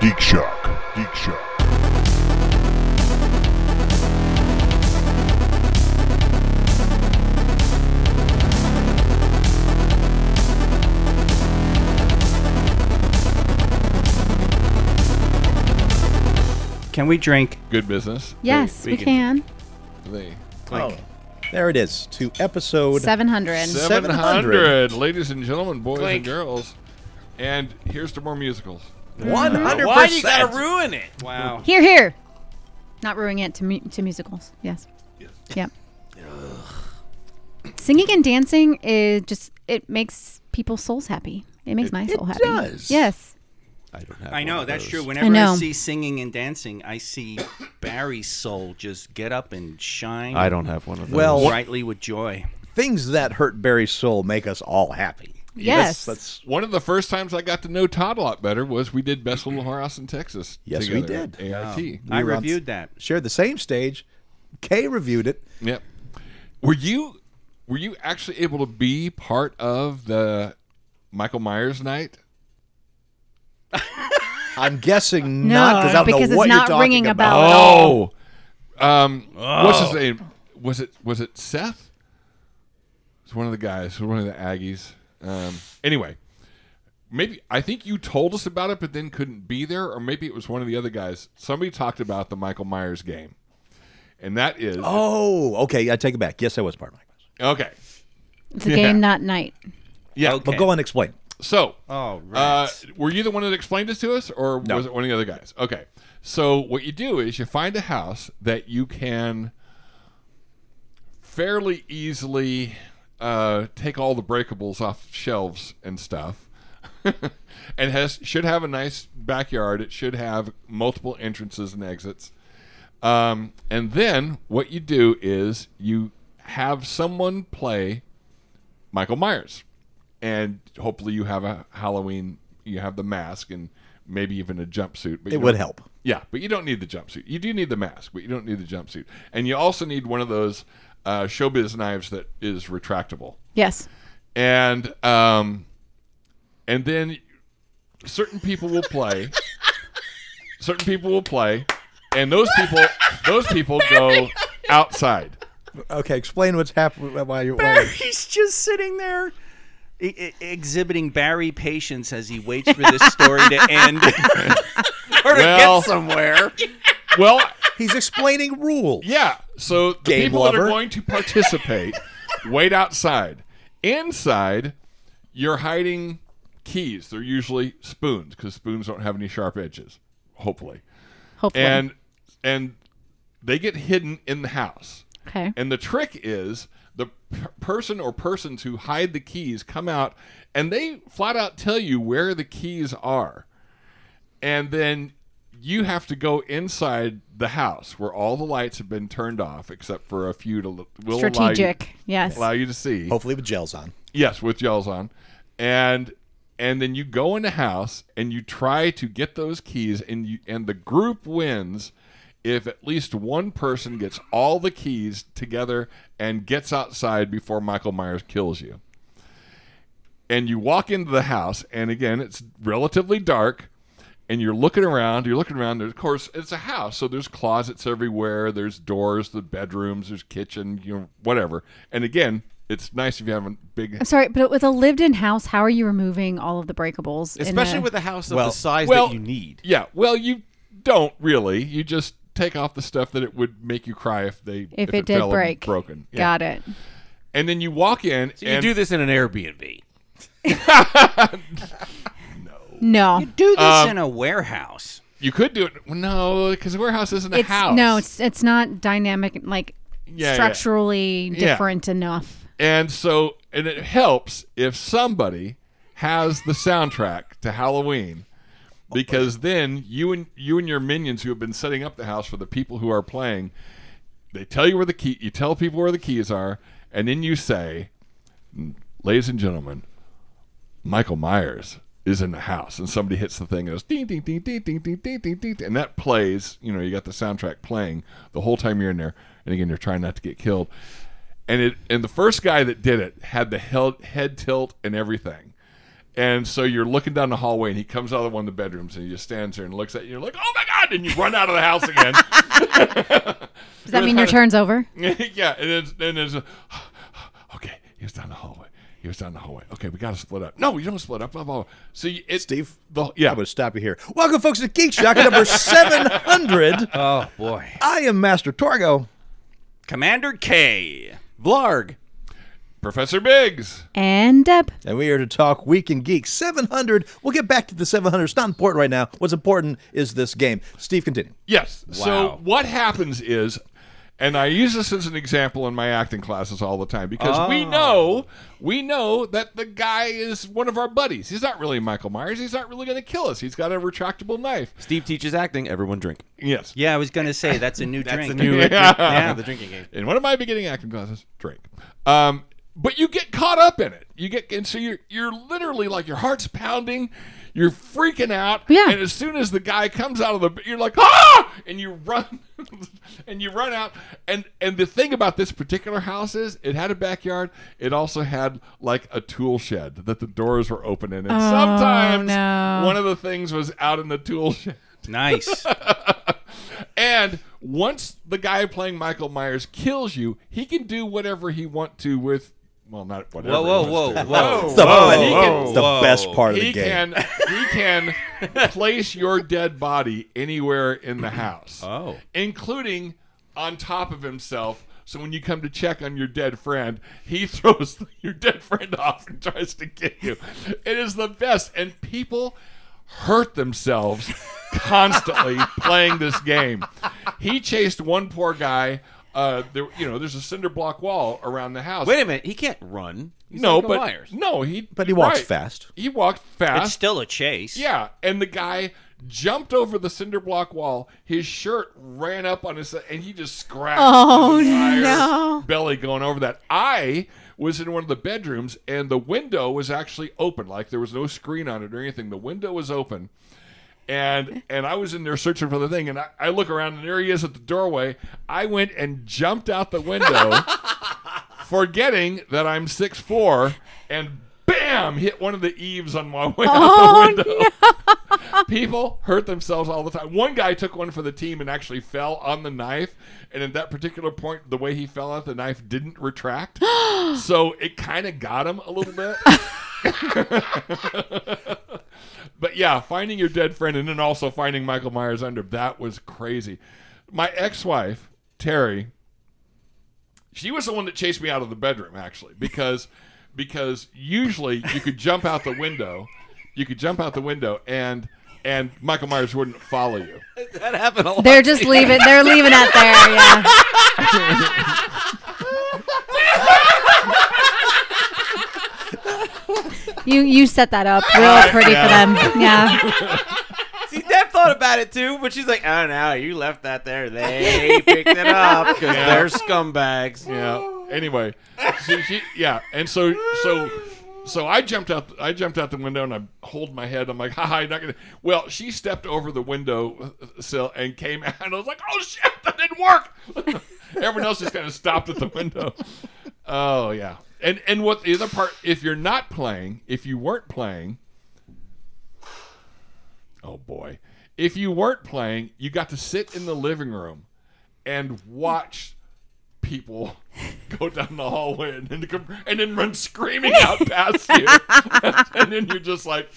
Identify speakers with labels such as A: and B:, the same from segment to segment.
A: Geek Shock. Geek Shock.
B: Can we drink?
C: Good business.
D: Yes,
C: They-
D: we,
C: they
D: can.
C: they-
B: Like,
E: There it is. To episode.
D: 700.
E: Se-
C: 700,
E: 700.
C: ladies and gentlemen, boys
F: Clink.
C: and girls. And here's to more musicals.
E: One hundred
F: Why do you gotta
E: percent.
F: ruin it?
B: wow.
D: here, here. Not ruining it to mu- to musicals. Yes. Yep. Singing and dancing is just it makes people's souls happy. It makes my soul happy.
E: does.
D: Yes.
E: I don't have.
B: I know
E: one.
B: that's true. Whenever I,
D: know.
B: see singing and dancing, I see Barry's soul just get up and shine
E: I don't have one of those. Well,
B: brightly with joy.
E: things that hurt Barry's soul make us all happy.
D: Yes.
E: That's
C: One of the first times I got to know Todd a lot better was we did Best Little Whorehouse in Texas.
E: Yes, we
C: together at
E: did.
C: ART.
B: I
E: were on s-
B: reviewed that.
E: shared the same stage. Kay reviewed it.
C: Yep. Were you were you actually able to be part of the Michael Myers night?
E: I'm guessing
D: No,
E: not because I don't
D: because
E: know
D: it's
E: what
D: not
E: you're
D: ringing
E: talking
D: a
E: about.
D: bell.
C: Oh. Um what's his name? Was it was it Seth? It's one of the guys, one of the Aggies. Um anyway, maybe I think you told us about it but then couldn't be there or maybe it was one of the other guys. Somebody talked about the Michael Myers game. And that is
E: Oh, okay. I take it back. Yes, I was part of my.
C: okay.
D: It's a
C: Yeah.
D: game, not night.
C: Yeah.
E: But go on, explain.
C: So,
B: Oh,
C: uh,
B: rats.
C: were you the one that explained this to us, or was it one of the other guys? Okay. So, what you do is you find a house that you can fairly easily uh, take all the breakables off shelves and stuff, and has should have a nice backyard. It should have multiple entrances and exits. Um, and then what you do is you have someone play Michael Myers, and hopefully you have a Halloween. You have the mask and maybe even a jumpsuit. But
E: It
C: you
E: would
C: don't-
E: help.
C: Yeah, but you don't need the jumpsuit. You do need the mask, but you don't need the jumpsuit. And you also need one of those uh, showbiz knives that is retractable.
D: Yes.
C: And um, and then certain people will play. certain people will play, and those people those people go outside.
E: Okay, explain what's happening. Why you're. Why,
B: He's just sitting there e- e- exhibiting Barry patience as he waits for this story to end.
F: Or to
C: Well-
F: get somewhere.
C: Well,
E: he's explaining rules.
C: Yeah. So the
E: Game
C: people that
E: lover.
C: are going to participate wait outside. Inside, you're hiding keys. They're usually spoons because spoons don't have any sharp edges, hopefully.
D: Hopefully.
C: And and they get hidden in the house.
D: okay.
C: And the trick is the p- person or persons who hide the keys come out and they flat out tell you where the keys are. And then you have to go inside the house where all the lights have been turned off except for a few to l- will
D: Strategic.
C: Allow
D: yes.
C: you, allow you to see.
E: Hopefully with gels on.
C: Yes, with gels on. And and then you go in the house and you try to get those keys and you and the group wins if at least one person gets all the keys together and gets outside before Michael Myers kills you. And you walk into the house and again it's relatively dark and you're looking around, you're looking around, there's of course it's a house, so there's closets everywhere, there's doors, the bedrooms, there's kitchen, you know, whatever. And again, it's nice if you have a big
D: I'm sorry, but with a lived-in house, how are you removing all of the breakables? in
F: Especially
D: the-
F: with a house of
E: Well-
F: the size
C: well-
F: that you need.
C: Yeah, well, you don't really. You just take off the stuff that it would make you cry if they
D: if, it, did
C: fell and
D: break.
C: broken. Yeah.
D: Got it.
C: And then you walk in
F: So you
C: and
F: do this in an Airbnb.
D: No.
B: Do this in a warehouse.
C: you could do it. Well, no, because the warehouse isn't a
D: it's
C: house.
D: no, it's it's not dynamic like
C: Yeah, yeah.
D: structurally
C: Yeah.
D: different enough.
C: and so and it helps if somebody has the soundtrack to Halloween. Because then you and you and your minions who have been setting up the house for the people who are playing, they tell you where the key you tell people where the keys are, and then you say, ladies and gentlemen, Michael Myers is in the house, and somebody hits the thing and goes ding ding ding ding ding ding ding ding, ding, and that plays. You know, you got the soundtrack playing the whole time you're in there, and again, you're trying not to get killed. And it and the first guy that did it had the held, head tilt and everything, And so you're looking down the hallway, and he comes out of one of the bedrooms, and he just stands there and looks at you. You're like, "Oh my god!" And you run out of the house again.
D: Does that mean your turn's over?
C: yeah, and it's and it's okay. He was down the hallway. He was down the hallway. Okay, we got to split up. No, you don't split up. Blah blah. blah. So you, it,
E: Steve,
C: the, yeah,
E: I'm going to stop you here. Welcome, folks, to Geek Shock number 700.
B: Oh boy,
E: I am Master Torgo.
B: Commander K, Vlarg.
C: Professor Biggs.
D: And Deb.
E: And we are to talk Week in Geek 700. We'll get back to the 700. It's not important right now. What's important is this game. Steve, continue.
C: Yes. So
B: Wow.
C: what happens is, and I use this as an example in my acting classes all the time because we
F: Oh.
C: know we know that the guy is one of our buddies. He's not really Michael Myers. He's not really going to kill us. He's got a retractable knife.
F: Steve teaches acting. Everyone drink.
C: Yes.
B: Yeah, I was gonna say that's a new drink.
F: yeah. The drinking game.
C: in one of my beginning acting classes, drink. Um, but you get caught up in it. You get and so you're you're literally like your heart's pounding, you're freaking out.
D: Yeah.
C: And as soon as the guy comes out of the, you're like ah, and you run, and you run out. And and the thing about this particular house is it had a backyard. It also had like a tool shed that the doors were open in. And sometimes
D: Oh, no.
C: one of the things was out in the tool shed.
B: Nice.
C: And once the guy playing Michael Myers kills you, he can do whatever he want to with. Well, not whatever.
B: Whoa, whoa,
C: he
B: whoa,
C: wants
B: whoa,
C: to.
E: It's the,
C: whoa, whoa,
E: it's the
B: whoa.
E: best part of the
C: He
E: game.
C: can he can place your dead body anywhere in the house.
B: Oh.
C: Including on top of himself. So when you come to check on your dead friend, he throws your dead friend off and tries to get you. It is the best and people hurt themselves constantly playing this game. He chased one poor guy uh, there, you know, there's a cinder block wall around the house.
F: Wait a minute. He can't run. He's
C: no,
F: Michael
C: but
F: Myers.
C: no, he
E: But he walks
C: right.
E: fast.
C: He walked fast.
B: it's still a chase.
C: Yeah, and the guy jumped over the cinder block wall. His shirt ran up on his, and he just scratched
D: Oh,
C: his entire
D: no.
C: belly going over that. I was in one of the bedrooms, and the window was actually open. Like there was no screen on it or anything. The window was open, and and I was in there searching for the thing, and I, I look around, and there he is at the doorway. I went and jumped out the window, forgetting that I'm six four, and. Bam! Hit one of the eaves on my way
D: Oh,
C: out the window. People hurt themselves all the time. One guy took one for the team and actually fell on the knife. And at that particular point, the way he fell out, the knife didn't retract. so it kind of got him a little bit. but yeah, finding your dead friend and then also finding Michael Myers under, that was crazy. My ex wife, Terry, she was the one that chased me out of the bedroom actually because because usually you could jump out the window you could jump out the window and and michael myers wouldn't follow you
F: That happened a lot.
D: They're just leaving. They're leaving it there. Yeah. You you set that up real pretty for them. Yeah.
F: See, Deb thought about it too, but she's like, "Oh no, you left that there. They picked it up because they're scumbags."
C: yeah anyway so she, yeah and so so so i jumped out i jumped out the window and i hold my head i'm like ha ha you're not gonna well she stepped over the window uh, sill and came out and i was like oh shit that didn't work everyone else just kind of stopped at the window oh yeah and and what the other part if you're not playing if you weren't playing oh boy if you weren't playing you got to sit in the living room and watch people go down the hallway and then come, and then run screaming out past you, and then you're just like,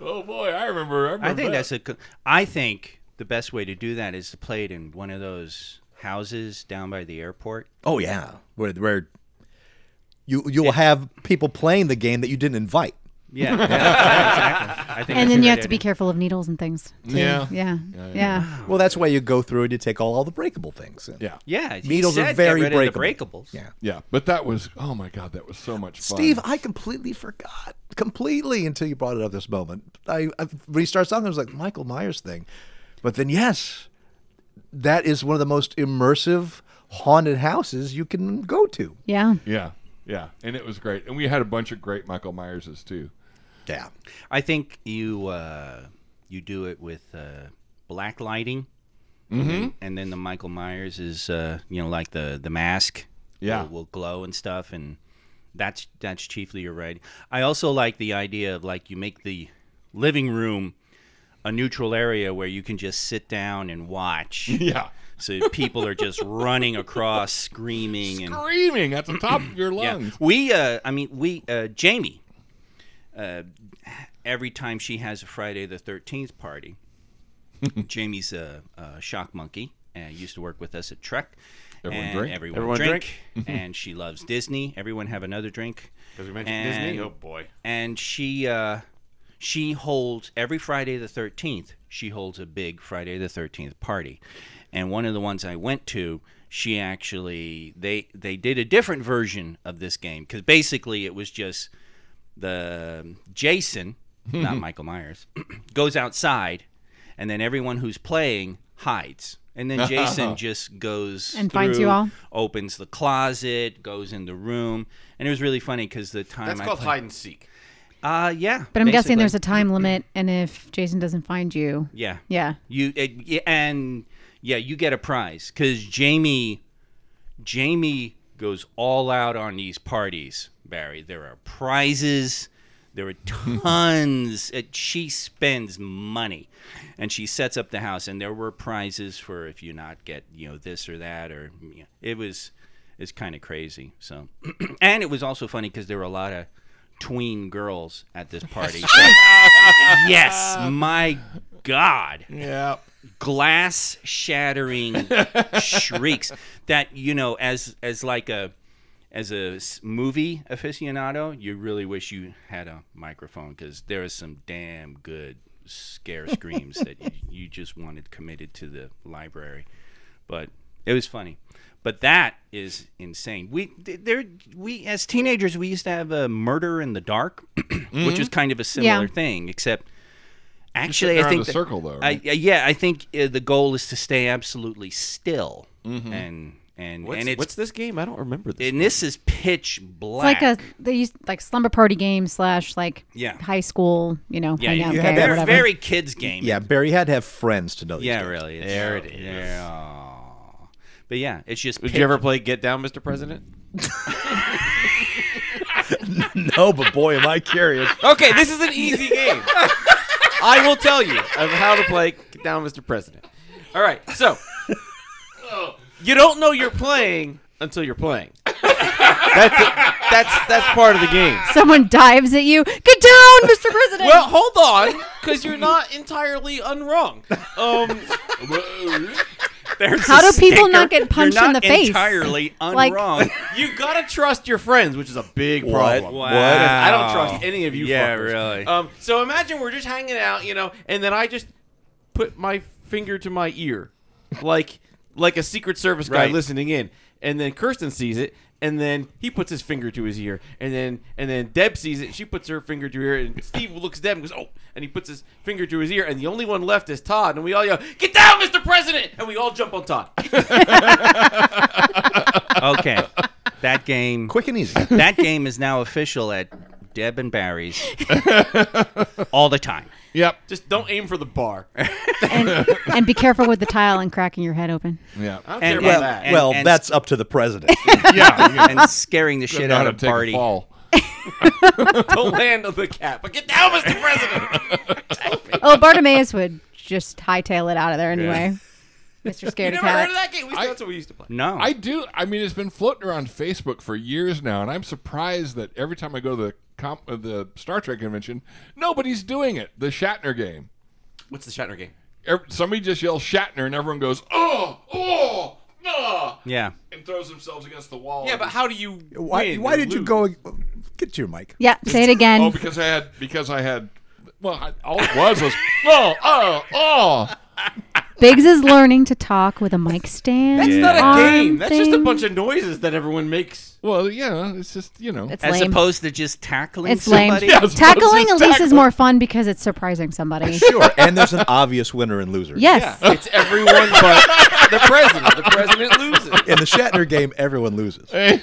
C: oh boy, I remember. I, remember
B: I think
C: that.
B: that's a. co- I think the best way to do that is to play it in one of those houses down by the airport.
E: Oh, yeah. Where, where you, you'll have people playing the game that you didn't invite.
B: Yeah, yeah, exactly. I think
D: And
B: that's
D: then
B: a
D: you
B: good
D: have to be
B: idea.
D: careful of needles and things. too.
C: Yeah.
D: Yeah. Yeah.
E: Well, that's why you go through and you take all, all the breakable things. in.
C: yeah,
B: Yeah, he
E: Needles are
B: said get
E: very
B: rid of the
E: breakable.
B: breakables.
E: Yeah.
C: yeah. But that was oh my god, that was so much fun.
E: Steve, I completely forgot. Completely until you brought it up this moment. I, I when he starts talking, I was like Michael Myers thing, but then yes, that is one of the most immersive haunted houses you can go to.
D: Yeah.
C: yeah, yeah, and it was great, and we had a bunch of great Michael Myerses too.
E: Yeah,
B: I think you uh, you do it with uh, black lighting,
C: Mm-hmm.
B: and, and then the Michael Myers is uh, you know like the the mask.
C: Yeah.
B: will, will glow and stuff, and That's that's chiefly your right. I also like the idea of like you make the living room a neutral area where you can just sit down and watch.
C: Yeah.
B: So people are just running across, screaming, and
C: Screaming at the top of your
B: yeah.
C: lungs.
B: We, uh, I mean, we, uh, Jamie, uh, every time she has a Friday the 13th party, Jamie's a, a shock monkey and used to work with us at Trek.
C: Everyone
B: and
C: drink?
B: Everyone,
F: Everyone
B: drink. and she loves Disney. Everyone have another drink.
F: Because we mentioned
B: And-
F: Disney. Oh boy.
B: And she, uh, she holds every Friday the 13th, she holds a big Friday the 13th party. And one of the ones I went to, she actually they they did a different version of this game cuz basically it was just the um, Jason, not Michael Myers, goes outside and then everyone who's playing hides. And then Jason just goes
D: And finds you
B: through,
D: all?
B: opens the closet, goes in the room, and it was really funny because the time
F: That's
B: I
F: called
B: played-
F: hide and seek.
B: uh, yeah.
D: But I'm guessing there's
B: basically.
D: a time limit, and if Jason doesn't find you,
B: yeah.
D: yeah,
B: You it, yeah, and yeah, you get a prize because Jamie, Jamie goes all out on these parties. Barry, there are prizes. There are tons. it, she spends money, and she sets up the house. And there were prizes for if you not get you know this or that or you know, it was it's kind of crazy. So, and it was also funny because there were a lot of tween girls at this party. So- yes, my God
C: Yeah.
B: glass shattering shrieks that you know as as like a as a s- movie aficionado you really wish you had a microphone because there is some damn good scare screams that you, you just wanted committed to the library but it was funny but that is insane we th- there we as teenagers we used to have a murder in the dark which was kind of a similar thing except actually
C: sitting
B: i
C: around
B: think
C: a circle, though,
B: I-
C: right?
B: I- yeah, I think uh, the goal is to stay absolutely still, and and
F: Mm-hmm. What's,
B: and it's
F: what's this game? I don't remember this.
B: and this is pitch
D: it's like
B: black.
D: a they used like slumber party game slash like
B: Yeah.
D: high school, you know,
B: yeah,
D: hangout
B: you
D: game
B: have
D: or
B: very,
D: whatever.
B: very kids game.
E: Yeah, Barry had to have friends to know. these
B: yeah,
E: games.
B: really. It's,
F: There it is.
B: Yeah. But yeah, it's just.
F: Did
B: pitch-
F: you ever play Get Down, Mr. President?
E: No, but boy, am I curious.
F: Okay, this is an easy game. I will tell you of how to play Get Down, Mr. President. All right, so you don't know you're playing until you're playing. That's it. that's that's part of the game.
D: Someone dives at you. Get down, Mr. President.
F: Well, hold on, because you're not entirely unwrong. Um,
B: There's
D: How
B: a
D: do people
B: sticker.
D: not get punched
B: You're
D: in
B: not
D: the face?
B: Entirely
D: Like-
B: unwrong.
F: you gotta trust your friends, which is a big
E: What?
F: problem.
E: Wow.
F: I don't trust any of you.
B: Yeah,
F: fuckers.
B: really.
F: Um, so imagine we're just hanging out, you know, and then I just put my finger to my ear, like like a Secret Service guy
B: Right.
F: listening in, and then Kirsten sees it, and then he puts his finger to his ear, and then and then Deb sees it, she puts her finger to her, ear, and Steve looks at Deb and goes, oh, and he puts his finger to his ear, and the only one left is Todd, and we all yell, "Get down, Mr. President!" and we all jump on Todd.
B: okay, that game.
E: Quick and easy.
B: That game is now official at Deb and Barry's all the time.
C: Yep.
F: just don't aim for the bar. I
D: and, and be careful with the tile and cracking your head open.
C: Yeah.
F: don't care
B: And-
F: about
B: and-
F: that.
B: and-
E: well,
B: and-
E: that's up to the president.
C: Yeah. you
B: And scaring the shit
C: know how
B: out
C: to
B: of
C: take a
B: Barty.
C: fall.
F: don't land on the cat, but get down, Mr. President.
D: Oh, Bartimaeus would just hightail it out of there anyway. Mr.
F: you
D: Scaredy
F: never
D: Cat.
F: heard of that game? We,
C: I-
F: that's what we used to play.
B: No,
C: I do. I mean, it's been floating around Facebook for years now, and I'm surprised that every time I go to the comp, uh, the Star Trek convention, nobody's doing it. The Shatner game.
F: What's the Shatner game?
C: Ev- Somebody just yells Shatner, and everyone goes, "Oh, oh, no!"
B: yeah.
C: and throws themselves against the wall.
F: Yeah, but how do you?
E: Why,
F: win
E: why
F: or
E: did you
F: lose?
E: go? Get to your mic.
D: Yeah, say it again.
C: Oh, because I had because I had. Well, I, all it was was oh, oh, oh.
D: Biggs is learning to talk with a mic stand.
F: That's
B: Yeah.
F: not a
D: arm
F: game. That's just a
D: thing.
F: bunch of noises that everyone makes.
C: Well, yeah, it's just you know.
D: It's
B: As
D: lame.
B: opposed to just tackling
D: It's lame.
B: somebody.
C: Yeah, it's
D: Tackling
C: versus
D: at least is
C: tackle.
D: more fun because it's surprising somebody.
E: Sure. And there's an obvious winner and loser.
D: Yes.
F: Yeah, it's everyone but the president. The president loses.
E: In the Shatner game, everyone loses.
F: They're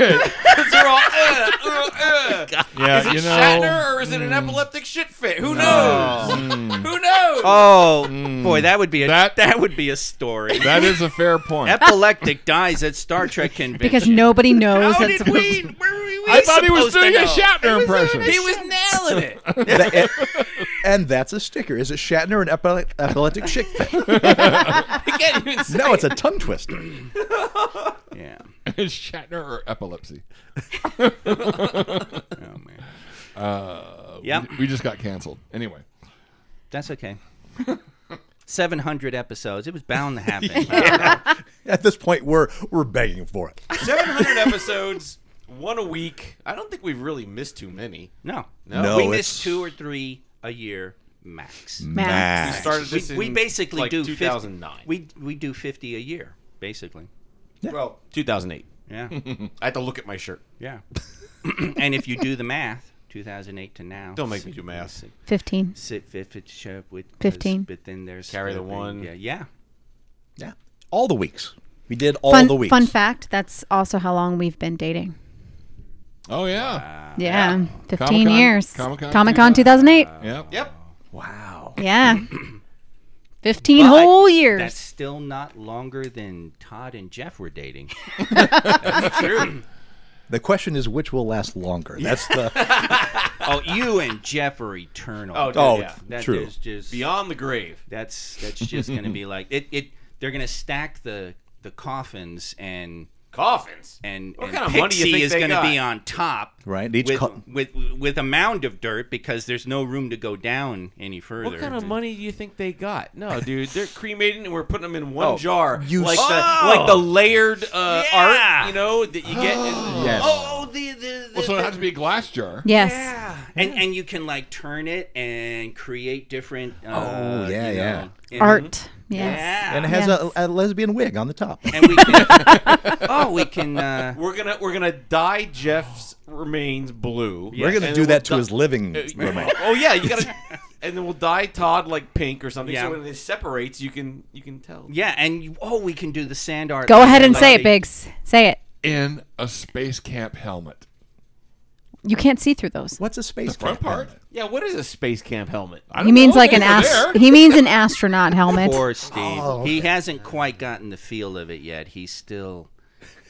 F: all, uh, uh, uh.
C: yeah,
F: Mm. Is it Shatner or is it an epileptic shit fit? Who knows? Who knows?
B: Oh boy, that would be a
C: That-
B: that, would be a story.
C: That is a fair point.
B: Epileptic dies at Star Trek convention
D: because nobody knows
B: How
D: that's
B: did we? Where were we?
C: I thought he was
B: supposed to
C: doing
B: know?
C: a Shatner impression.
F: He was nailing it.
G: That- and that's a sticker. Is it Shatner and epile- epileptic chick?
F: I can't even say
G: No, it's a tongue twister.
B: Yeah.
C: Shatner or epilepsy.
B: Oh man. Uh, yep.
C: We just got canceled. Anyway.
B: That's okay. 700 episodes. It was bound to happen.
G: At this point, we're we're begging for it.
F: 700 episodes, one a week. I don't think we've really missed too many.
B: No.
F: No.
G: No,
B: we
G: it's-
B: missed two or three a year max.
D: Max.
F: We started
B: We,
F: this
B: we
F: in,
B: basically
F: like
B: do 50
F: 2009.
B: we we do 50 a year basically.
F: well, 2008.
B: Yeah.
F: I had to look at my shirt.
B: yeah. and if you do the math, 2008 to now.
F: Don't make me do math.
D: fifteen.
B: Sit fifth it show with
D: 15.
B: But then there's
F: Carry the
B: gotta be-
F: one.
B: Yeah. Yeah.
G: Yeah, all the weeks. We did all
D: fun,
G: the weeks.
D: fun fact: that's also how long we've been dating.
C: Oh
B: Ah,
C: yeah.
D: Yeah, 15
C: Comic-Con-
D: years.
C: Comic-Con
D: Comic Con 2008.
B: Ah,
C: yeah.
F: Yep.
G: Wow.
D: yeah, 15
B: But I-
D: whole years.
B: That's still not longer than Todd and Jeff were dating.
G: The question is, which will last longer? That's the
B: oh, you and Jeff are eternal.
F: Oh, dude,
G: oh,
F: yeah.
B: That
G: true.
B: is just
F: Beyond the grave.
B: that's that's just gonna be like it, it they're gonna stack the the coffins and
F: Coffins.
B: and,
F: What
B: and
F: kind of
B: Pixie
F: money you think
B: is
F: they
B: gonna
F: got?
B: be on top
G: Right, each
B: with,
G: co-
B: with with a mound of dirt because there's no room to go down any further
F: What kind of money do you think they got? No, dude, they're cremating and we're putting them in one jar,
G: you
F: like
G: s-
F: the like the layered uh,
B: Yeah.
F: art, you know, that you get. In,
G: Yes.
F: Oh, the, the, the
C: Well, so it has to be a glass jar.
D: yes.
F: yeah.
B: and and you can like turn it and create different uh,
G: Oh, yeah,
B: you
G: yeah.
B: know, and-
D: Art. Yes.
B: yeah
G: and it has
D: Yes.
G: a, a lesbian wig on the top.
B: and we can oh we can uh,
F: We're gonna we're gonna dye Jeff's remains blue.
G: We're gonna
F: And
G: do
F: we'll
G: that to
F: dye-
G: his living
F: Uh,
G: roommate.
F: Oh yeah, you gotta. and then we'll dye Todd like pink or something.
B: Yeah.
F: So when it separates, you can you can tell.
B: yeah and you, oh we can do the sand art
D: Go
B: like
D: ahead
B: the
D: and say
B: lady-
D: it, Biggs. Say it.
C: In a space camp helmet.
D: You can't see through those.
G: What's a space
C: Front
G: cap?
C: part.
F: Yeah, What is a space camp helmet?
C: I
D: He
C: don't
D: means
C: know.
D: like
C: They
D: an
C: were there.
D: ast- He means an astronaut helmet.
B: Poor Steve. He hasn't quite gotten the feel of it yet. He's still,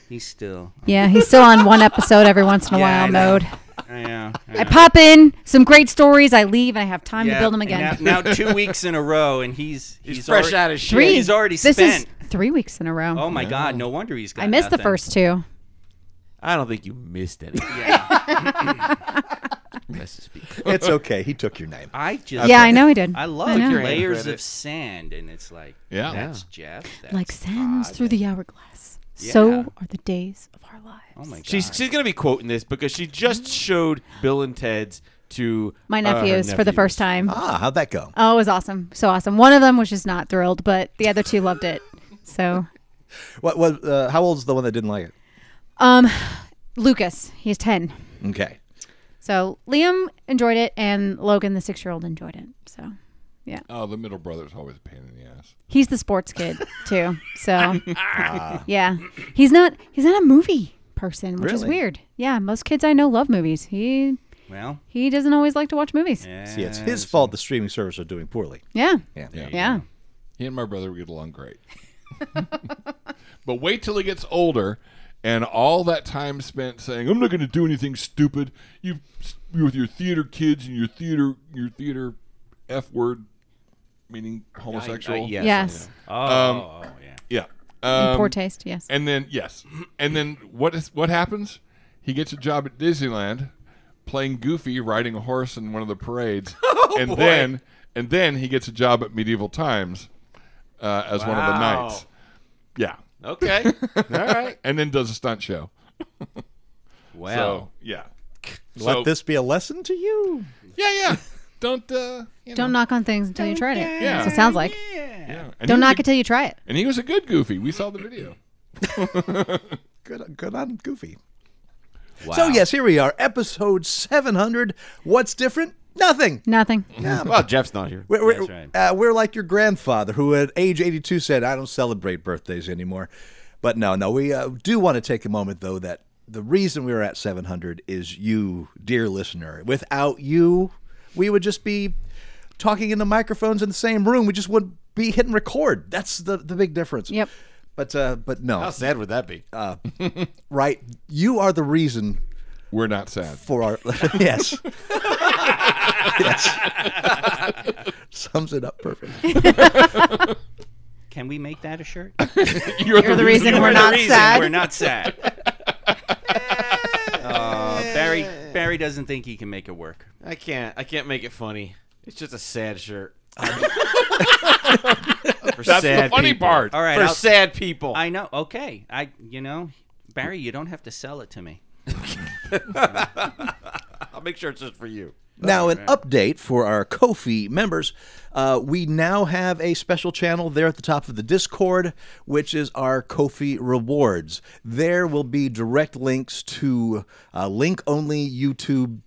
B: he's still.
D: yeah, he's still on one episode every once in a
B: Yeah, I
D: while
B: know.
D: mode.
B: I know.
D: I pop in some great stories. I leave and I have time to build them again.
B: Now, now two weeks in a row, and he's he's,
F: He's, fresh
B: already,
F: out of shit.
D: three.
B: He's already
D: this
B: spent.
D: is three weeks in a row.
B: Oh my God! No wonder he's got.
D: I missed the
B: nothing.
D: first two.
F: I don't think you missed it.
B: Yeah.
G: It's okay. He took your name.
B: I just.
D: Yeah, I know he did.
B: I love
D: know.
B: layers of sand, and it's like.
C: Yeah.
B: That's Jeff. That's,
D: like sands through the hourglass. So
B: Yeah.
D: are the days of our lives.
B: Oh my God.
F: She's she's gonna be quoting this because she just showed Bill and Ted's to
D: My
F: uh, her
D: nephews for the first
F: nephews.
D: time.
G: Ah, how'd that go?
D: Oh, it was awesome. So awesome. One of them was just not thrilled, but the other two loved it. So,
G: What was? Uh, how old's the one that didn't like it?
D: um, Lucas, he's 10.
G: Okay.
D: So Liam enjoyed it and Logan, the six year old, enjoyed it. So
C: Oh, the middle brother's always a pain in the ass.
D: he's the sports kid too. So, yeah, he's not, he's not a movie person, which is
G: Really?
D: weird. Yeah. Most kids I know love movies. He,
B: Well.
D: he doesn't always like to watch movies. Yeah.
B: Yeah.
G: See, it's his fault. The streaming service are doing poorly.
D: Yeah.
G: Yeah.
C: He and my brother would get along great. but wait till he gets older and all that time spent saying, I'm not going to do anything stupid. You, you with your theater kids and your theater, your theater F word, meaning homosexual.
F: yes.
D: Yes.
B: Oh, oh, oh, yeah.
C: Yeah.
D: In
C: Um,
D: Poor taste. Yes.
C: And then yes, and then what is what happens? He gets a job at Disneyland, playing Goofy riding a horse in one of the parades,
F: Oh,
C: and then and then he gets a job at Medieval Times uh, as one of the
F: Wow.
C: knights. Yeah,
F: Okay. All right.
C: and then does a stunt show.
B: Well.
C: So yeah,
G: Let
C: So-
G: this be a lesson to you.
C: yeah, yeah. Don't uh, you
D: Don't knock on things until you tried it.
C: Yeah.
D: That's what it sounds like.
C: know, yeah. And
D: Don't
C: he was
D: knock
C: a-
D: it till you try it.
C: And he was a good Goofy. We saw the video.
G: Good, good on Goofy. So yes, here we are, episode seven hundred. What's different? Nothing.
D: Nothing.
F: well, Oh, Jeff's not here.
G: We're, we're,
B: That's
G: uh, we're like your grandfather, who at age 82 said, I don't celebrate birthdays anymore. But no, no, we uh, do want to take a moment, though, that the reason we were at 700 is you, dear listener. Without you, we would just be talking into microphones in the same room. We just would be hitting record. That's the the big difference.
D: Yep.
G: But uh, but no, Uh,
F: How sad would that be?
G: right? You are the reason
C: We're not sad.
G: for our yes. yes. Sums it up perfect.
B: Can we make that a shirt?
C: You're,
D: the reason
B: You
D: we're
B: are the
D: not
B: reason
D: sad.
B: We're not sad. Uh, Barry Barry doesn't think he can make it work.
F: I can't. I can't make it funny. It's just a sad shirt. For
C: That's
F: sad
C: the funny
F: people.
C: part.
B: All right,
F: For
B: I'll-
F: sad people.
B: I know. Okay, I you know Barry, you don't have to sell it to me.
F: I'll make sure it's just for you.
G: Now, an update for our Kofi members. Uh, we now have a special channel there at the top of the Discord, which is our Kofi Rewards. There will be direct links to uh, link only YouTube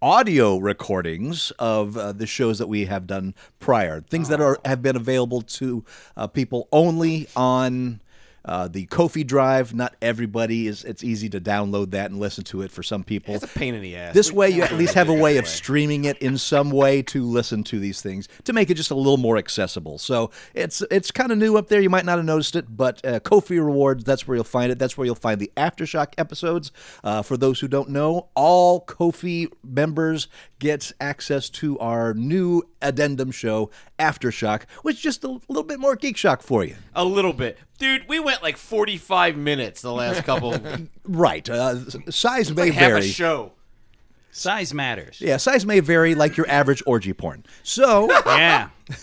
G: audio recordings of uh, the shows that we have done prior, things that are have been available to uh, people only on uh, the Kofi Drive. Not everybody is. It's easy to download that and listen to it for some people.
F: It's a pain in the ass.
G: This way, you at least have a way of streaming it in some way to listen to these things to make it just a little more accessible. So it's it's kind of new up there. You might not have noticed it, but uh, Kofi Rewards. That's where you'll find it. That's where you'll find the aftershock episodes. Uh, for those who don't know, all Kofi members get access to our new addendum show, Aftershock, which is just a little bit more geek shock for you.
F: a little bit, dude. We went like forty-five minutes the last couple.
G: Right? Uh, s- size may
F: half a
G: vary.
F: show.
B: Size matters.
G: yeah, size may vary like your average orgy porn. So.
B: Yeah.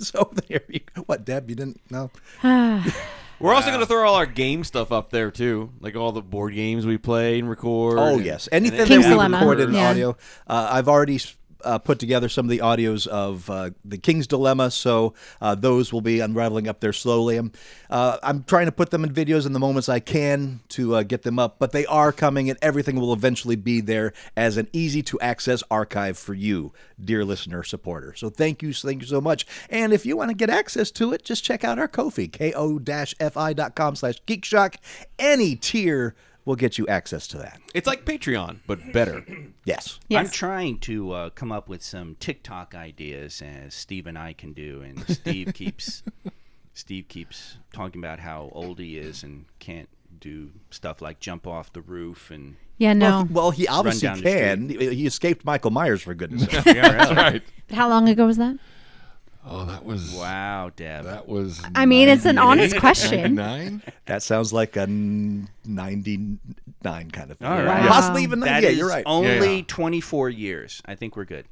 G: So there you go. What, Deb? You didn't know?
F: We're also going to throw all our game stuff up there too, like all the board games we play and record.
G: Oh
F: and-
G: yes, anything that
F: and
D: King's
G: we
D: Dilemma.
G: record in
D: Yeah.
G: audio. Uh, I've already uh, put together some of the audios of uh, the King's Dilemma, so uh, those will be unraveling up there slowly. I'm, uh, I'm trying to put them in videos in the moments I can to uh, get them up, but they are coming, and everything will eventually be there as an easy to access archive for you, dear listener supporter. So thank you, thank you so much. And if you want to get access to it, just check out our Kofi ko-fi.com slash geekshock. Any tier will get you access to that.
F: it's like Patreon, but better.
G: Yes.
B: I'm
D: Yes.
B: trying to uh, come up with some TikTok ideas as Steve and I can do, and Steve keeps Steve keeps talking about how old he is and can't do stuff like jump off the roof and
D: Yeah, no.
G: Well, well, he obviously
B: down the
G: can. He he escaped Michael Myers for goodness sake.
C: That's
B: Oh,
C: right.
D: How long ago was that?
C: Oh, that was
B: wow, Deb.
C: That was.
D: I mean, it's an
C: 98,
D: honest question.
C: 99?
G: That sounds like a n- 99 kind of thing.
B: All right.
D: Wow.
G: Possibly even
B: That
G: 90. Yeah,
B: is
G: you're right.
B: Only
C: Yeah.
B: 24 years. I think we're good.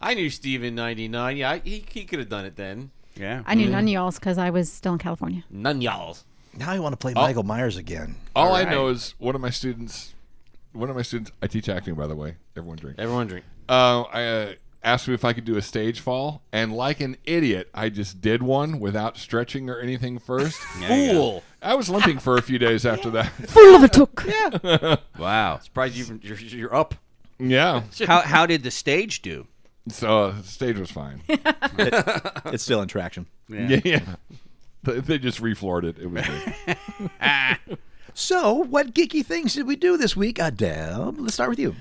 F: I knew Steve in '99. Yeah, I, he, he could have done it then.
B: Yeah.
D: I knew none of y'all's because I was still in California.
F: None y'all's.
G: Now I want to play
B: Oh.
G: Michael Myers again.
C: All I know is one of my students. One of my students. I teach acting, by the way. Everyone drink.
F: Everyone drink.
C: Uh, I uh, asked me if I could do a stage fall, and like an idiot, I just did one without stretching or anything first. Fool! I was limping for a few days after that.
D: Full of a took.
B: Wow.
F: Surprised you, you're, you're up.
C: yeah.
B: How, how did the stage do?
C: So uh, stage was fine.
G: It's still in traction.
C: yeah. yeah. They they just refloored it. It was good.
G: So, what geeky things did we do this week, Adele? Let's start with you.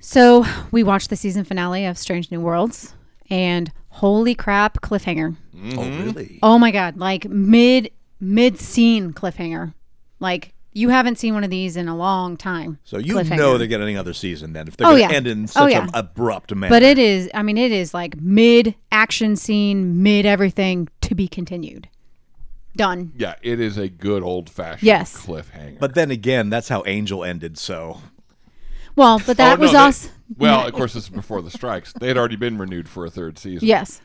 D: So we watched the season finale of Strange New Worlds, and holy crap, cliffhanger!
B: Mm-hmm.
G: Oh, really?
D: Oh my god, like mid mid scene cliffhanger. Like you haven't seen one of these in a long time.
G: So, you
D: cliffhanger.
G: know they're getting another season then if they're
D: Oh,
G: going to
D: yeah.
G: end in
D: Oh,
G: such
D: yeah.
G: an abrupt manner.
D: But it is, I mean, it is like mid action scene, mid everything to be continued. Done.
C: Yeah, it is a good old fashioned
D: Yes.
C: cliffhanger.
G: but then again, that's how Angel ended, so.
D: Well, but that
C: Oh, no,
D: was
C: they-
D: us.
C: Well, of course, this is before the strikes. They had already been renewed for a third season.
D: Yes.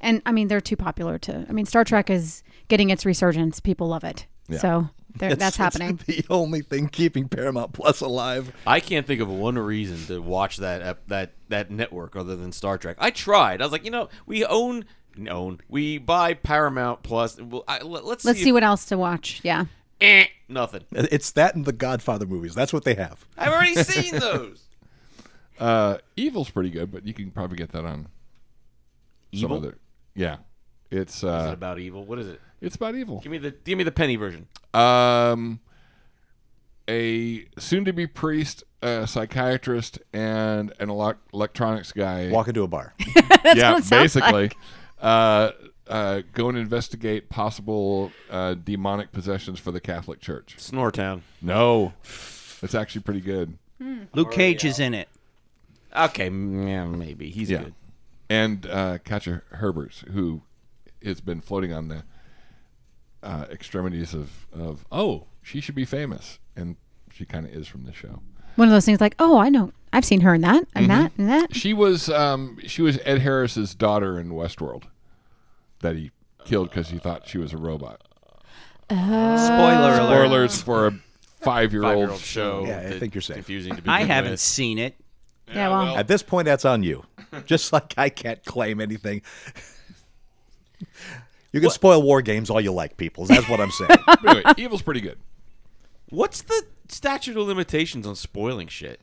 D: And I mean, they're too popular to. I mean, Star Trek is getting its resurgence. People love it. So there-
G: it's-
D: that's happening.
G: It's the only thing keeping Paramount Plus alive.
F: I can't think of one reason to watch that ep- that that network other than Star Trek. I tried. I was like, you know, we own own we buy Paramount Plus. Well, I, let, us
D: Let's
F: see,
D: see
F: if-
D: what else to watch. Yeah.
F: eh, nothing.
G: It's that and the Godfather movies. That's what they have.
F: I've already seen those.
C: Uh, Evil's pretty good, but you can probably get that on Some
F: Evil?
C: other, yeah, it's
F: Is it
C: uh,
F: about evil? What is it?
C: it's about evil.
F: Give me the give me the penny version.
C: Um, a soon-to-be priest a psychiatrist and an elec electronics guy
E: Walk into a bar.
C: yeah,
D: what it sounds
C: basically. Uh, uh, go and investigate possible uh, demonic possessions for the Catholic Church.
F: Snoretown.
C: No, it's actually pretty good.
B: Luke Cage is in it.
F: Okay, m- yeah, maybe he's
C: Yeah,
F: good.
C: and uh, Katja Herbers, who has been floating on the uh, extremities of of oh, she should be famous, and she kind of is from the show.
D: One of those things like, oh, I know, I've seen her in that, and that, and that.
C: She was um, she was Ed Harris's daughter in Westworld that he killed because he thought she was a robot.
B: Spoiler alert.
C: spoilers for a five-year-old show.
E: Yeah, I think you're safe.
F: Confusing to be.
B: I haven't seen it.
D: Yeah, well,
E: At this point, that's on you. Just like I can't claim anything. You can spoil war games all you like, people. That's what I'm saying.
C: But anyway, Evil's pretty good.
F: What's the statute of limitations on spoiling shit?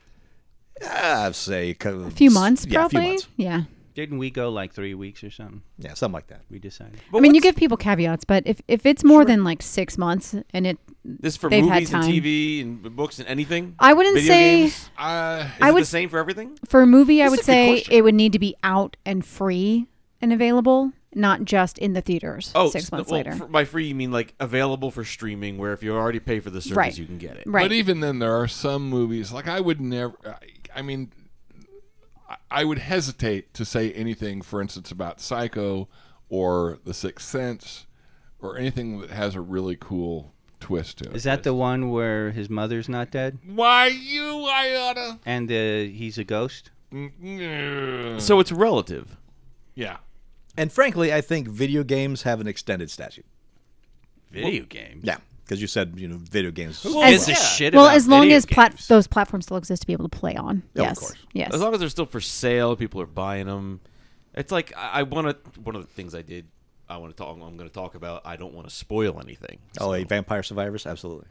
E: I'd Ah, say a
D: few months
E: yeah,
D: probably.
E: A few months.
D: Yeah.
B: Didn't we go like three weeks or something?
E: Yeah, something like that.
B: We decided.
D: I mean, you give people caveats, but if, if it's more than like six months and it,
F: This is for
D: They've had
F: movies and
D: time.
F: TV and books and anything.
D: I wouldn't
F: Video
D: say-
F: games? Is
C: Uh,
D: I
F: it
D: would
F: the same for everything.
D: for a movie, I
F: That's
D: would
F: a good
D: say
F: question.
D: it would need to be out and free and available, not just in the theaters
F: Oh,
D: six
F: s-
D: months
F: well,
D: later.
F: f- by free, you mean like available for streaming, where if you already pay for the service,
D: Right.
F: you can get it.
D: right.
C: But even then, there are some movies like I would never. I- I mean, I- I would hesitate to say anything, for instance, about Psycho or The Sixth Sense or anything that has a really cool twist to it.
B: Is that the one where his mother's not dead
C: Why you, Iota?
B: and uh, he's a ghost?
C: Mm.
F: So it's relative.
C: yeah.
E: And frankly, I think video games have an extended statute.
B: Video game.
E: Yeah, because you said you know video games.
B: Gives a shit
D: well,
B: about
D: as long
B: video
D: as plat-
B: games.
D: those platforms still exist to be able to play on.
E: Yeah, of
D: yes.
E: course.
D: Yes.
F: As long as they're still for sale, people are buying them. It's like I, I want to. One of the things I did, I want to talk. I'm going to talk about. I don't want to spoil anything.
E: Oh, a Vampire Survivors, absolutely.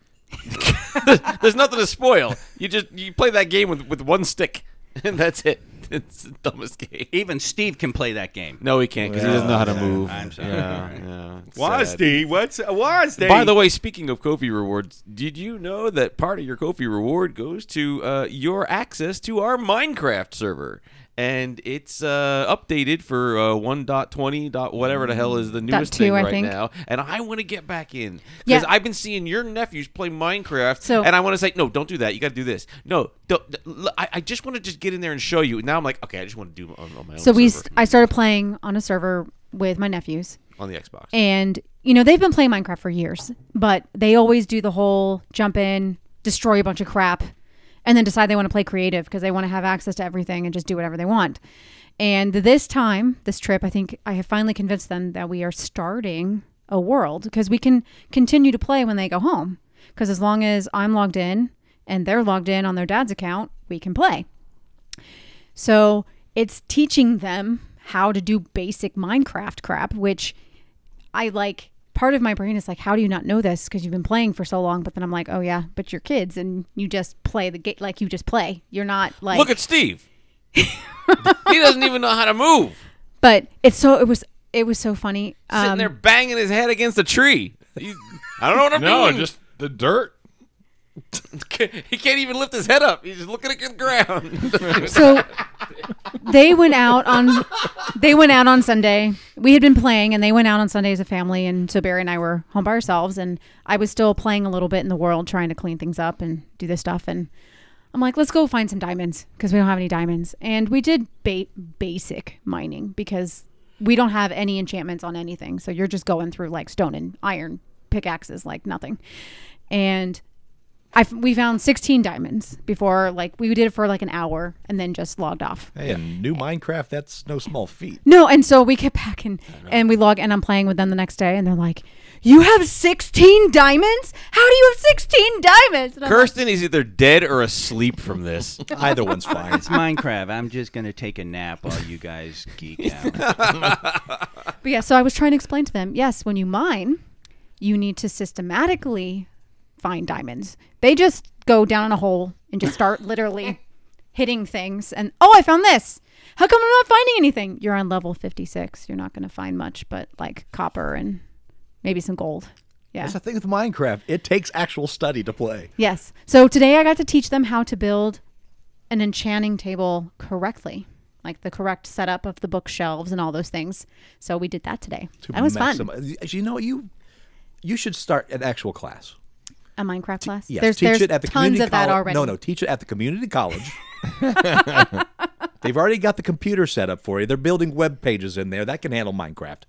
F: There's nothing to spoil. You just you play that game with with one stick, and that's it. It's the dumbest game.
B: Even Steve can play that game.
F: No, he can't because he doesn't know how to move.
B: I'm sorry.
F: Yeah,
B: What's Wazdy?
F: By the way, speaking of Kofi rewards, did you know that part of your Kofi reward goes to uh, your access to our Minecraft server? And it's uh, updated for uh, 1.20. Dot whatever the hell is the newest
D: two,
F: thing
D: I
F: right
D: think.
F: now. And I want to get back in
D: Yeah.
F: because I've been seeing your nephews play Minecraft,
D: So-
F: and I want to say, no, don't do that. You got to do this. No, don't. d- l- I, I just want to just get in there and show you. Now I'm like, okay, I just want to do it on, on my own.
D: so we,
F: server
D: st- I started playing on a server with my nephews,
F: on the Xbox.
D: and you know they've been playing Minecraft for years, but they always do the whole jump in, destroy a bunch of crap, and then decide they want to play creative because they want to have access to everything and just do whatever they want. And this time, this trip, I think I have finally convinced them that we are starting a world because we can continue to play when they go home. Because as long as I'm logged in and they're logged in on their dad's account, we can play. So it's teaching them how to do basic Minecraft crap, which I like. Part of my brain is like, how do you not know this? Because you've been playing for so long. But then I'm like, oh yeah, but you're kids and you just play the game. Like you just play. You're not like.
F: Look at Steve. he doesn't even know how to move.
D: but it's so it was it was so funny.
F: sitting
D: Um,
F: there banging his head against a tree. He- I don't know what I'm
C: No,
F: doing.
C: just the dirt.
F: he can't even lift his head up. He's just looking at the ground.
D: so they went out on they went out on Sunday. We had been playing and they went out on Sunday as a family and so Barry and I were home by ourselves and I was still playing a little bit in the world trying to clean things up and do this stuff and I'm like, let's go find some diamonds because we don't have any diamonds. And we did ba- basic mining because we don't have any enchantments on anything. So you're just going through like stone and iron pickaxes like nothing. And I f- we found 16 diamonds before like we did it for like an hour and then just logged off.
E: Hey, and new Minecraft, that's no small feat.
D: No, and so we get back and and we log and I'm playing with them the next day and they're like, "You have 16 diamonds? How do you have 16 diamonds?" And I'm like,
F: Kirsten is either dead or asleep from this.
E: Either one's fine.
B: it's Minecraft. I'm just gonna take a nap while you guys geek out.
D: But yeah, so I was trying to explain to them, yes, when you mine, you need to systematically find diamonds. They just go down in a hole and just start literally hitting things and oh, I found this. How come I'm not finding anything? You're on level 56. You're not going to find much but like copper and maybe some gold. Yeah.
E: That's the thing with Minecraft. It takes actual study to play.
D: Yes. So today I got to teach them how to build an enchanting table correctly, like the correct setup of the bookshelves and all those things. So we did that today. That was fun.
E: maximi- You know, you you should start an actual class.
D: A Minecraft class.
E: Yes,
D: there's
E: teach
D: there's
E: it at the
D: tons
E: community
D: of that
E: colle-
D: already.
E: No, no, teach it at the community college. They've already got the computer set up for you. They're building web pages in there that can handle Minecraft.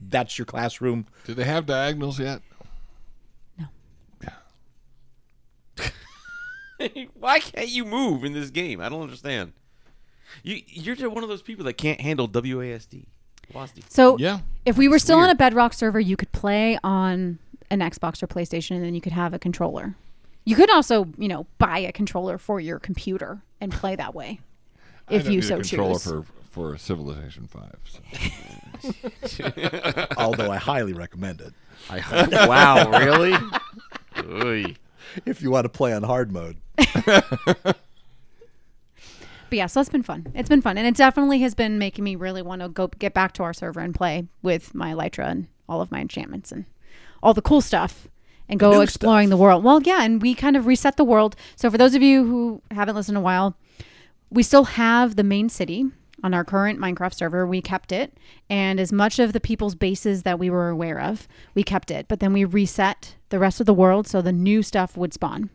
E: That's your classroom.
C: Do they have diagonals yet?
F: Why can't you move in this game? I don't understand. You you're just one of those people that can't handle WASD. WASD.
D: So
C: Yeah.
D: if we were still on a Bedrock server, you could play on an Xbox or PlayStation, and then you could have a controller. You could also, you know, buy a controller for your computer and play that way, if
C: I don't
D: you
C: need
D: so
C: a controller
D: choose.
C: for for Civilization Five. so.
E: Although I highly recommend it
F: wow, really?
E: if you want to play on hard mode.
D: But yeah, so it's been fun. It's been fun, and it definitely has been making me really want to go get back to our server and play with my Elytra and all of my enchantments and all the cool stuff, and go
E: new
D: exploring the world. Well, yeah, and we kind of reset the world. So for those of you who haven't listened in a while, we still have the main city on our current Minecraft server. We kept it, and as much of the people's bases that we were aware of, we kept it. But then we reset the rest of the world, so the new stuff would spawn.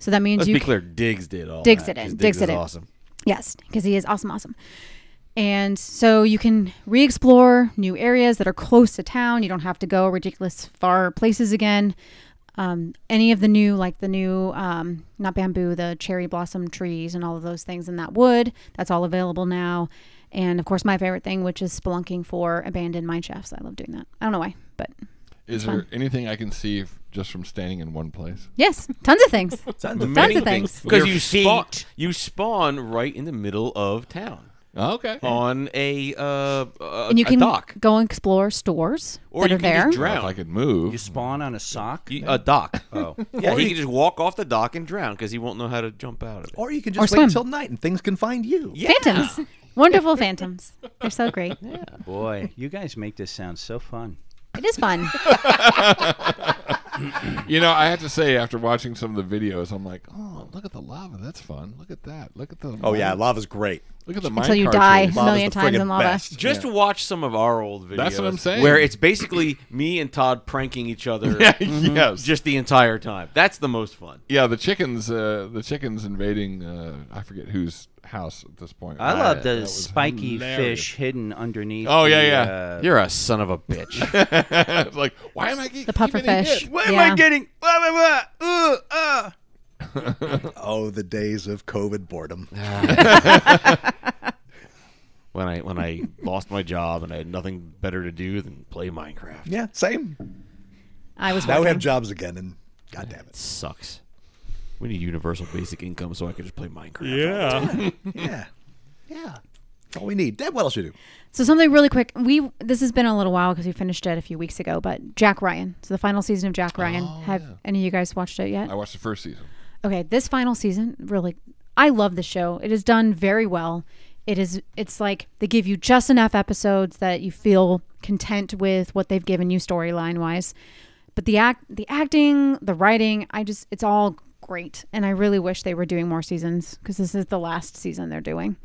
D: So that means
F: Let's
D: you
F: be
D: c-
F: clear. Uh, Diggs did all.
D: Diggs
F: that,
D: did it.
F: 'cause
D: Diggs
F: is
D: did it.
F: Awesome.
D: Yes, because he is awesome, awesome. And so you can re explore new areas that are close to town. You don't have to go ridiculous far places again. Um, any of the new, like the new, um, not bamboo, the cherry blossom trees and all of those things in that wood, that's all available now. And of course, my favorite thing, which is spelunking for abandoned mine shafts. I love doing that. I don't know why, but
C: Is there anything I can see f- just from standing in one place?
D: yes, tons of things.
E: Tons of
D: Tons of things.
F: Because
B: Your
F: you spawn,
B: feet.
F: you spawn right in the middle of town
C: Okay.
F: on a uh, a,
D: And you
F: a
D: can
F: dock
D: go explore stores
F: Or
D: that
F: you
D: are there.
F: can just
C: Well, if I
F: drown.
C: could move.
B: You spawn on a sock.
F: You- a dock.
B: oh,
F: Yeah, he can just walk off the dock and drown because he won't know how to jump out of it.
E: Or you can
D: Or
E: just wait
D: swim.
E: until night and things can find you.
F: Yeah.
D: Phantoms. Wonderful phantoms. They're so great.
B: boy, you guys make this sound so fun.
D: It is fun.
C: You know, I have to say, after watching some of the videos, I'm like, oh, look at the lava. That's fun. Look at that. Look at the.
E: Oh yeah,
C: mine-
E: lava's great.
C: Look at the
D: Until
C: mine
D: you die.
C: cartridge.
D: A
E: Lava's
D: million
E: the
D: times
E: friggin'
D: in lava.
E: best.
F: Just watch some of our old videos.
C: That's what I'm saying.
F: Where it's basically me and Todd pranking each other
C: yes.
F: just the entire time. That's the most fun.
C: yeah, the chickens. Uh, the chickens invading. Uh, I forget whose house at this point.
B: I
C: Right.
B: love
C: That
B: the
C: was
B: spiky
C: hilarious.
B: fish hidden underneath.
C: Oh, yeah,
B: the,
C: yeah.
B: uh,
F: You're a son of a bitch.
C: It's like, why am I getting
D: The pufferfish.
B: what
D: Yeah.
B: am I getting? Blah, blah, blah. Ugh, ah.
E: Oh, the days of COVID boredom.
F: when I when I lost my job and I had nothing better to do than play Minecraft.
E: Yeah, same.
D: I was
E: Now we have
D: working.
E: jobs again, and God damn it.
F: Sucks. We need universal basic income so I can just play Minecraft.
E: Yeah, yeah. That's all we need. Dad, what else you do?
D: So something really quick. We this has been a little while because we finished it a few weeks ago, but Jack Ryan. So the final season of Jack Ryan. have any of you guys watched it yet?
C: I watched the first season.
D: Okay, this final season really I love the show. It is done very well. It is it's like they give you just enough episodes that you feel content with what they've given you storyline wise. But the act the acting, the writing, I just it's all great and I really wish they were doing more seasons because this is the last season they're doing.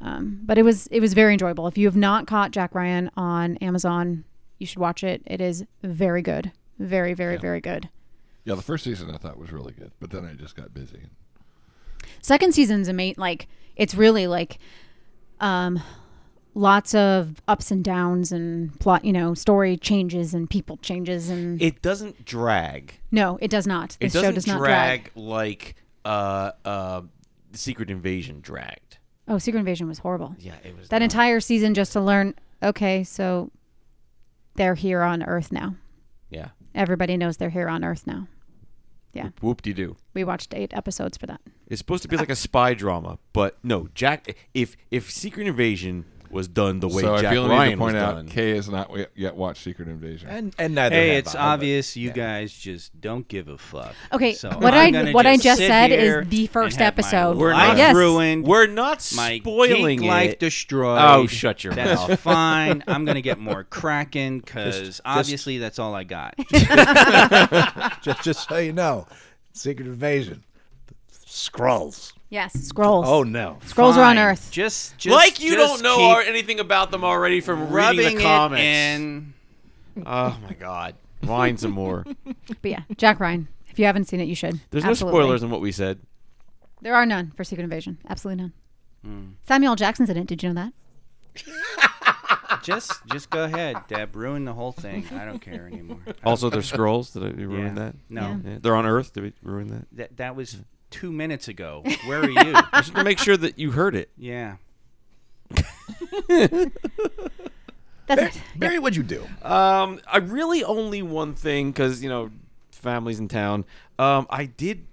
D: Um, but it was it was very enjoyable. If you have not caught Jack Ryan on Amazon, you should watch it. It is very good. Very very very good.
C: Yeah, the first season I thought was really good, but then I just got busy.
D: second season's a mate like it's really like um lots of ups and downs and plot you know story changes and people changes and
F: It doesn't drag.
D: no it does not
F: It
D: this
F: doesn't
D: show does not drag.
F: drag, like uh uh Secret Invasion dragged.
D: oh secret invasion was horrible
F: Yeah, it was
D: that
F: not-
D: entire season just to learn okay so they're here on earth now
F: Yeah.
D: everybody knows they're here on earth now
F: Whoop de doo.
D: we watched eight episodes for that
F: It's supposed
D: Uh,
F: to be like a spy drama, but no, Jack. If if Secret Invasion was done the way
C: so
F: Jack
C: I feel I need
F: Ryan
C: to point
F: was
C: out
F: done,
C: Kay has not w- yet watched Secret Invasion.
E: And and neither.
B: Hey,
E: have
B: it's
E: I, but-
B: obvious you guys just don't give a fuck.
D: Okay,
B: So
D: what
B: I'm
D: I-
B: gonna
D: what I just
B: sit
D: said is
B: here
D: the
B: and
D: first
B: have my
D: episode.
F: We're
B: life
F: not-
D: Yes.
B: ruined.
F: we're not
B: my
F: spoiling
B: geek life
F: it.
B: destroyed.
F: Oh, shut your
B: That's
F: mouth.
B: fine. I'm gonna get more Kraken because obviously that's all I got.
E: just just so you know, Secret Invasion, Skrulls.
D: Yes, scrolls.
E: Oh no.
D: Scrolls are on
B: Fine.
D: Earth.
B: Just, just
F: like you
B: just
F: don't know
B: keep
F: ar- anything about them already from reading
B: rubbing
F: the
B: it
F: comics.
B: in.
F: Oh my god, wine some more.
D: But yeah, Jack Ryan. If you haven't seen it, you should.
F: There's
D: Absolutely.
F: no spoilers in what we said.
D: There are none for Secret Invasion. Absolutely none. Samuel L. Jackson's in it. Did you know that?
B: Just, just go ahead, Deb. Ruin the whole thing. I don't care anymore.
F: Also, they're scrolls. Did I ruin
B: Yeah.
F: that?
B: No,
F: Yeah, they're on Earth. Did we ruin that?
B: that that was two minutes ago. Where are you?
F: Just
D: Uh,
F: to make sure that you heard it.
B: yeah.
D: That's
C: Eh.
D: it.
E: Barry, what'd you do?
F: Um, I really only one thing because you know, family's in town. Um, I did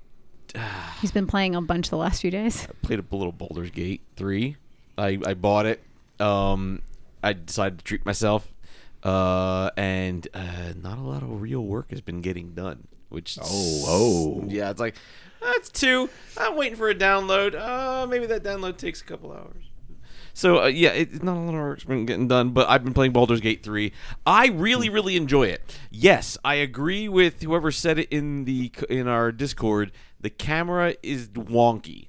D: He's been playing a bunch the last few days.
F: played a little Boulder's Gate three. I, I bought it. Um, I decided to treat myself, uh, and uh, not a lot of real work has been getting done. Which oh
E: oh.
F: yeah, it's like that's two. I'm waiting for a download. Uh, maybe that download takes a couple hours. So uh, yeah, it, it's not a lot of work's been getting done, but I've been playing Baldur's Gate three. I really, really enjoy it. Yes, I agree with whoever said it in the in our Discord. The camera is wonky.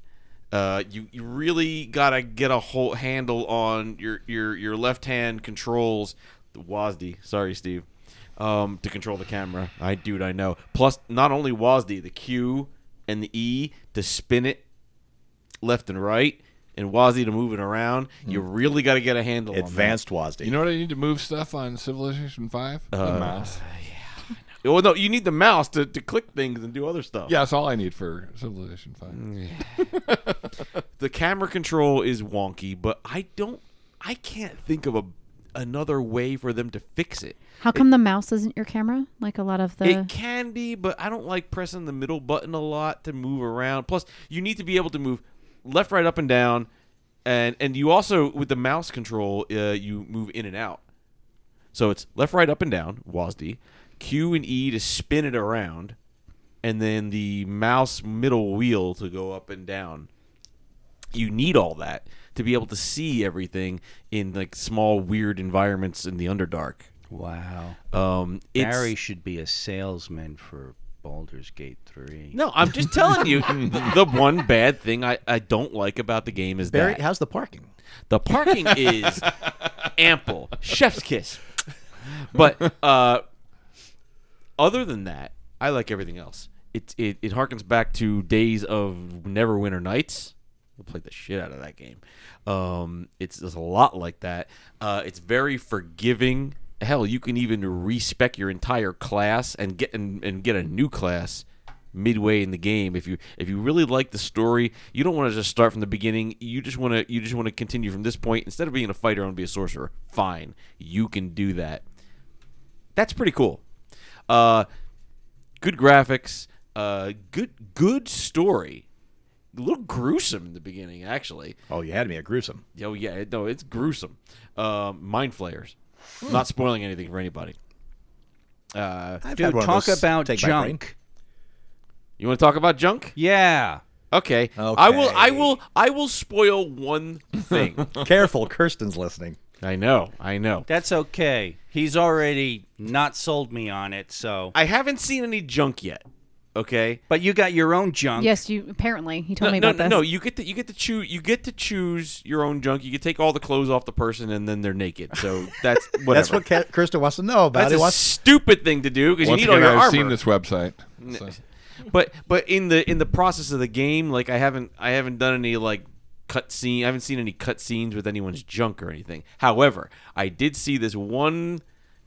F: Uh, you, you really gotta get a whole handle on your your your left hand controls the WASD. Sorry, Steve. Um, to control the camera, I dude, I know. Plus, not only WASD, the Q and the E to spin it left and right, and WASD to move it around. You really got to get a handle.
E: Advanced WASD.
C: You know what I need to move stuff on Civilization Five?
F: Uh,
C: the mouse.
F: On that. Well, Oh, no, you need the mouse to, to click things and do other stuff.
C: Yeah, that's all I need for Civilization Five.
F: the camera control is wonky, but I don't, I can't think of a another way for them to fix it.
D: How come the mouse isn't your camera? Like a lot of the.
F: It can be, but I don't like pressing the middle button a lot to move around. Plus, you need to be able to move left, right, up, and down, and and you also with the mouse control, uh, you move in and out. So it's left, right, up, and down WASD, Q and E to spin it around, and then the mouse middle wheel to go up and down. You need all that to be able to see everything in like small weird environments in the Underdark.
B: Wow.
F: Um, it's,
B: Barry should be a salesman for Baldur's Gate Three.
F: No, I'm just telling you. the, the one bad thing I, I don't like about the game is
E: Barry,
F: that
E: how's the parking?
F: the parking is ample. Chef's kiss. But uh, other than that, I like everything else. It, it, it harkens back to days of Neverwinter Nights. We'll play the shit out of that game. Um, it's, it's a lot like that. Uh, it's very forgiving. Hell, you can even respec your entire class and get and, and get a new class midway in the game if you if you really like the story you don't want to just start from the beginning you just want to you just want to continue from this point instead of being a fighter I want to be a sorcerer fine you can do that that's pretty cool uh good graphics uh good good story a little gruesome in the beginning actually
E: Oh, you had me at gruesome.
F: oh yeah it- no it's gruesome um mind flayers not spoiling anything for anybody uh
E: I've had
B: Dude,
E: one of
B: talk
E: those
B: about
E: take my brain.
B: junk.
F: you want to talk about junk
B: Yeah.
F: Okay. I will I
E: Okay.
F: will I will spoil one thing.
E: Careful, Kirsten's listening.
F: I know. I know.
B: That's okay. He's already not sold me on it, so.
F: I haven't seen any junk yet. Okay?
B: But you got your own junk.
D: yes, you apparently he told
F: No,
D: me
F: no,
D: about this.
F: no, you get to you get to choose you get to choose your own junk. You can take all the clothes off the person and then they're naked. So that's whatever.
E: That's what Ka- Kirsten wants to know about.
F: That's
E: He
F: a
E: wants-
F: stupid thing to do because you
C: Once
F: need
C: again,
F: all your
C: I've
F: armor.
C: seen this website. So.
F: but but in the in the process of the game, like I haven't I haven't done any like cut scene. I haven't seen any cut scenes with anyone's junk or anything. However, I did see this one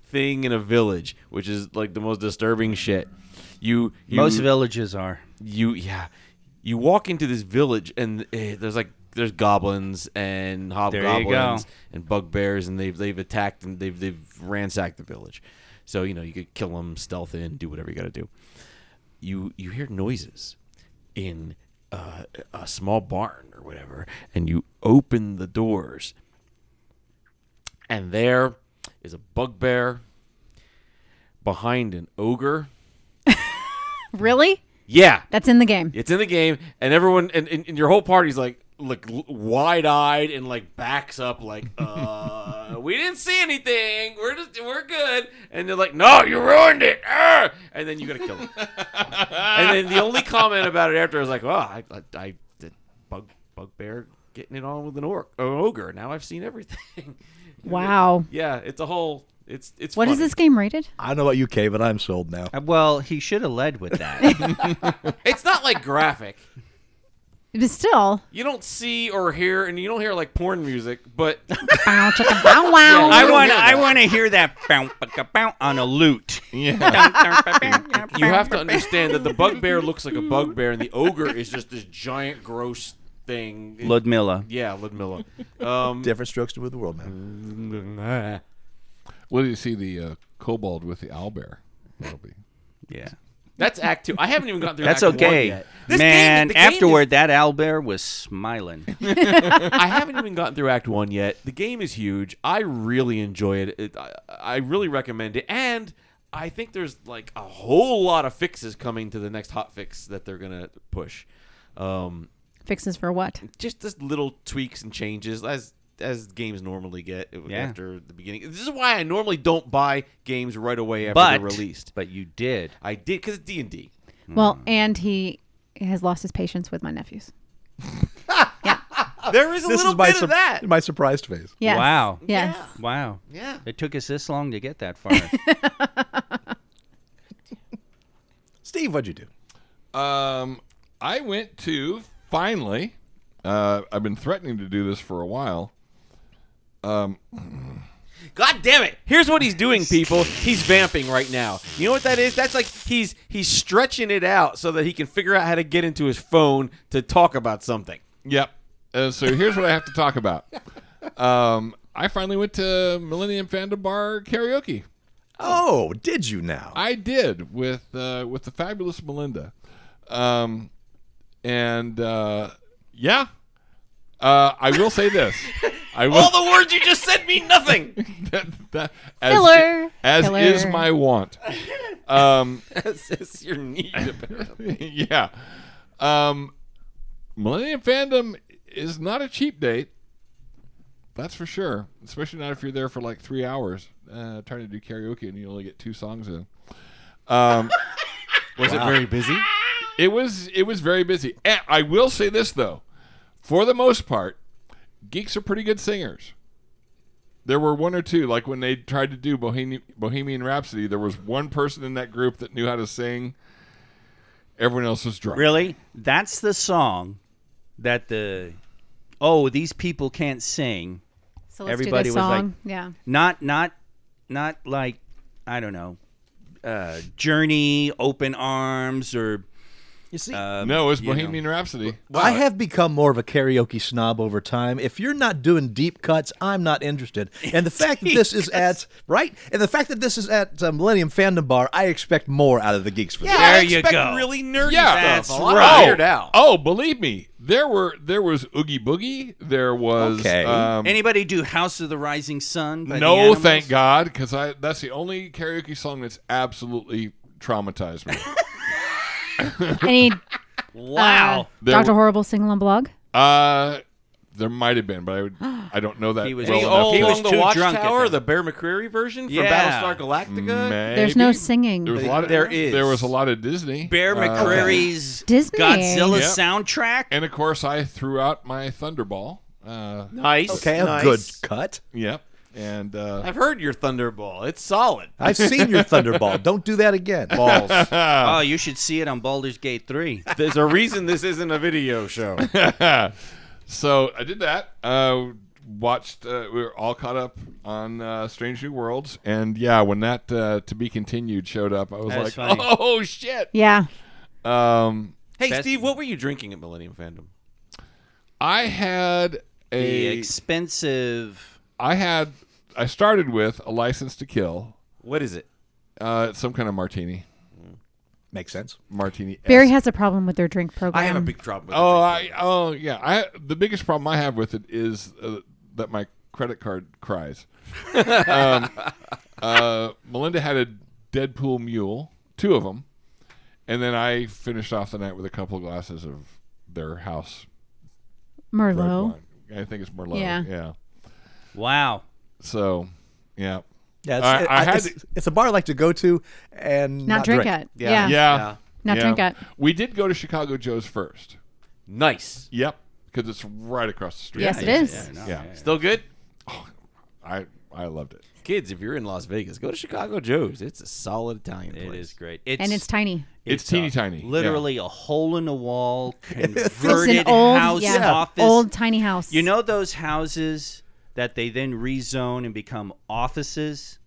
F: thing in a village, which is like the most disturbing shit. You, you
B: Most villages are.
F: you yeah you walk into this village and eh, there's like there's goblins and
B: you
F: hobgoblins
B: go.
F: and bugbears and they've they've attacked and they've they've ransacked the village so you know you could kill them stealth in do whatever you got to do you you hear noises in uh, a small barn or whatever and you open the doors and there is a bugbear behind an ogre
D: Really?
F: yeah
D: That's in the game.
F: it's in the game, and everyone and, and, and your whole party's like like wide eyed and like backs up like uh we didn't see anything we're just we're good and they're like no you ruined it Arr! and then you gotta kill them and then the only comment about it after is like oh I I, I the bugbear Bugbear getting it on with an orc, an ogre. Now I've seen everything.
D: Wow.
F: yeah, it's a whole. It's it's.
D: What is
F: funny.
D: this game rated?
E: I don't know about UK, but I'm sold now.
B: Uh, Well, he should have led with that.
F: It's not like graphic.
D: But still.
F: You don't see or hear, and you don't hear like porn music, but
D: Bow, chicka, bow, wow.
B: I want I want to hear that bounce bounce on a lute.
C: Yeah.
F: you have to understand that the bugbear looks like a bugbear, and the ogre is just this giant, gross thing.
B: Ludmilla.
F: yeah, Ludmilla. Um,
E: Different strokes to move the world, man.
C: What do you see the uh, kobold with the owlbear? That'll be-
B: Yeah.
F: that's Act Two. I haven't even gotten through.
B: That's
F: act one
B: okay.
F: yet. This game-
B: Man,
F: the game
B: afterward, that owlbear was smiling.
F: is- I haven't even gotten through Act One yet. The game is huge. I really enjoy it. it I, I really recommend it, and I think there's like a whole lot of fixes coming to the next hot fix that they're gonna push. Um,
D: Fixes for what?
F: just this little tweaks and changes as as games normally get
B: Yeah.
F: after the beginning. This is why I normally don't buy games right away after
B: but,
F: they're released.
B: but you did.
F: I did because it's D and D.
D: Well, and he has lost his patience with my nephews.
B: Oh,
F: There is a
E: This
F: little
E: is my,
F: bit
E: sur-
F: of that.
E: my surprised face.
D: Yes.
B: Wow.
D: Yes.
B: Wow.
F: Yeah.
B: It took us this long to get that far.
E: Steve, what'd you do?
C: Um, I went to finally. Uh, I've been threatening to do this for a while.
F: God damn it! Here's what he's doing, people. He's vamping right now. You know what that is? That's like he's he's stretching it out so that he can figure out how to get into his phone to talk about something.
C: Yep. Uh, so here's what I have to talk about. Um, I finally went to Millennium Fandom Bar karaoke.
E: Oh, did you now?
C: I did with uh, with the fabulous Melinda, um, and uh, yeah, uh, I will say this. I will
F: All the words you just said mean nothing.
C: that, that- as,
D: Killer.
C: as
D: Killer.
C: is my want. Um,
F: That's just your need. apparently.
C: yeah. Um, Millennium Fandom is not a cheap date. That's for sure. Especially not if you're there for like three hours uh, trying to do karaoke and you only get two songs in. Um,
F: Was it very busy?
C: it was it was very busy. And I will say this though, for the most part, geeks are pretty good singers. There were one or two, like when they tried to do Bohemian, Bohemian Rhapsody, there was one person in that group that knew how to sing. Everyone else was drunk.
B: really? That's the song that the oh these people can't sing.
D: So let's
B: Everybody was
D: do this
B: like-
D: song. yeah.
B: Not not not like I don't know. Uh, Journey, Open Arms, or
E: You see,
C: No, it's
B: Um, you know.
C: Bohemian Rhapsody.
E: I have become more of a karaoke snob over time. If you're not doing deep cuts, I'm not interested. And the fact that this is at right, and the fact that this is at uh, Millennium Fandom Bar, I expect more out of the geeks for this.
B: There
F: I
B: you
F: expect
B: go.
F: Really nerdy
C: Yeah,
F: stuff.
B: That's
F: A lot of
B: right.
F: weird out.
C: Oh, believe me, there were there was Oogie Boogie. There was
E: Okay.
C: um,
B: anybody do House of the Rising Sun? by the
C: no,
B: Animals?
C: thank God, because I that's the only karaoke song that's absolutely traumatized me.
D: Any
B: Wow.
C: There
D: Dr.
C: were-
D: uh, Horrible sing along blog?
C: uh, there might have been, but I would, I don't know that.
B: He was
C: well
B: the
C: enough
F: all
B: He
C: to-
B: was
F: along the
B: too drunk at
F: Watchtower,
B: that.
F: the Bear McCreary version from
B: Yeah.
F: Battlestar Galactica.
D: There's no
C: Maybe.
D: singing.
C: There was a lot of,
F: There is.
C: There was a lot of Disney.
B: Bear
C: Uh,
B: McCreary's
D: Disney.
B: Godzilla
C: Yep.
B: soundtrack.
C: and of course, I threw out my Thunderball. Uh,
F: Nice.
E: Okay, a
F: nice.
E: good cut.
C: Yep. And uh,
F: I've heard your Thunderball. It's solid.
E: I've seen your Thunderball. Don't do that again.
F: Balls.
C: uh,
B: Oh, you should see it on Baldur's Gate 3.
F: There's a reason this isn't a video show.
C: so I did that. Uh, watched. Uh, we were all caught up on uh, Strange New Worlds, and yeah, when that uh, to be continued showed up, I was
B: That
C: like,
B: was funny.
C: oh shit.
D: Yeah.
C: Um,
F: hey,
B: Best-
F: Steve, what were you drinking at Millennium Fandom?
C: I had
B: The
C: a.
B: expensive.
C: I had. I started with a license to kill.
F: What is it?
C: Uh, some kind of martini.
E: Makes sense.
C: Martini.
D: Barry has a problem with their drink program.
F: I have a big problem with it.
C: Oh, I oh yeah. I the biggest problem I have with it is uh, that my credit card cries. um, uh, Melinda had a Deadpool mule, two of them, and then I finished off the night with a couple of glasses of their house red
D: Merlot.
C: wine. I think it's Merlot.
D: Oh. Yeah.
C: yeah.
B: Wow.
C: So, yeah.
E: Yeah, it's,
C: I- I had
E: it's,
C: to-
E: it's a bar I like to go to and
D: Not, drink, it. Yeah.
C: Yeah.
D: Not drink it.
C: We did go to Chicago Joe's first.
F: Nice.
C: Yep. because it's right across the street.
D: Yes, it
B: yeah,
D: is.
B: yeah, no,
C: Yeah.
B: yeah.
F: Still good?
C: I I loved it.
F: Kids, if you're in Las Vegas, go to Chicago Joe's. It's a solid Italian place.
B: It is great. It's,
D: and it's tiny.
C: It's teeny
B: a-
C: tiny, yeah.
B: Literally a hole in the wall
D: It's
B: converted
D: an old,
B: house
D: yeah,
B: office.
D: old tiny house.
B: You know those houses that they then rezone and become offices?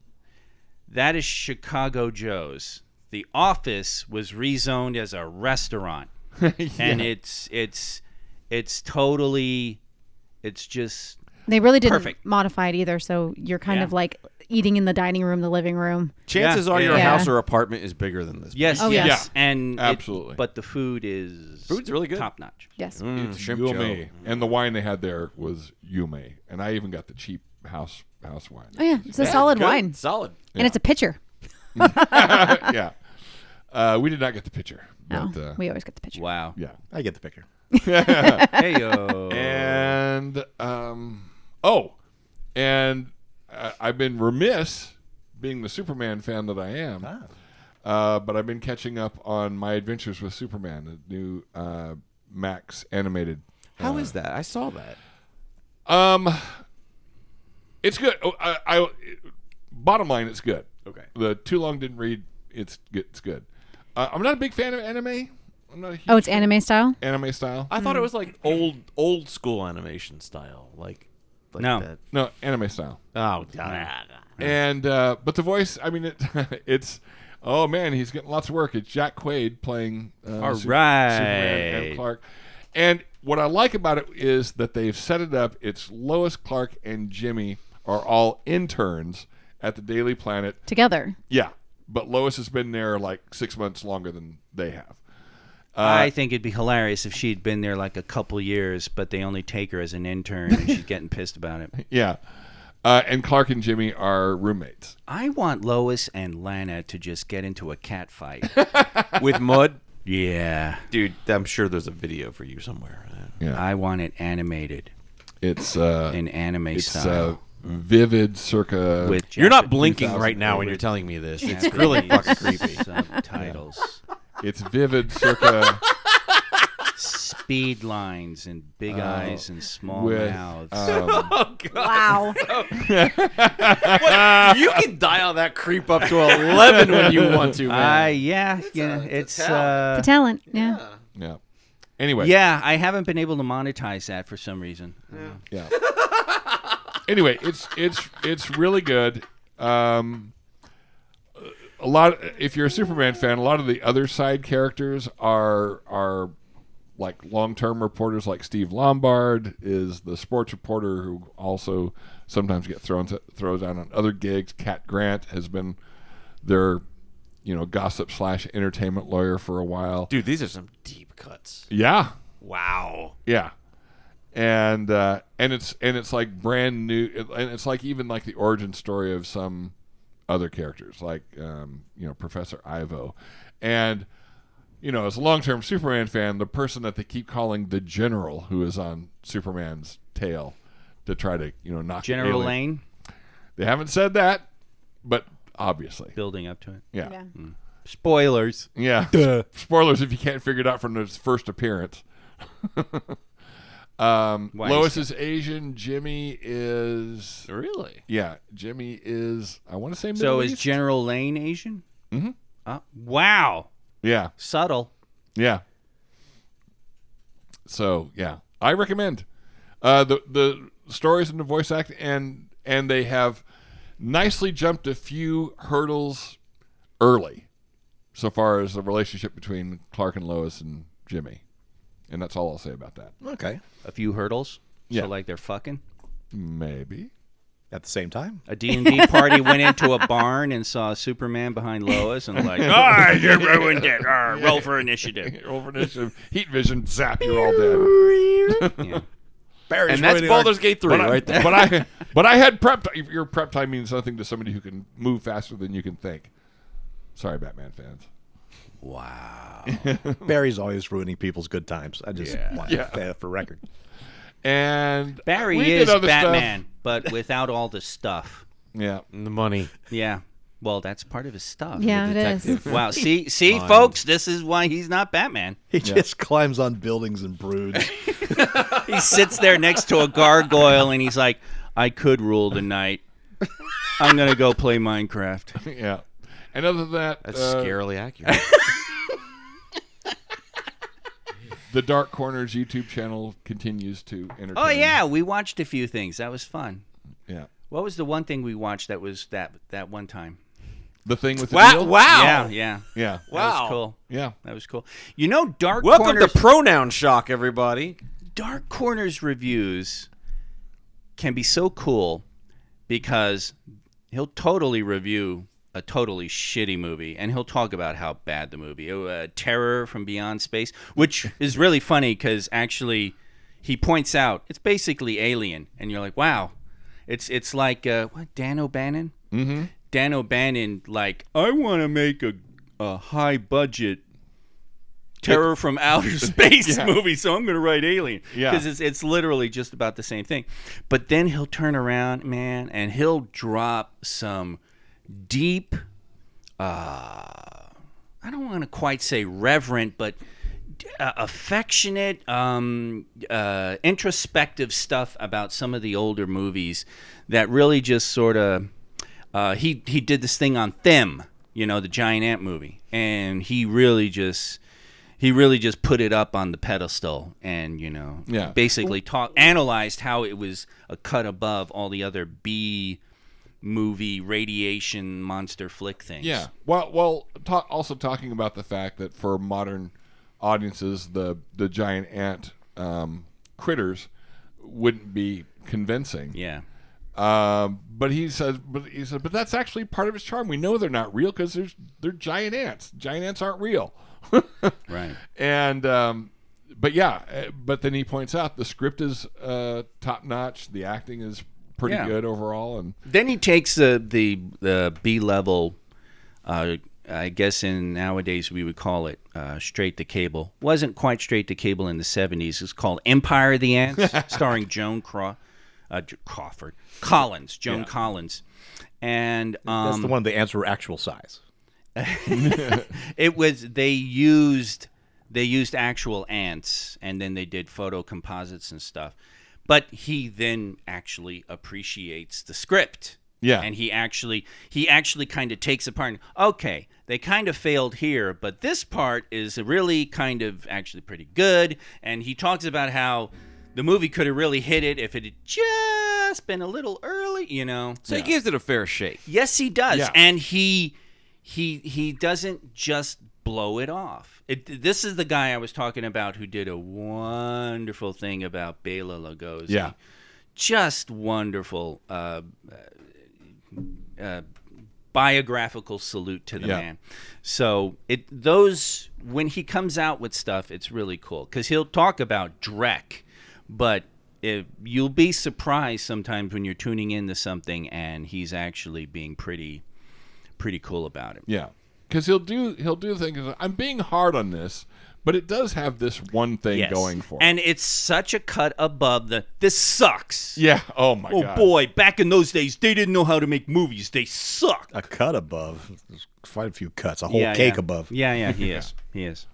B: That is Chicago Joe's. The office was rezoned as a restaurant. And it's it's it's totally it's just
D: they really didn't
B: perfect.
D: modify it either, so you're kind
B: Yeah.
D: of like eating in the dining room, the living room.
F: Chances
B: Yeah,
F: are
B: yeah,
F: your
D: yeah.
F: house or apartment is bigger than this.
B: yes,
D: Oh, yeah.
B: yes. And it-
C: Absolutely.
B: but the food is
F: Food's really good.
B: Top notch.
D: Yes,
C: It's yume, and the wine they had there was yume, and I even got the cheap house house wine.
D: oh yeah, it's a solid
F: Good.
D: wine,
F: Solid.
D: and it's a pitcher.
C: yeah, uh, we did not get the picture.
D: No,
C: but, uh,
D: Oh, we always get the pitcher.
B: Wow.
C: yeah,
E: I get the picture.
B: Hey
F: Oh.
B: yo.
C: and um, oh, and uh, I've been remiss being the Superman fan that I am, uh, but I've been catching up on my adventures with Superman, the new uh, Max animated.
F: How is that? I saw that.
C: Um, it's good. Oh, I, I bottom line, it's good.
F: Okay.
C: The too long didn't read. It's good. It's good. Uh, I'm not a big fan of anime. I'm not a huge
D: Oh, it's anime style.
C: anime style.
F: I thought it was like old old school animation style, like, like
B: No.
F: That.
C: no, anime style.
F: Oh,
C: And uh, but the voice, I mean, it, it's oh man, he's getting lots of work. It's Jack Quaid playing uh,
B: All
C: Su-
B: right.
C: Superman and Clark. And what I like about it is that they've set it up. It's Lois, Clark, and Jimmy are all interns at the Daily Planet.
D: Together,
C: Yeah, but Lois has been there like six months longer than they have.
F: Uh,
B: I think it'd be hilarious if she'd been there like a couple years, but they only take her as an intern and she's getting pissed about it.
C: Yeah, uh, and Clark and Jimmy are roommates.
B: I want Lois and Lana to just get into a cat fight.
F: With mud,
B: yeah.
F: dude. I'm sure there's a video for you somewhere. Uh,
B: I want it animated
C: It's uh,
B: in anime
C: it's
B: style.
C: uh, vivid circa
B: with
F: You're not
B: Japanese
F: blinking right now when you're telling me this. It's really fucking
B: Japanese
F: creepy.
B: Subtitles,
C: it's vivid circa
B: speed lines, and big eyes and small
C: with
B: mouths.
C: um,
D: wow.
F: you can dial that creep up to 11 when you want to, man.
B: I Uh, yeah, yeah, it's uh,
D: the talent. Yeah.
C: yeah. Anyway,
B: yeah. I haven't been able to monetize that for some reason. Uh,
C: yeah. anyway, it's it's it's really good. Um, a lot. If you're a Superman fan, a lot of the other side characters are are like long-term reporters, like Steve Lombard is the sports reporter who also sometimes get thrown to, throws out on other gigs. Cat Grant has been their you know gossip slash entertainment lawyer for a while.
F: Dude, these are some deep cuts.
C: Yeah,
F: Wow.
C: Yeah, and uh, and it's and it's like brand new, and it's like even like the origin story of some other characters, like um, you know Professor Ivo, and you know as a long-term Superman fan, the person that they keep calling the General, who is on Superman's tail to try to you know knock the
B: General
C: alien-
B: Lane
C: They haven't said that, but obviously,
B: building up to it.
C: yeah,
D: Yeah.
C: yeah.
B: Spoilers.
C: Spoilers if you can't figure it out from his first appearance. Um,
B: Why
C: Lois is Asian. Jimmy is
F: Really?
C: yeah. Jimmy is I want to say Middle
B: So is
C: East?
B: General Lane Asian? Mm-hmm. Uh, wow,
C: yeah
B: subtle.
C: yeah. So yeah, I recommend uh, the the stories and the voice act and and they have nicely jumped a few hurdles early, so far as the relationship between Clark and Lois and Jimmy, and that's all I'll say about that.
E: Okay.
B: A few hurdles.
C: Yeah.
B: So like they're fucking.
C: Maybe
E: At the same time.
B: A D&D party went into a barn and saw Superman behind Lois and like, ah, you ruined it. Arr, roll for initiative.
C: over this heat vision zap, you're all dead.
B: Yeah.
E: Barry's
F: And that's
E: ruining our-
F: Baldur's Gate 3
C: but I,
F: right there.
C: But I, but I had prep. ti- Your prep time means nothing to somebody who can move faster than you can think. Sorry, Batman fans.
F: Hmm.
E: Barry's always ruining people's good times. I just want to say that for record.
C: And
B: Barry
C: we did
B: is
C: other stuff.
B: Batman, but without all the stuff.
C: Yeah,
F: And the money.
B: Yeah. Well, that's part of his stuff.
D: Yeah, it is.
F: detective.
B: Wow. See, see,
F: Fine.
B: folks, this is why he's not Batman.
E: He just climbs on buildings and broods.
B: he sits there next to a gargoyle and he's like, I could rule tonight. I'm gonna go play Minecraft.
C: yeah. And other than that,
F: That's
C: uh,
F: scarily accurate.
C: the Dark Corners YouTube channel continues to entertain.
B: Oh yeah, we watched a few things. That was fun.
C: yeah.
B: What was the one thing we watched that was that that one time?
C: The thing with the
F: wow!
C: deal?
F: Wow!
B: Yeah, yeah.
C: yeah,
B: That was
F: Wow.
B: cool.
C: yeah.
B: That was cool. You know, Dark
F: Welcome
B: Corners
F: to pronoun shock, everybody.
B: Dark Corners reviews can be so cool because he'll totally review a totally shitty movie and he'll talk about how bad the movie oh, uh, Terror from Beyond Space, which is really funny because actually he points out it's basically Alien, and you're like, wow, it's it's like uh, what Dan O'Bannon. Mm-hmm. Dan O'Bannon, like I want to make a a high budget terror from outer space movie, so I'm going to write Alien.
C: Yeah.
B: Because it's, it's literally just about the same thing. But then he'll turn around, man, and he'll drop some deep, uh, I don't want to quite say reverent, but uh, affectionate, um, uh, introspective stuff about some of the older movies that really just sort of. Uh, he he did this thing on Them, you know, the giant ant movie, and he really just he really just put it up on the pedestal, and you know,
C: Yeah.
B: basically talk analyzed how it was a cut above all the other B movie radiation monster flick things.
C: Yeah. Well, well. Ta- also talking about the fact that for modern audiences, the the giant ant um, critters wouldn't be convincing.
B: yeah.
C: Um, but he says, but he said, but that's actually part of his charm. We know they're not real because there's they're giant ants. Giant ants aren't real.
B: Right.
C: And um, but yeah, uh, but then he points out the script is uh, top notch. The acting is pretty
B: Yeah.
C: good overall, and
B: Then he takes the the, the B level, uh, I guess in nowadays we would call it uh, straight to cable. Wasn't quite straight to cable in the seventies. It's called Empire of the Ants, starring Joan Craw, uh, J- Crawford Collins, Joan Collins, and
G: That's
B: um,
G: the one the ants were actual size.
B: it was they used they used actual ants and then they did photo composites and stuff but he then actually appreciates the script
C: Yeah.
B: and he actually he actually kind of takes apart and, okay they kind of failed here but this part is really kind of actually pretty good and he talks about how the movie could have really hit it if it had just been a little early you know
F: So he gives it a fair shake.
B: Yes, he does,
C: Yeah.
B: and he he he doesn't just blow it off. It, this is the guy I was talking about who did a wonderful thing about Bela Lugosi.
C: Yeah.
B: just wonderful. Uh, uh, uh, biographical salute to the
C: Yeah.
B: man. So it those when he comes out with stuff, it's really cool because he'll talk about Drek, but it, you'll be surprised sometimes when you're tuning into something and he's actually being pretty pretty cool about it.
C: Yeah, because he'll do he'll do things. I'm being hard on this, but it does have this one thing
B: Yes.
C: going for it.
B: and it's such a cut above the this sucks.
C: yeah. Oh my
B: Oh
C: god.
B: boy, back in those days, they didn't know how to make movies. They suck.
G: A cut above. There's quite a few cuts. A whole
B: Yeah,
G: cake
B: yeah.
G: above.
B: Yeah, yeah, he is. He is.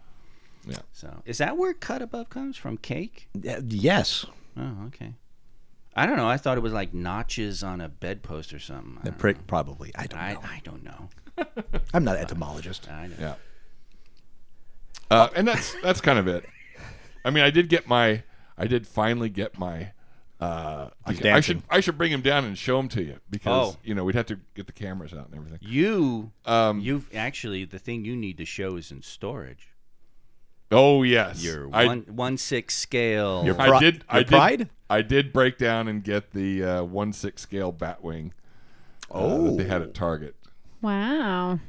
C: Yeah.
B: So, is that where cut above comes from? Cake?
G: Uh, yes.
B: Oh, okay. I don't know. I thought it was like notches on a bedpost or something. I
G: The
B: don't-
G: prick, probably. I don't
B: I,
G: know.
B: I don't know.
G: I'm not an etymologist.
B: I don't
C: Yeah. Uh, and that's that's kind of it. I mean, I did get my I did finally get my. Uh, I, I
G: He's
C: should
G: dancing.
C: I should bring him down and show him to you because
B: Oh.
C: you know we'd have to get the cameras out and everything.
B: You,
C: Um,
B: you've actually the thing you need to show is in storage.
C: Oh yes,
B: Your
C: I,
B: one one six scale.
G: Your
C: I
G: Pri-
C: did.
G: your
C: I did.
G: pride?
C: I did break down and get the uh, one six scale Batwing. Uh,
G: Oh.
C: that they had at Target.
D: Wow.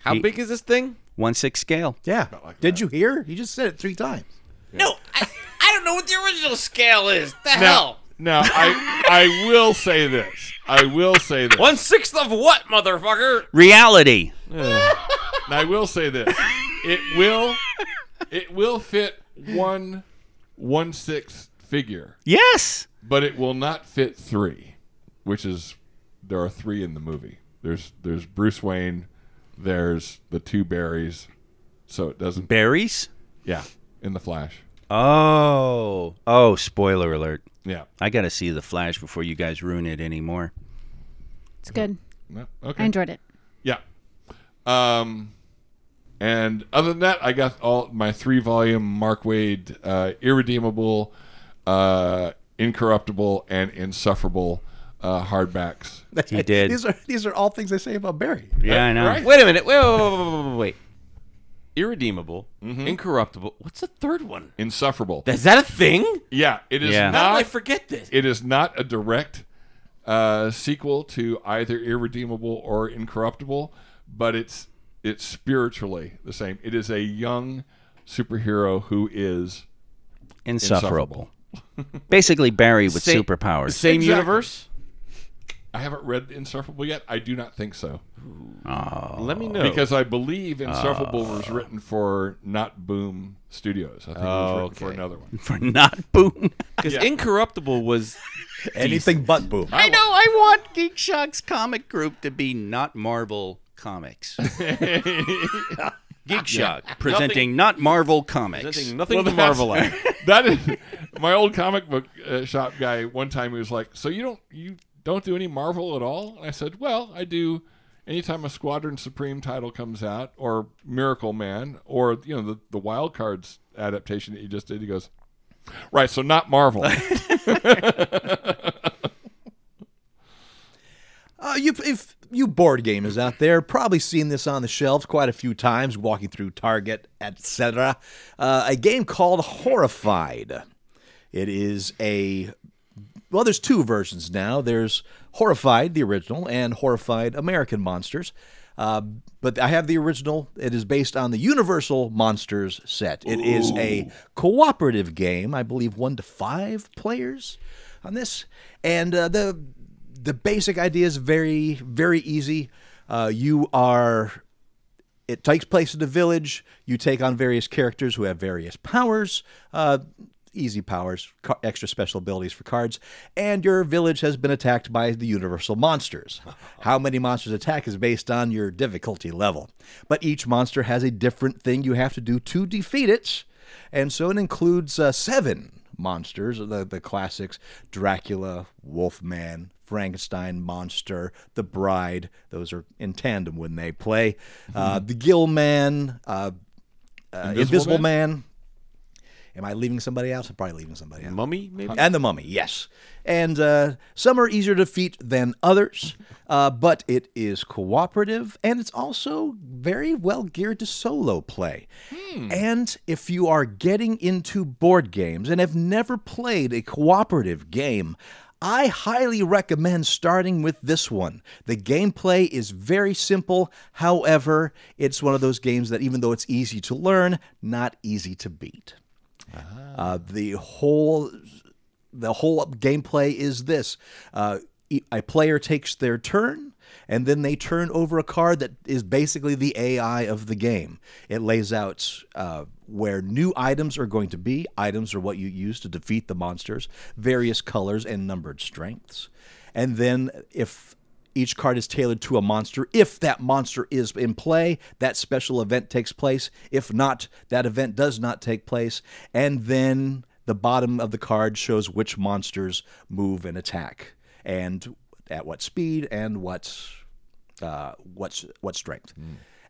F: How big is this thing?
B: one six scale.
G: Yeah. Did you hear? He just said it three times.
F: No, I, I don't know what the original scale is. The
C: Now, now I I will say this. I will say this.
F: One sixth of what, motherfucker?
B: Reality.
C: And I will say this. It will it will fit one one sixth figure,
B: Yes.
C: but it will not fit three, which is there are three in the movie. There's there's Bruce Wayne, there's the two berries, so it doesn't
B: Berries.
C: yeah in the Flash.
B: Oh, oh! Spoiler alert!
C: Yeah.
B: I gotta see the Flash before you guys ruin it anymore.
D: It's good.
C: No, Okay.
D: I enjoyed it.
C: Yeah. Um, and other than that, I got all my three volume Mark Wade, uh, irredeemable, uh, incorruptible, and insufferable uh, hardbacks.
B: He did.
G: These are these are all things they say about Barry.
B: yeah, I know.
C: Right.
F: Wait a minute. Wait, wait, wait, wait, wait, wait, wait. Irredeemable, incorruptible. What's the third one?
C: Insufferable.
F: Is that a thing?
C: yeah. It is
B: Yeah.
F: How did I
C: not.
F: forget this?
C: It is not a direct uh, sequel to either irredeemable or incorruptible, but it's it's spiritually the same. It is a young superhero who is
B: Insufferable. Basically, Barry with
F: Same-
B: superpowers.
F: Same
C: Exactly.
F: universe?
C: I haven't read Insufferable yet. I do not think so.
F: Let me know.
C: Because I believe Insufferable was written for Not Boom Studios. I think it was written for
F: okay.
C: another one.
B: for not Boone.
F: Because incorruptible was
G: Anything but boom.
B: I know. I want Geek Shock's comic group to be not Marvel Comics. Geek Shock presenting not Marvel Comics.
F: nothing, nothing
C: Well,
F: to
C: that's-
F: marvel at.
C: that is my old comic book uh, shop guy. One time he was like, "So you don't you don't do any Marvel at all?" And I said, "Well, I do. Anytime a Squadron Supreme title comes out, or Miracle Man, or you know the the Wild Cards adaptation that you just did." He goes, "Right, so not Marvel."
G: Uh, you, if you board gamers out there, probably seen this on the shelves quite a few times, walking through Target, etc. Uh, a game called Horrified. It is a well. There's two versions now. There's Horrified, the original, and Horrified American Monsters. Uh, but I have the original. It is based on the Universal Monsters set. It is a cooperative game. I believe one to five players on this, and uh, the the basic idea is very very easy uh, you are it takes place in a village you take on various characters who have various powers uh, easy powers ca- extra special abilities for cards and your village has been attacked by the universal monsters how many monsters attack is based on your difficulty level but each monster has a different thing you have to do to defeat it and so it includes uh, seven monsters the, the classics Dracula, Wolfman, Frankenstein, Monster, The Bride. Those are in tandem when they play. Uh, the Gill Man, uh, uh, Invisible, Man. Am I leaving somebody out? I'm probably leaving somebody out.
F: Mummy, maybe?
G: And the mummy, yes. And uh, some are easier to defeat than others, uh, but it is cooperative and it's also very well geared to solo play. And if you are getting into board games and have never played a cooperative game, I highly recommend starting with this one. The gameplay is very simple. However, it's one of those games that, even though it's easy to learn, not easy to beat. Uh, the whole the whole gameplay is this: uh, e- a player takes their turn, and then they turn over a card that is basically the AI of the game. It lays out uh, where new items are going to be. Items are what you use to defeat the monsters, various colors and numbered strengths, and then if each card is tailored to a monster. If that monster is in play, that special event takes place. If not, that event does not take place. And then the bottom of the card shows which monsters move and attack, and at what speed and what uh, what's what strength.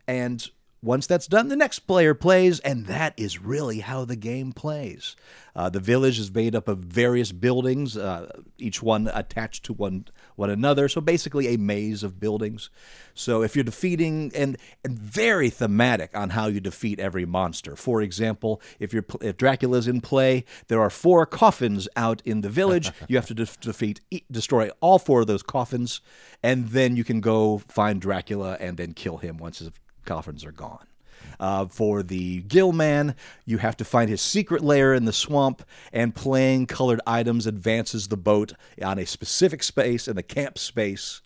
G: And once that's done, the next player plays, and that is really how the game plays. Uh, the village is made up of various buildings, uh, each one attached to one one another. So basically, a maze of buildings. So if you're defeating and and very thematic on how you defeat every monster. For example, if you're pl- if Dracula's in play, there are four coffins out in the village. you have to def defeat e- destroy all four of those coffins, and then you can go find Dracula and then kill him once his coffins are gone. Uh, for the Gill Man, you have to find his secret lair in the swamp, and playing colored items advances the boat on a specific space in the camp space.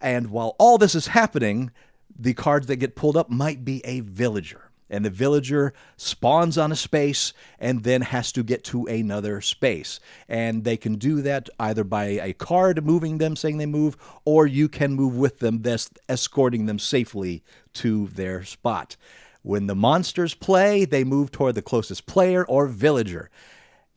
G: And while all this is happening, the cards that get pulled up might be a villager. And the villager spawns on a space and then has to get to another space. And they can do that either by a card moving them, saying they move, or you can move with them, thus escorting them safely to their spot. When the monsters play, they move toward the closest player or villager.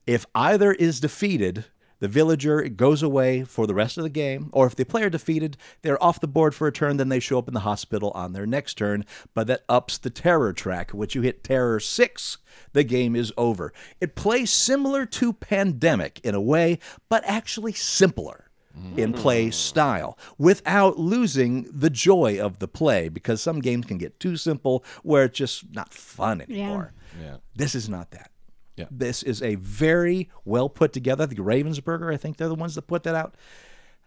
G: If either is defeated, the villager goes away for the rest of the game, or if the player defeated, they're off the board for a turn, then they show up in the hospital on their next turn, but that ups the terror track. Which you hit terror six, the game is over. It plays similar to Pandemic in a way, but actually simpler in play style without losing the joy of the play because some games can get too simple where it's just not fun anymore.
C: Yeah.
G: This is not that.
C: Yeah.
G: This is a very well put together. I think Ravensburger, I think they're the ones that put that out.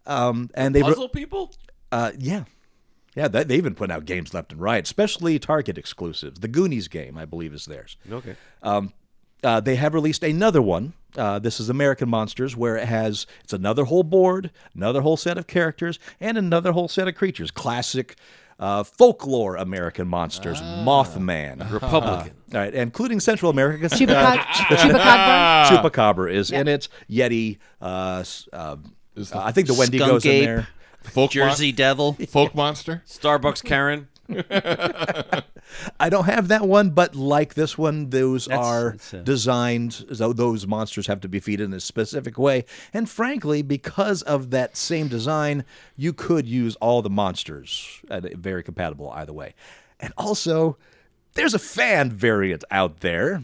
G: Um, and they
F: Puzzle people?
G: uh, yeah. Yeah, that, they've been putting out games left and right, especially Target exclusives. The Goonies game, I believe, is theirs. Okay. Um, uh, they have released another one. Uh, this is American Monsters, where it has it's another whole board, another whole set of characters, and another whole set of creatures. Classic uh, folklore American monsters, Mothman, Republican, all right, including Central America. 'cause,
D: Chupacab- Chupacabra.
G: uh, Chupacabra is in it. Yeti. Uh, s- uh, uh, I think the Wendigo's
B: skunk ape?
G: in there.
C: Folk, mon-
B: Jersey Devil.
C: folk monster.
F: Starbucks Karen?
G: I don't have that one, but like this one, those are
B: that's a-
G: designed. So those monsters have to be defeated in a specific way. And frankly, because of that same design, you could use all the monsters. Uh, they're very compatible either way. And also, there's a fan variant out there.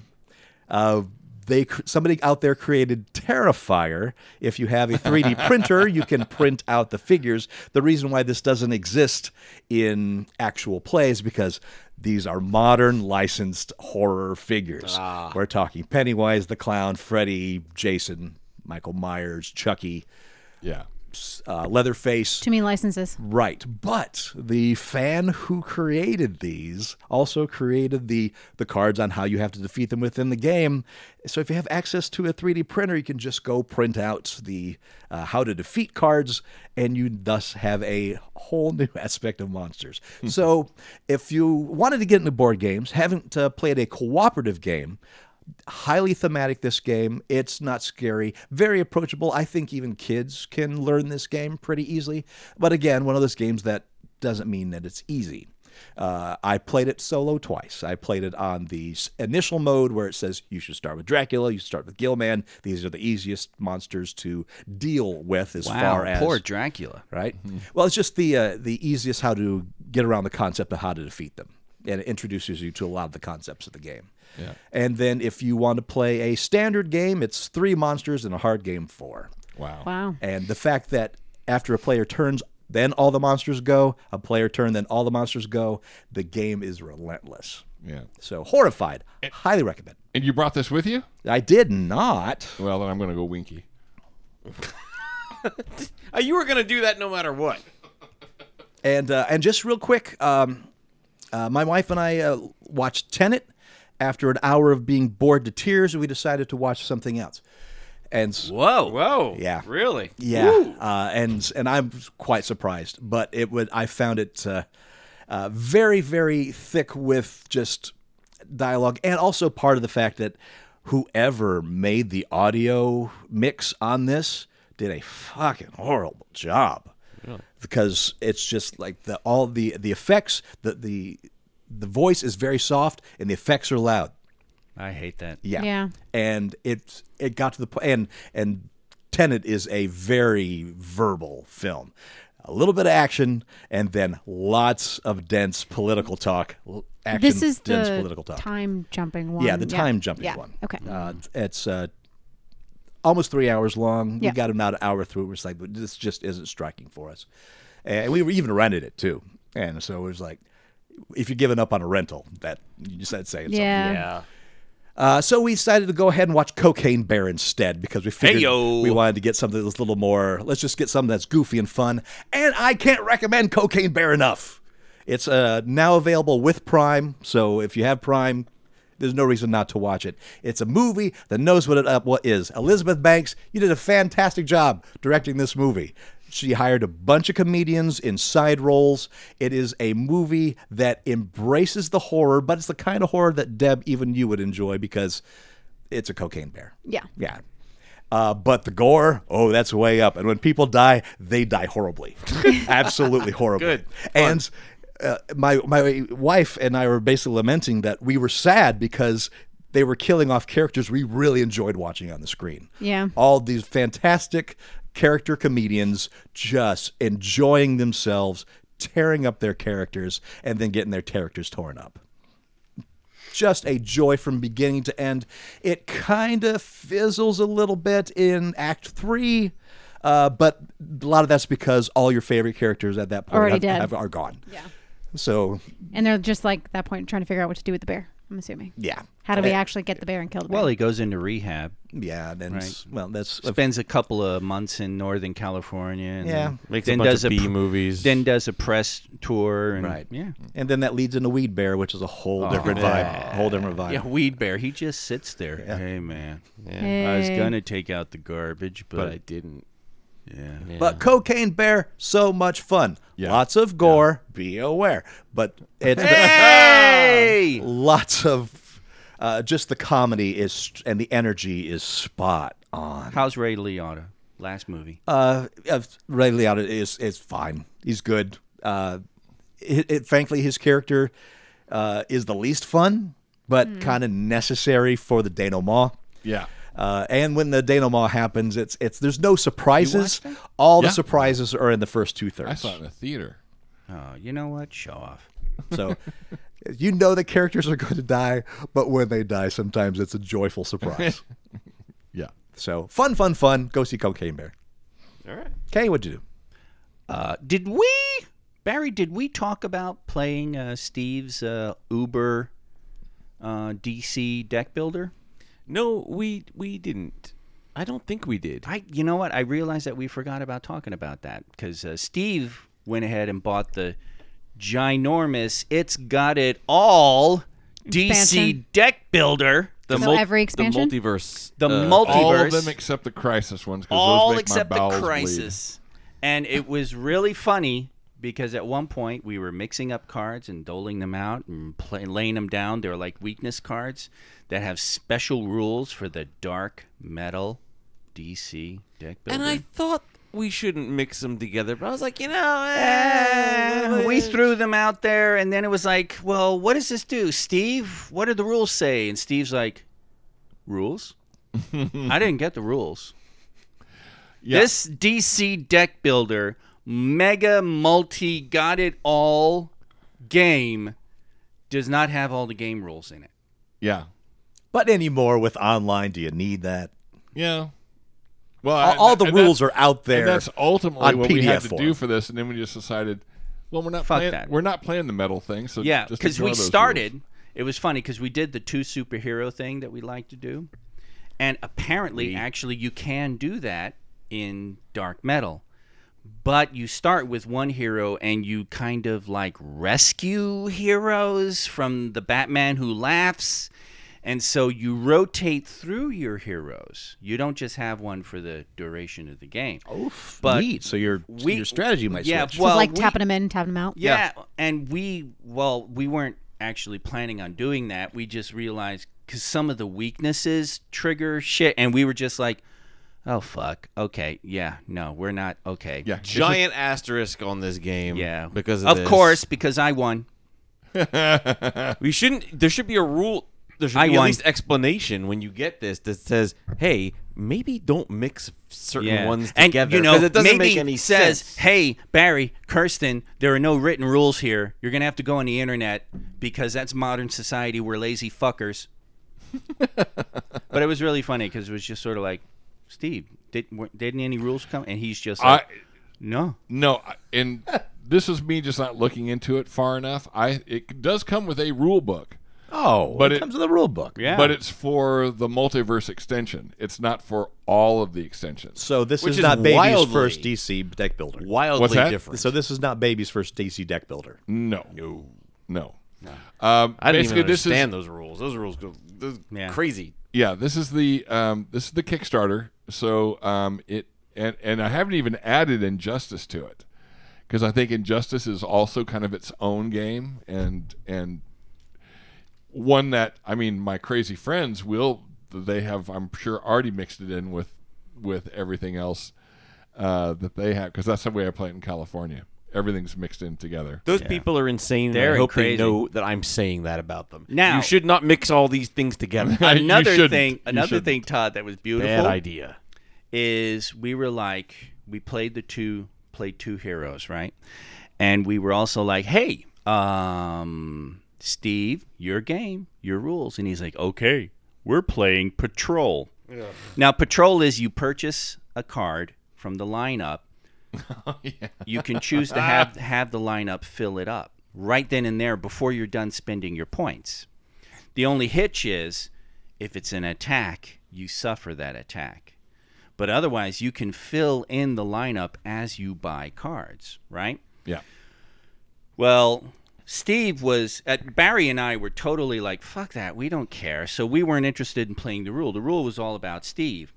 G: Uh, they cr- somebody out there created Terrifier. If you have a 3D printer, you can print out the figures. The reason why this doesn't exist in actual play is because these are modern licensed horror figures. We're talking Pennywise the Clown, Freddy, Jason, Michael Myers, Chucky,
C: Yeah.
G: uh, Leatherface.
D: Too many licenses.
G: Right, but the fan who created these also created the the cards on how you have to defeat them within the game. So if you have access to a 3D printer, you can just go print out the uh, how to defeat cards, and you thus have a whole new aspect of monsters. so if you wanted to get into board games, haven't uh, played a cooperative game, highly thematic this game it's not scary very approachable i think even kids can learn this game pretty easily but again one of those games that doesn't mean that it's easy uh, i played it solo twice i played it on the s- initial mode where it says you should start with dracula you should start with gilman these are the easiest monsters to deal with as
B: Wow,
G: far as
B: poor Dracula.
G: right? Well, it's just the uh, the easiest how to get around the concept of how to defeat them, and it introduces you to a lot of the concepts of the game.
C: Yeah.
G: And then if you want to play a standard game, it's three monsters and a hard game four.
C: Wow.
D: Wow.
G: And the fact that after a player turns, then all the monsters go. A player turn, then all the monsters go. The game is relentless.
C: Yeah.
G: So horrified. Highly recommend.
C: And you brought this with you?
G: I did not.
C: Well, then I'm going to go winky.
F: Uh, you were going to do that no matter what.
G: And uh, and just real quick, um, uh, my wife and I uh, watched Tenet. After an hour of being bored to tears, we decided to watch something else. And s-
B: Whoa.
F: Whoa.
G: Yeah.
F: Really?
G: yeah, uh, and and I'm quite surprised, but it would I found it uh, uh, very very thick with just dialogue, and also part of the fact that whoever made the audio mix on this did a fucking horrible job, because it's just like the all the the effects the the the voice is very soft and the effects are loud.
B: I hate that.
G: Yeah.
D: Yeah.
G: And it it got to the point and and Tenet is a very verbal film. A little bit of action and then lots of dense political talk. L- Action,
D: This is
G: dense
D: the
G: political talk.
D: time jumping one.
G: yeah, the time jumping
D: Yeah.
G: one.
D: Okay.
G: Uh, it's uh, almost three hours long.
D: Yeah.
G: We got about an hour through. It was like, but this just isn't striking for us. And we were even rented it too. And so it was like, if you're giving up on a rental, that you just that's saying something.
D: yeah.
G: Uh, so we decided to go ahead and watch Cocaine Bear instead because we figured
B: Heyo.
G: we wanted to get something that was a little more. Let's just get something that's goofy and fun. And I can't recommend Cocaine Bear enough. It's uh, now available with Prime, so if you have Prime, there's no reason not to watch it. It's a movie that knows what it up what is. Elizabeth Banks, you did a fantastic job directing this movie. She hired a bunch of comedians in side roles. It is a movie that embraces the horror, but it's the kind of horror that Deb, even you would enjoy because it's a cocaine bear.
D: Yeah.
G: Yeah. Uh, but the gore, oh, that's way up. And when people die, they die horribly. Absolutely horribly.
F: Good.
G: And uh, my my wife and I were basically lamenting that we were sad because they were killing off characters we really enjoyed watching on the screen.
D: Yeah.
G: all these fantastic character comedians just enjoying themselves, tearing up their characters, and then getting their characters torn up just a joy from beginning to end. It kind of fizzles a little bit in Act Three, uh, but a lot of that's because all your favorite characters at that point
D: Already dead.
G: have- have- are gone. Yeah. So
D: And they're just like at that point trying to figure out what to do with the bear. I'm assuming.
G: yeah, Eh,
D: How do we actually get the bear and kill the bear?
B: Well, he goes into rehab,
G: yeah. Then s- well, that's
B: spends a couple of months in Northern California, and
G: Yeah.
B: then-
F: Makes
B: then
F: a bunch
B: does
F: of B
B: pr-
F: movies.
B: then does a press tour, and,
G: right.
B: Yeah, Oh,
G: and then that leads into Weed Bear, which is a whole different vibe, whole different vibe.
B: yeah. Weed Bear, he just sits there. Hey man, I was
D: Hey.
B: gonna take out the garbage, but,
F: but I didn't.
B: yeah.
G: But Cocaine Bear, so much fun. Lots of gore. Be aware, but it's.
B: Hey!
G: lots of uh, just the comedy is and the energy is spot on.
B: How's Ray Liotta? Last movie.
G: Uh, uh, Ray Liotta is is fine. He's good. Uh, it, it, frankly, his character uh, is the least fun, but kind of necessary for the denouement.
C: Yeah.
G: Uh, and when the denouement happens, it's it's there's no surprises. All
C: Yeah.
G: the surprises are in the first two
C: I
G: thirds.
C: saw it in a theater.
B: Oh, you know what? Show off.
G: So you know the characters are going to die, but when they die, sometimes it's a joyful surprise.
C: Yeah.
G: So fun, fun, fun. Go see Cocaine Bear.
F: All right.
G: Okay, what'd you do?
B: Uh, did we, Barry? Did we talk about playing uh, Steve's uh, Uber uh, DC deck builder?
F: No, we we didn't. I don't think we did.
B: I, you know what? I realized that we forgot about talking about that because uh, Steve went ahead and bought the ginormous. It's got it all DC
D: Expansion.
B: deck builder. The
D: so
B: mul-
D: every
F: The
D: expansion.
F: multiverse.
B: The
F: uh,
B: multi-
C: All of
B: Multiverse.
C: them except the Crisis ones. 'cause those
B: all
C: make
B: except
C: my bowels
B: the
C: bleed.
B: crisis. And it was really funny because at one point we were mixing up cards and doling them out and play, laying them down. They're like weakness cards that have special rules for the dark metal DC deck
F: And
B: builder.
F: I thought we shouldn't mix them together, but I was like, you know,
B: Eh,
F: eh,
B: we threw them out there, and then it was like, well, what does this do, Steve? What do the rules say? And Steve's like, rules? I didn't get the rules.
C: Yeah.
B: This DC deck builder, mega multi, got it all game, does not have all the game rules in it.
C: Yeah.
G: But anymore with online, do you need that?
C: Yeah. Well,
G: All,
C: I-
G: all the
C: Uh, and
G: rules
C: that's-
G: are out there.
C: And that's ultimately
G: on
C: what we had
G: PDF
C: to
G: form.
C: do for this, and then we just decided, well, we're not
B: Fuck
C: playing.
B: that.
C: We're not playing the metal thing. So
B: Yeah,
C: just
B: because
C: ignore
B: we
C: those
B: started.
C: rules.
B: It was funny because we did the two superhero thing that we like to do, and apparently, actually, you can do that in dark metal. But you start with one hero and you kind of like rescue heroes from the Batman who laughs. And so you rotate through your heroes. You don't just have one for the duration of the game. Oof. But
G: Neat. So your
B: we-
G: your strategy might
B: yeah,
G: switch.
D: It's
B: well,
D: like
B: we-
D: tapping them in, tapping them out.
B: yeah. And we, well, we weren't actually planning on doing that. We just realized because some of the weaknesses trigger shit. And we were just like, oh, fuck. Okay. Yeah. No, we're not. Okay.
C: Yeah. it's just-
F: giant asterisk on this game.
B: Yeah.
F: because of,
B: of
F: this.
B: course, because I won.
F: we shouldn't. There should be a rule. There should
B: I
F: be
B: won.
F: at least explanation when you get this that says, "Hey, maybe don't mix certain
B: Yeah.
F: ones
B: and,
F: together."
B: you know,
F: 'cause it doesn't
B: maybe
F: make any
B: says,
F: sense.
B: hey, Barry, Kirsten, there are no written rules here. You're going to have to go on the internet because that's modern society. We're lazy fuckers. but it was really funny because it was just sort of like, Steve, did, weren't- didn't any rules come? And he's just like,
C: I
B: no.
C: no, I- and this is me just not looking into it far enough. I it does come with a rule book.
G: oh,
C: but
G: it,
C: it-
G: comes to the rule book.
B: Yeah.
C: But it's for the multiverse extension. It's not for all of the extensions.
G: So this
F: Which
G: is,
F: is
G: not baby's
F: wildly-
G: first DC deck builder.
C: What's
F: Wildly
C: that?
F: different.
G: So this is not baby's first DC deck builder.
C: No. No. No. Um,
F: I didn't
C: basically,
F: even
C: this is
F: understand those rules. Those rules go those
B: Yeah.
F: crazy.
C: yeah this is the um, this is the kickstarter so um, it and and i haven't even added injustice to it because i think injustice is also kind of its own game and and one that i mean my crazy friends will they have i'm sure already mixed it in with with everything else uh, that they have because that's the way i play it in california everything's mixed in together.
F: Those people are insane. and
B: They're
F: I hope
B: crazy.
F: they know that I'm saying that about them.
B: Now-
F: you should not mix all these things together. Bad
C: You
B: Another
C: shouldn't.
B: thing,
C: You
B: another
C: shouldn't.
B: thing, Todd, that was beautiful
F: idea.
B: is we were like, we played the two, played two heroes, right? And we were also like, hey, um, Steve, your game, your rules. And he's like, okay, we're playing Patrol. Now, Patrol is you purchase a card from the lineup. You can choose to have have the lineup fill it up right then and there before you're done spending your points. The only hitch is if it's an attack, you suffer that attack. But otherwise, you can fill in the lineup as you buy cards, right?
C: Yeah.
B: Well, Steve was at Barry and I were totally like, fuck that, we don't care. So we weren't interested in playing the rule. The rule was all about Steve.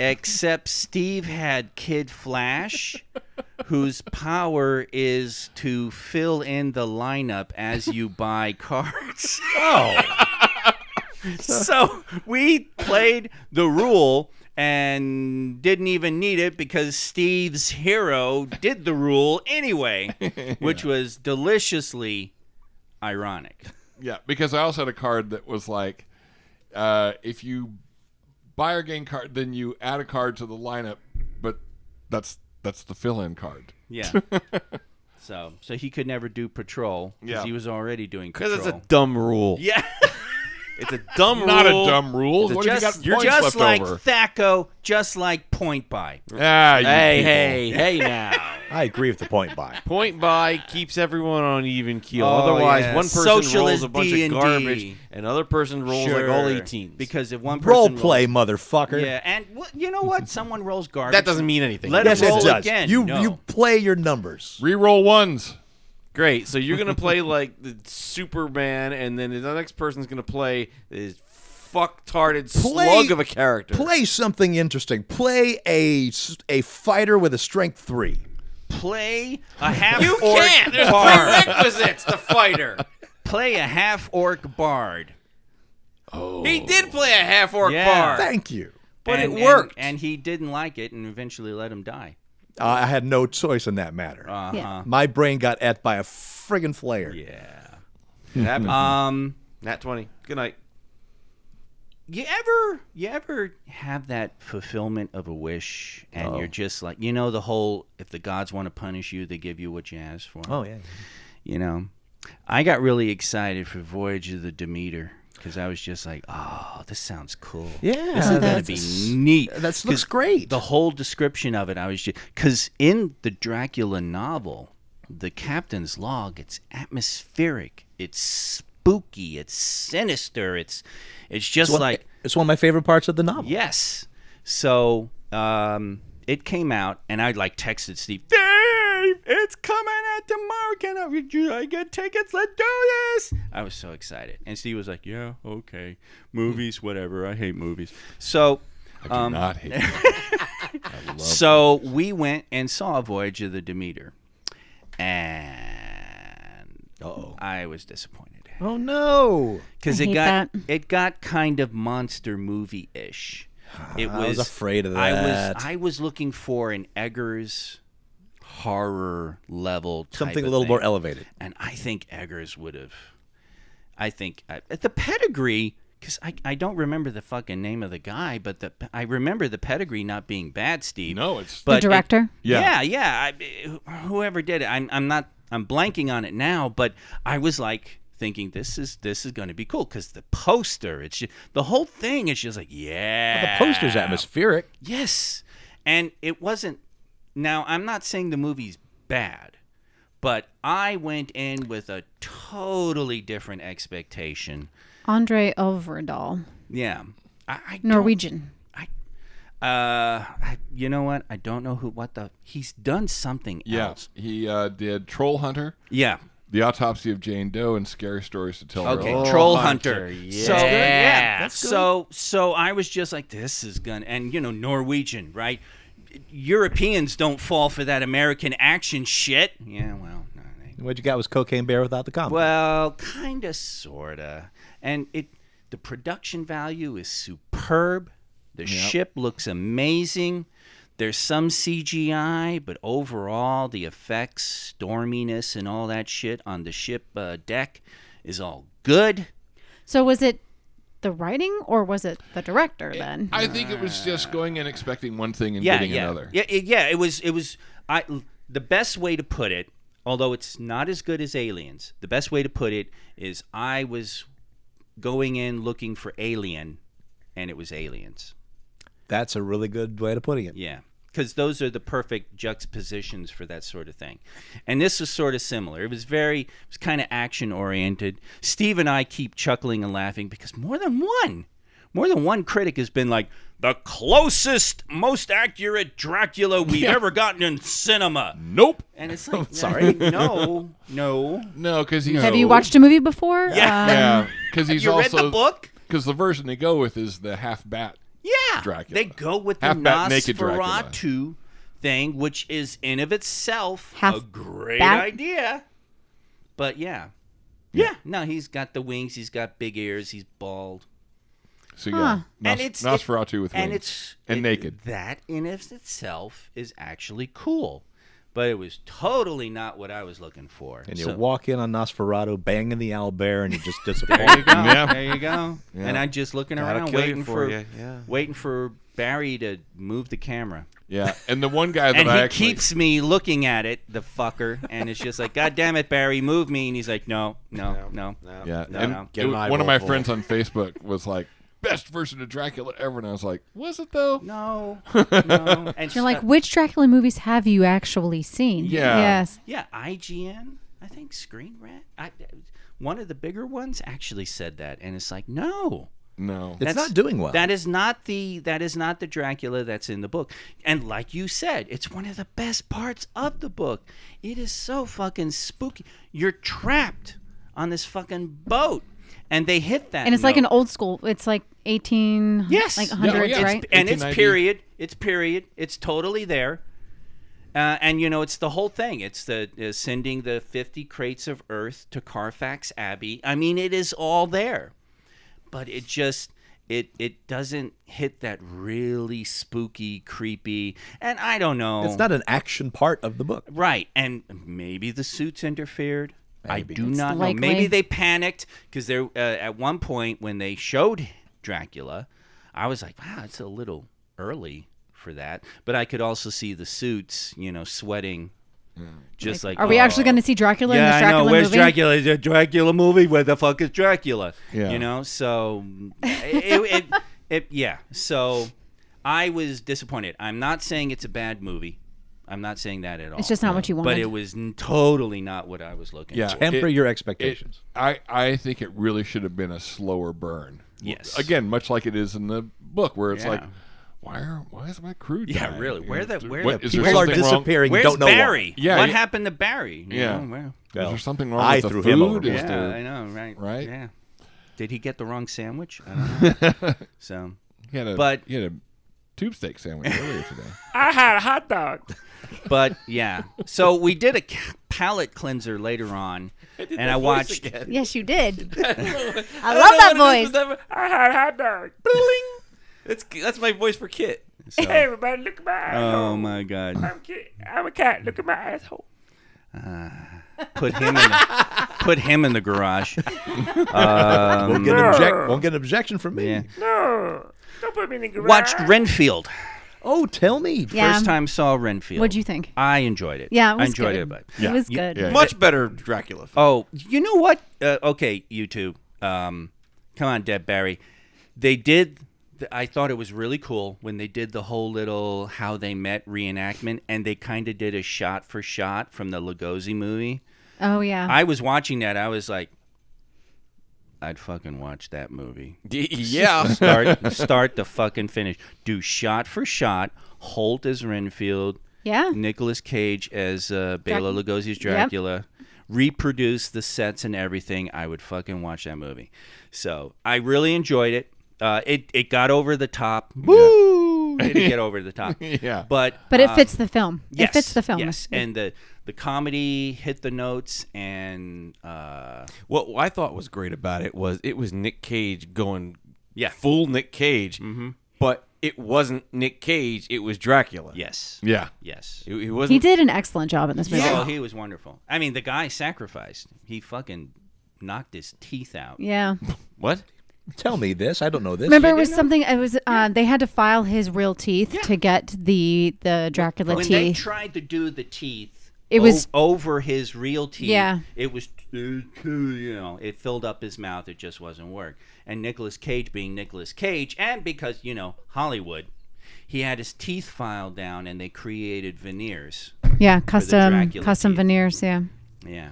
B: Except Steve had Kid Flash, whose power is to fill in the lineup as you buy cards. Oh. so we played the rule and didn't even need it because Steve's hero did the rule anyway, which was deliciously ironic.
C: Yeah, because I also had a card that was like, uh, if you buy or gain card, then you add a card to the lineup, but that's that's the fill-in card.
B: Yeah. so so he could never do patrol because
C: Yeah.
B: he was already doing
F: Because
B: patrol.
F: it's a dumb rule.
B: yeah.
F: It's a dumb rule.
C: Not a dumb rule. What if
B: just
C: you got points
B: just
C: left
B: like
C: over?
B: Thaco, just like point by.
C: ah, you
F: Hey,
C: people.
F: Mm-hmm. hey, hey now.
G: I agree with the point by.
F: Point by keeps everyone on even keel.
B: Oh,
F: Otherwise,
B: yeah.
F: one person rolls
B: Socialist
F: a bunch
B: D&D.
F: of garbage, and other person rolls like all 18s.
B: Because if one person
G: Role
B: rolls-
G: play, motherfucker.
B: Yeah, and wh- you know what? Someone rolls garbage.
F: that doesn't mean anything.
B: Let
G: Yes,
B: Roll
G: it does.
B: again.
G: You
B: No.
G: you play your numbers.
C: Reroll ones.
F: Great. So you're gonna play like the Superman, and then the next person's gonna play this fucktarded
G: Play-
F: slug of a character.
G: Play something interesting. Play a s- a fighter with a strength three.
B: play a half
F: You
B: orc
F: can't. There's
B: bard.
F: prerequisites to fighter.
B: play a half orc bard.
F: He did play a half orc
B: Yeah.
F: bard.
G: Thank you.
F: But it
B: And- and-
F: worked.
B: And, he didn't like it and eventually let him die.
G: Uh, I had no choice in that matter.
D: Yeah.
G: My brain got at by a friggin' flare.
B: Uh-huh. Yeah.
F: It happened.
B: Um
F: Nat twenty. Good night.
B: you ever you ever have that fulfillment of a wish and you're just like you know the whole if the gods want to punish you they give you what you ask for.
G: Oh yeah.
B: You know. I got really excited for Voyage of the Demeter because I was just like, oh, this sounds cool.
G: Yeah,
B: This is going
G: that's-
B: to be neat.
G: That
B: 'Cause
G: looks great.
B: the whole description of it i was just because in the dracula novel the captain's log it's atmospheric it's spooky it's sinister it's it's just
G: It's one-
B: like
G: it's one of my favorite parts of the novel.
B: yes so um it came out and i like texted steve dave it's coming out tomorrow can i would you i get tickets let's do this i was so excited and steve was like yeah okay movies whatever i hate movies so
C: I do
B: Um,
C: not hate. you.
B: so we went and saw Voyage of the Demeter, and I was disappointed
G: Oh no.
B: because
D: I
B: it
D: hate
B: got
D: that.
B: it got kind of monster movie ish. It was,
G: I was afraid of
B: I
G: that.
B: was I was looking for an Eggers horror level type
G: Something a
B: of
G: little more
B: thing.
G: elevated.
B: and I think Eggers would have. I think I, the pedigree, because I, I don't remember the fucking name of the guy, but the I remember the pedigree not being bad, Steve.
C: No, it's
B: But it-
D: the director.
C: Yeah.
B: yeah, yeah. I, whoever did it, I'm, I'm not. I'm blanking on it now, but I was like thinking this is this is going to be cool because the poster, it's just, the whole thing is just like yeah.
G: Oh, The poster's atmospheric.
B: Yes, and it wasn't. Now I'm not saying the movie's bad, but I went in with a totally different expectation.
D: Andre Overdal,
B: Yeah, I, I don't-
D: Norwegian.
B: Uh, I, you know what? I don't know who. What the? He's done something
C: yeah.
B: else.
C: He uh, did Troll Hunter,
B: Yeah.
C: The Autopsy of Jane Doe, and Scary Stories to Tell.
B: Okay,
C: Girl.
B: Troll
F: Hunter,
B: Oh, Hunter.
F: yeah.
B: So
F: That's good,
B: yeah, so so I was just like, this is gonna, and you know, Norwegian, right? Europeans don't fall for that American action shit. Yeah, well, no, they,
G: What you got was Cocaine Bear without the comedy.
B: well, kinda, sorta, and it. The production value is superb. The ship looks amazing. There's some CGI, but overall, the effects, storminess, and all that shit on the ship uh, deck is all good.
D: So was it the writing or was it the director then?
C: I think it was just going and expecting one thing and
B: yeah,
C: getting
B: yeah.
C: another.
B: Yeah, it- yeah, it was it was I the best way to put it, although it's not as good as Aliens. The best way to put it is I was going in looking for Alien and it was Aliens.
E: That's a really good way of putting it.
B: Yeah. Cuz those are the perfect juxtapositions for that sort of thing. And this was sort of similar. It was very it was kind of action oriented. Steve and I keep chuckling and laughing because more than one more than one critic has been like the closest, most accurate Dracula we've ever gotten in cinema.
C: Nope.
B: And it's like, sorry, no, no.
C: No, because he's.
D: Have you watched a movie before?
B: Yeah.
D: Um,
C: Yeah, because he's
B: you read
C: also
B: the book?
C: Because the version they go with is the half bat.
B: Yeah,
C: Dracula.
B: They go with the
C: Half-bat naked Dracula.
B: Nosferatu thing, which is in of itself a
D: Half-bat?
B: great idea. But yeah. yeah, no, he's got the wings. He's got big ears. He's bald.
C: So yeah, Nos-
B: And it's- it-
C: Nosferatu with
B: and
C: wings.
B: it's
C: and
B: it-
C: naked.
B: That in of itself is actually cool, but it was totally not what I was looking for.
E: And you
B: So-
E: walk in on Nosferatu banging the owlbear and you just disappoint.
B: There you go.
C: Yeah.
B: There you go. And I'm just looking around,
F: kill you
B: waiting
F: for
B: for,
F: ya, yeah.
B: waiting for Barry to move the camera.
C: Yeah, and the one guy that
B: And
C: I
B: he
C: actually,
B: keeps me looking at it, the fucker, and it's just like, God damn it, Barry, move me. And he's like, No, no, no.
C: Yeah,
B: No,
C: and
B: no.
C: it was- one of my friends on Facebook was like, "Best version of Dracula ever," and I was like, "Was it though?"
B: No, no. And
D: You're like,
B: stuff.
D: which Dracula movies have you actually seen?
C: Yeah.
D: Yes.
B: yeah, IGN, I think Screen Rant, I, one of the bigger ones actually said that, and it's like, no,
C: No.
E: it's
B: That's-
E: not doing well.
B: That is not the that is not the Dracula that's in the book. And like you said, it's one of the best parts of the book. It is so fucking spooky. You're trapped on this fucking boat, and they hit that.
D: And it's like an
B: note.
D: old school. It's like 18,
B: Yes.
D: Mm-hmm. like
B: Yeah, oh,
D: 100s,
C: yeah.
D: right?
B: and it's
C: 1890.
B: period. It's period. It's totally there. Uh, and you know, it's the whole thing. It's the uh, sending the fifty crates of earth to Carfax Abbey. I mean, it is all there, but it just it it doesn't hit that really spooky, creepy. And I don't know.
E: it's not an action part of the book.
B: Right, and maybe the suits interfered. I do not know.
D: likely.
B: Maybe they panicked because there. Uh, at one point when they showed Dracula, I was like, "Wow, it's a little early for that." But I could also see the suits, you know, sweating, just like. oh.
D: Are we actually going to see Dracula in
B: Yeah,
D: this
B: I
D: Dracula
B: know. Where's
D: movie?
B: Dracula? Is it a Dracula movie? Where the fuck is Dracula?
C: Yeah.
B: You know. So it, it, it, yeah. So I was disappointed. I'm not saying it's a bad movie. I'm not saying that at all.
D: It's just not what you want.
B: But it was n- totally not what I was looking
C: yeah,
B: for.
E: Temper
C: it-
E: your
C: it-
E: expectations.
C: I I think it really should have been a slower burn.
B: Yes.
C: Again, much like it is in the book, where it's like, why are why is my crew?
B: Yeah,
C: dying?
B: really, where the-
C: Is there-
B: where
C: what-
B: the
C: is there
E: People are
C: something wrong-
E: disappearing.
B: Where's
E: don't know why.
B: Barry?
C: Yeah,
B: What
C: yeah.
B: happened to Barry? You
C: Yeah.
B: know, well,
C: Is there
E: Well,
C: something wrong
E: I
C: with the
E: threw
C: food?
E: him over.
C: Is
B: yeah,
C: there-
B: I know, right?
C: Right?
B: Yeah. Did he get the wrong sandwich? I don't know. so
C: He had a,
B: But-
C: he had a tube steak sandwich earlier today.
B: I had a hot dog. But yeah, so we did a c- palate cleanser later on, and I watched.
H: Yes, you did. I
F: I
H: love that
F: don't know what it
H: voice.
F: is with that vo- I had a hot dog. Bling. That's that's my voice for Kit.
B: so-
I: Everybody, look at my
B: oh
I: asshole.
B: my god!
I: I'm, ki- I'm a cat. Look at my asshole.
B: Put him in. The, put him in the garage.
E: won't, get an object, won't get an objection from me.
B: Yeah.
I: No, don't put me in the garage.
B: Watched Renfield.
E: Oh, tell me.
D: yeah.
B: First time saw Renfield.
D: What'd you think?
B: I enjoyed it.
D: Yeah, it
B: I
D: was
B: enjoyed
D: good.
B: it. But
D: It was good.
C: yeah.
F: Much better Dracula. film.
B: oh, you know what? Uh, okay, you two. Um, come on, Deb Barry. They did. th- I thought it was really cool when they did the whole little how they met reenactment, and they kind of did a shot for shot from the Lugosi movie.
D: Oh, yeah.
B: I was watching that. I was like, I'd fucking watch that movie.
F: D- Yeah.
B: Start, start to fucking finish. Do shot for shot. Holt as Renfield.
D: yeah.
B: Nicolas Cage as uh, Bela Lugosi's Dracula. Reproduce the sets and everything. I would fucking watch that movie. So I really enjoyed it. Uh, it it got over the top. Woo! Did it get over the top?
C: Yeah.
B: But
D: But it fits the film.
B: uh, yes,
D: it fits the film.
B: Yes, and the the comedy hit the notes, and uh,
F: What I thought was great about it was it was Nick Cage going
B: Yeah.
F: Mm-hmm. full Nick Cage, but it wasn't Nick Cage, it was Dracula.
B: Yes.
C: Yeah.
B: Yes.
F: It, it wasn't.
D: He did an excellent job in this movie.
B: Oh, he was wonderful. I mean, the guy sacrificed. He fucking knocked his teeth out.
D: Yeah.
F: What?
G: Tell me this. I don't know this.
D: Remember, it was something. It was. Uh, they had to file his real teeth to get the the Dracula
B: When Oh, they
D: teeth.
B: tried to do the teeth,
D: It was-
B: over his real teeth.
D: Yeah.
B: It was too, you know, it filled up his mouth. It just wasn't work. And Nicolas Cage being Nicolas Cage, and because you know Hollywood, he had his teeth filed down, and they created veneers.
D: yeah, custom
B: Dracula
D: custom
B: teeth.
D: veneers. Yeah.
B: Yeah.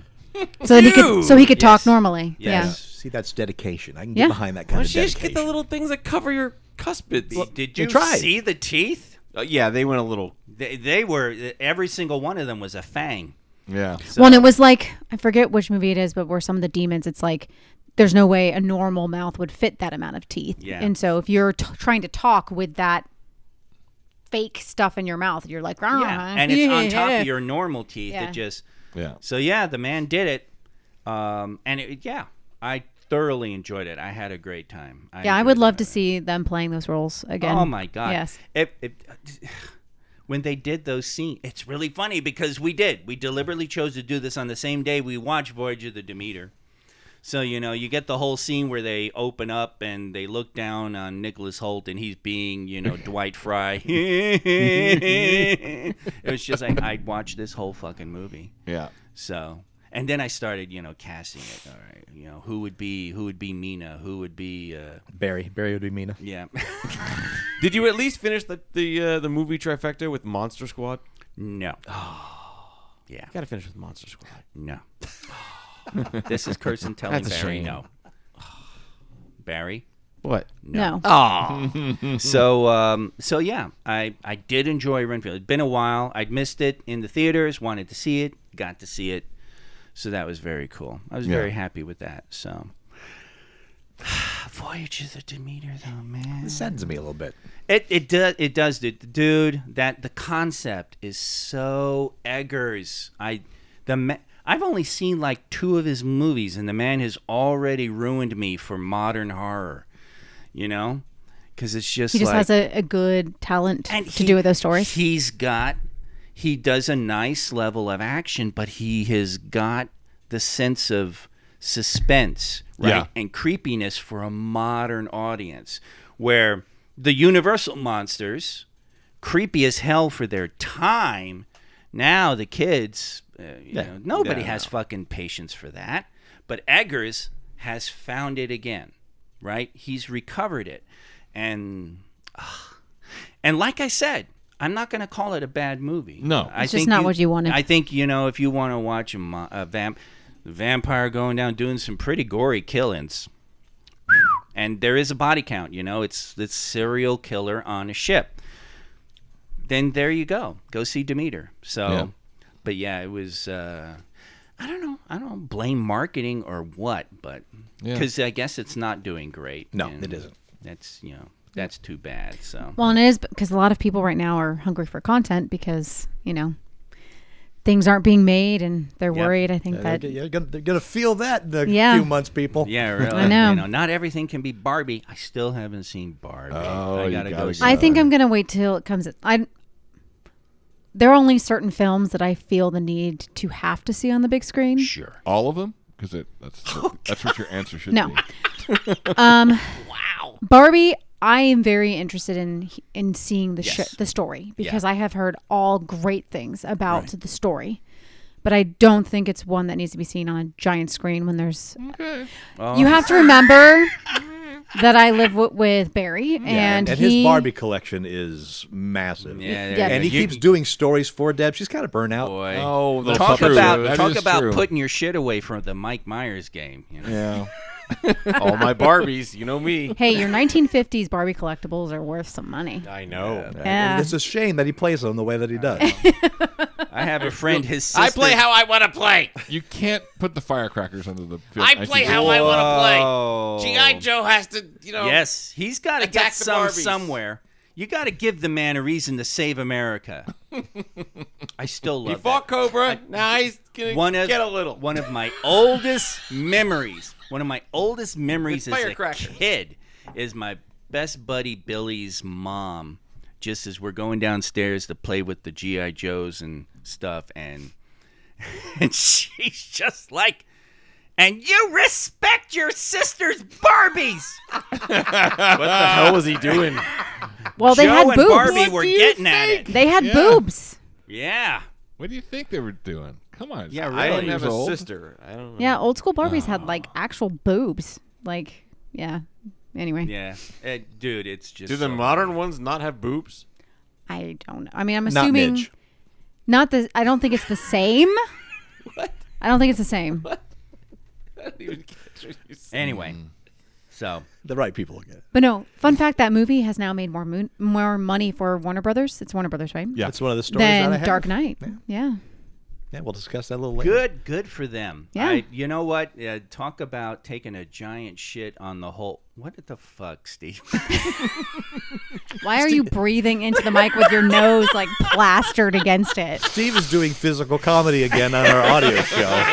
D: So that he could so he could talk normally.
B: Yes.
G: See, that's dedication. I can
D: Yeah.
G: get behind that kind
F: Why
G: of
F: don't you just
G: dedication.
F: get the little things that cover your cuspids?
B: Did you
G: tried.
B: see the teeth?
F: Uh, yeah, they went a little.
B: They, they were every single one of them was a fang.
C: Yeah.
D: Yeah. Well, and it was like I forget which movie it is, but where some of the demons, it's like there's no way a normal mouth would fit that amount of teeth.
B: Yeah.
D: And so if you're t- trying to talk with that fake stuff in your mouth, you're like, "Rah,
B: Yeah, and it's on top
D: yeah."
B: of your normal teeth.
D: Yeah.
B: It just
C: Yeah.
B: so yeah, the man did it, um, and it, yeah, I thoroughly enjoyed it. I had a great time.
D: Yeah, I
B: enjoyed
D: would love
B: it.
D: to see them playing those roles again.
B: Oh my god!
D: Yes.
B: It, it, when they did those scenes, it's really funny because we did. We deliberately chose to do this on the same day we watched Voyage of the Demeter. So you know, you get the whole scene where they open up and they look down on Nicholas Holt, and he's being, you know, Dwight Fry. it was just like I'd watch this whole fucking movie.
C: Yeah.
B: So, and then I started, you know, casting it. All right, you know, who would be who would be Mina? Who would be? Uh,
G: Barry. Barry would be Mina.
B: yeah,
F: Did you at least finish the the uh, the movie trifecta with Monster Squad?
B: no,
F: Got to finish with Monster Squad.
B: no. this is Kirsten telling
F: That's a
B: Barry
F: shame.
B: no. Barry.
F: What?
D: No.
B: Oh, So, um, so yeah, I I did enjoy Renfield. It'd been a while. I'd missed it in the theaters. Wanted to see it. Got to see it. So that was very cool. I was very happy with that. So. Voyage of the Demeter, though, man.
G: It saddens me a little bit.
B: It it does it does dude. dude that the concept is so Eggers. I the ma- I've only seen like two of his movies and the man has already ruined me for modern horror. You know? Cuz it's just
D: He just
B: like,
D: has a, a good talent to
B: and he-
D: do with those stories.
B: He's got he does a nice level of action, but he has got the sense of suspense, right?
C: Yeah.
B: And creepiness for a modern audience where the universal monsters creepy as hell for their time. Now the kids, uh, you know, nobody has fucking patience for that. But Eggers has found it again, right? He's recovered it. And and like I said, I'm not going to call it a bad movie.
C: No.
B: I
D: It's just not what you wanted.
B: I think you know if you want to watch a, mo- a vamp, vampire going down doing some pretty gory killings, and there is a body count. You know, it's it's serial killer on a ship. Then there you go. Go see Demeter. So,
C: Yeah.
B: but yeah, it was. Uh, I don't know. I don't blame marketing or what, but
C: Yeah.
B: because I guess it's not doing great.
G: No,
B: and
G: it isn't.
B: That's you know that's too bad. So
D: Well, and it is because a lot of people right now are hungry for content because you know things aren't being made and they're worried. I think
G: They're,
D: that
G: gonna- they're gonna feel that in a
D: Yeah.
G: few months, people.
B: Yeah, really.
D: I know.
B: You know, not everything can be Barbie. I still haven't seen Barbie.
C: Oh,
B: I
C: you
B: gotta, go.
C: gotta
B: see
C: go.
D: I think I'm gonna wait till it comes. I there are only certain films that I feel the need to have to see on the big screen.
B: Sure.
C: All of them? Because that's that's what your answer should
D: No. Um,
C: be.
D: Barbie, I am very interested in in seeing the sh- the story because I have heard all great things about the story. But I don't think it's one that needs to be seen on a giant screen when there's. You have to remember that I live w- with Barry, and,
G: And
D: he,
G: his Barbie collection is massive.
B: Yeah, there
D: Yeah.
B: you
G: And
B: go.
G: he
B: You-
G: keeps doing stories for Deb. She's kind of burnt out.
B: boy.
C: Oh, that's
B: talk
C: true.
B: about
C: That
B: talk
C: is
B: about
C: true.
B: putting your shit away from the Mike Myers game. You know?
C: Yeah.
F: All my Barbies, you know me.
D: hey, your 1950s Barbie collectibles are worth some money.
F: I know.
D: Yeah.
G: Oh, It's a shame that he plays them the way that he does.
B: I have a friend. His sister,
F: I play how I want to play.
C: You can't put the firecrackers under the.
F: I play how I want to play. G.I.
B: Whoa.
F: Joe has to, you know.
B: Yes, he's got to
F: Attack
B: get
F: the
B: some
F: Barbies.
B: somewhere. You got to give the man a reason to save America. I still
F: He
B: love that.
F: fought Cobra. Now he's going
B: one
F: to
B: of
F: get a little.
B: one of my oldest memories. One of my oldest memories
F: With
B: as a
F: firecrackers.
B: kid is my best buddy Billy's mom, just as we're going downstairs to play with the GI Joes and stuff, and and she's just like, and you respect your sister's Barbies.
F: the hell was he doing?
D: Well, they
B: Joe
D: had
B: and
D: boobs.
B: Barbie were getting at it.
D: They had boobs.
B: Yeah.
C: What do you think they were doing? Come on.
F: Yeah,
C: it's
F: really. I
C: nine
F: don't have
C: years old.
F: a sister. I don't know.
D: Yeah, old school Barbies had like actual boobs. Like, yeah. Anyway,
B: Yeah. Eh, dude, it's just
F: Do the
B: so-
F: modern ones not have boobs?
D: I don't know. I mean, I'm
G: Not
D: assuming
G: Midge.
D: not the. I don't think it's the same. I don't think it's the same.
B: Anyway.
F: Mm.
B: So
G: The right people will get it.
D: But no, fun fact: that movie has now made more moon, more money for Warner Brothers. It's Warner Brothers, right?
G: That's one of the stories that I
D: Than
G: have.
D: Dark Knight. Yeah.
G: Yeah, we'll discuss that a little later.
B: good, good for them.
D: Yeah.
B: I, you know what? Uh, talk about taking a giant shit on the whole. What the fuck, Steve?
D: Why are you breathing into the mic with your nose like plastered against it?
G: Steve is doing physical comedy again on our audio show.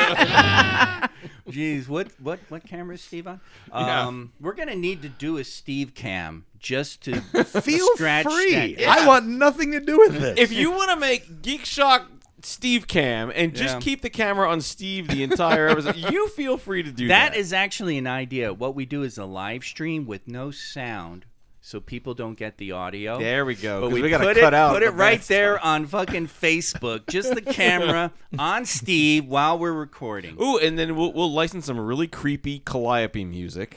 B: Jeez, what what what camera is Steve on? Um, We're gonna need to do a Steve cam just to
G: Feel
B: scratch
G: free.
B: That.
G: I want nothing to do with this.
F: If you want to make Geek Shock Steve Cam and just
B: Yeah.
F: keep the camera on Steve the entire episode, you feel free to do that.
B: That is actually an idea. What we do is a live stream with no sound, so people don't get the audio.
F: There we go.
B: But
F: 'cause
B: we,
F: gotta
B: put it,
F: cut out
B: put
F: the
B: it right
F: best
B: there on fucking Facebook. Just the camera on Steve while we're recording.
F: Ooh, and then we'll, we'll license some really creepy calliope music.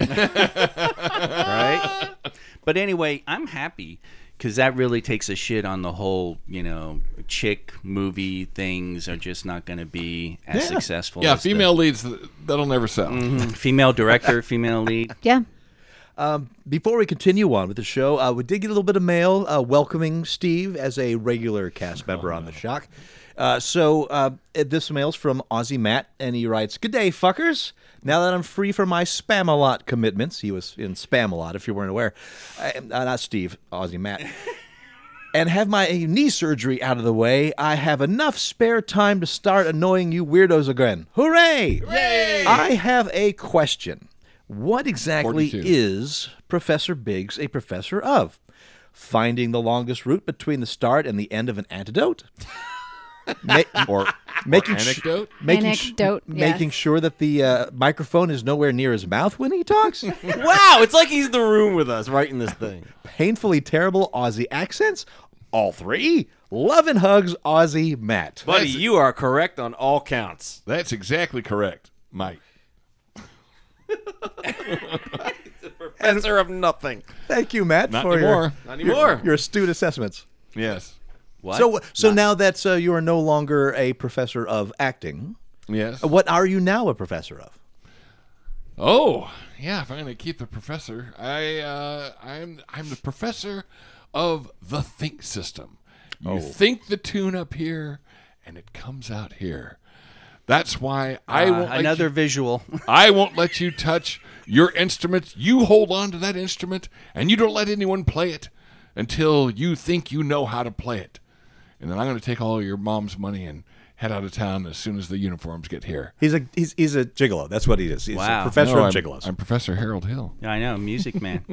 F: right?
B: But anyway, I'm happy because that really takes a shit on the whole, you know, chick movie things are just not going to be as successful.
C: Yeah,
B: as the-
C: female leads th- that'll never sell.
B: female director, female lead.
D: Yeah.
G: Before we continue on with the show, uh, we did get a little bit of mail uh, welcoming Steve as a regular cast member on the shock. Uh, so uh, uh, this mail's from Aussie Matt, and he writes, "Good day, fuckers. Now that I'm free from my spam a lot commitments, he was in spam a lot if you weren't aware. I, uh, not Steve, Aussie Matt." and have my knee surgery out of the way, I have enough spare time to start annoying you weirdos again. Hooray! I have a question. What exactly
C: 42.
G: is Professor Biggs a professor of? Finding the longest route between the start and the end of an antidote? Ma-
C: Or
G: making sh-
C: anecdote.
G: making sh-
D: Anecdote,
G: making
D: yes.
G: sure that the uh, microphone is nowhere near his mouth when he talks?
F: wow, it's like he's in the room with us writing this thing.
G: Painfully terrible Aussie accents? All three? Love and hugs, Aussie Matt.
F: Buddy, you are correct on all counts.
C: That's exactly correct, Mike.
F: Answer of nothing.
G: Thank you, Matt,
C: Not
G: for
C: anymore.
G: your,
F: Not anymore.
G: your astute assessments.
C: Yes.
B: What?
G: So, so now that uh, you are no longer a professor of acting,
C: Yes.
G: what are you now a professor of?
C: Oh, yeah. If I'm gonna keep the professor, I uh, I'm I'm the professor of the think system. You think the tune up here, and it comes out here. That's why I
B: Uh,
C: won't let
B: another
C: you-
B: visual.
C: I won't let you touch your instrument. You hold on to that instrument, and you don't let anyone play it until you think you know how to play it. And then I'm going to take all your mom's money and head out of town as soon as the uniforms get here.
G: He's a he's, he's a gigolo. That's what he is. He's
B: Wow.
G: a professor
C: No,
G: of
C: I'm,
G: gigolos.
C: I'm Professor Harold Hill.
B: I know, Music Man.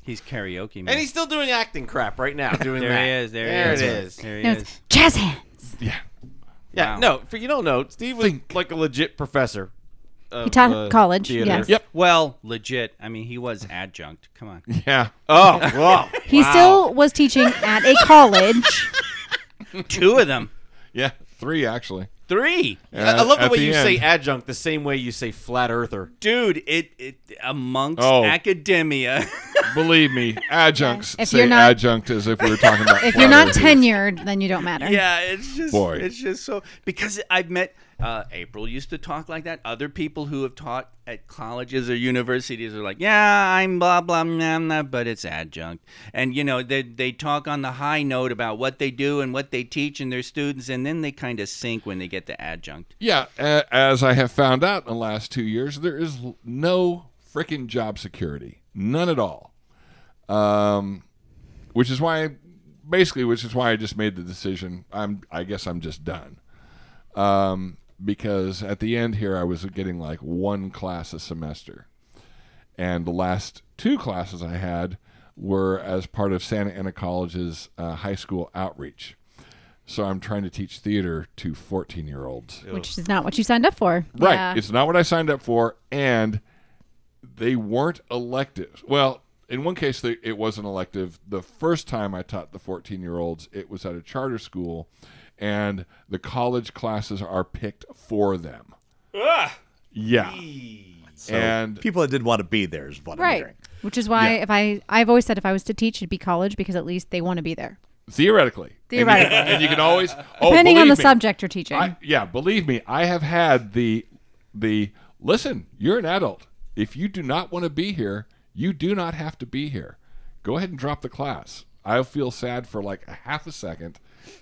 B: He's karaoke man.
F: And he's still doing acting crap right now. Doing
B: there
F: that.
B: he is. There,
F: there
B: he is.
F: it is.
B: There he
D: No,
B: is.
D: it's jazz hands.
C: Yeah.
F: Yeah,
B: Wow.
F: no, for you don't know, Steve was like a legit professor. uh,
D: He taught college.
F: theater.
D: Yes.
C: Yep.
B: Well, legit. I mean, he was adjunct. Come on.
C: Yeah.
F: Oh, wow.
D: He still was teaching at a college.
B: Two of them.
C: Yeah. Three, actually.
B: Three.
F: I I love the
C: At
F: way
C: the
F: you
C: end.
F: say adjunct the same way you say flat earther.
B: Dude, it, it amongst
C: Oh.
B: academia.
C: Believe me, adjuncts
D: If
C: say
D: you're not-
C: adjunct as if we were talking about.
D: If you're not
C: flowers.
D: tenured, then you don't matter.
B: Yeah, it's just
C: Boy.
B: it's just so because I've met uh, April used to talk like that. Other people who have taught at colleges or universities are like, yeah, I'm blah blah blah, blah but it's adjunct, and you know they they talk on the high note about what they do and what they teach and their students, and then they kind of sink when they get to adjunct.
C: Yeah, a- as I have found out in the last two years, there is l- no freaking job security, none at all. Um, which is why, basically, which is why I just made the decision. I'm, I guess, I'm just done. Um, because at the end here, I was getting like one class a semester, and the last two classes I had, were as part of Santa Ana College's uh, high school outreach. So I'm trying to teach theater to 14 year olds.
D: which is not what you signed up for.
C: Right.
D: Yeah.
C: It's not what I signed up for, and they weren't electives. Well, in one case, they, it was an elective. The first time I taught the 14 year olds, it was at a charter school, and the college classes are picked for them. Yeah.
G: So
C: And-
G: people that didn't want to be there is what I'm
D: right.
G: hearing.
D: Which is why
C: Yeah.
D: if I I've always said if I was to teach it'd be college because at least they want to be there.
C: Theoretically. And you can- And you,
D: Theoretically.
C: can always. Oh,
D: Depending on the
C: believe me,
D: subject you're teaching.
C: I, yeah, believe me, I have had the the listen. You're an adult. If you do not want to be here, you do not have to be here. Go ahead and drop the class. I'll feel sad for like a half a second,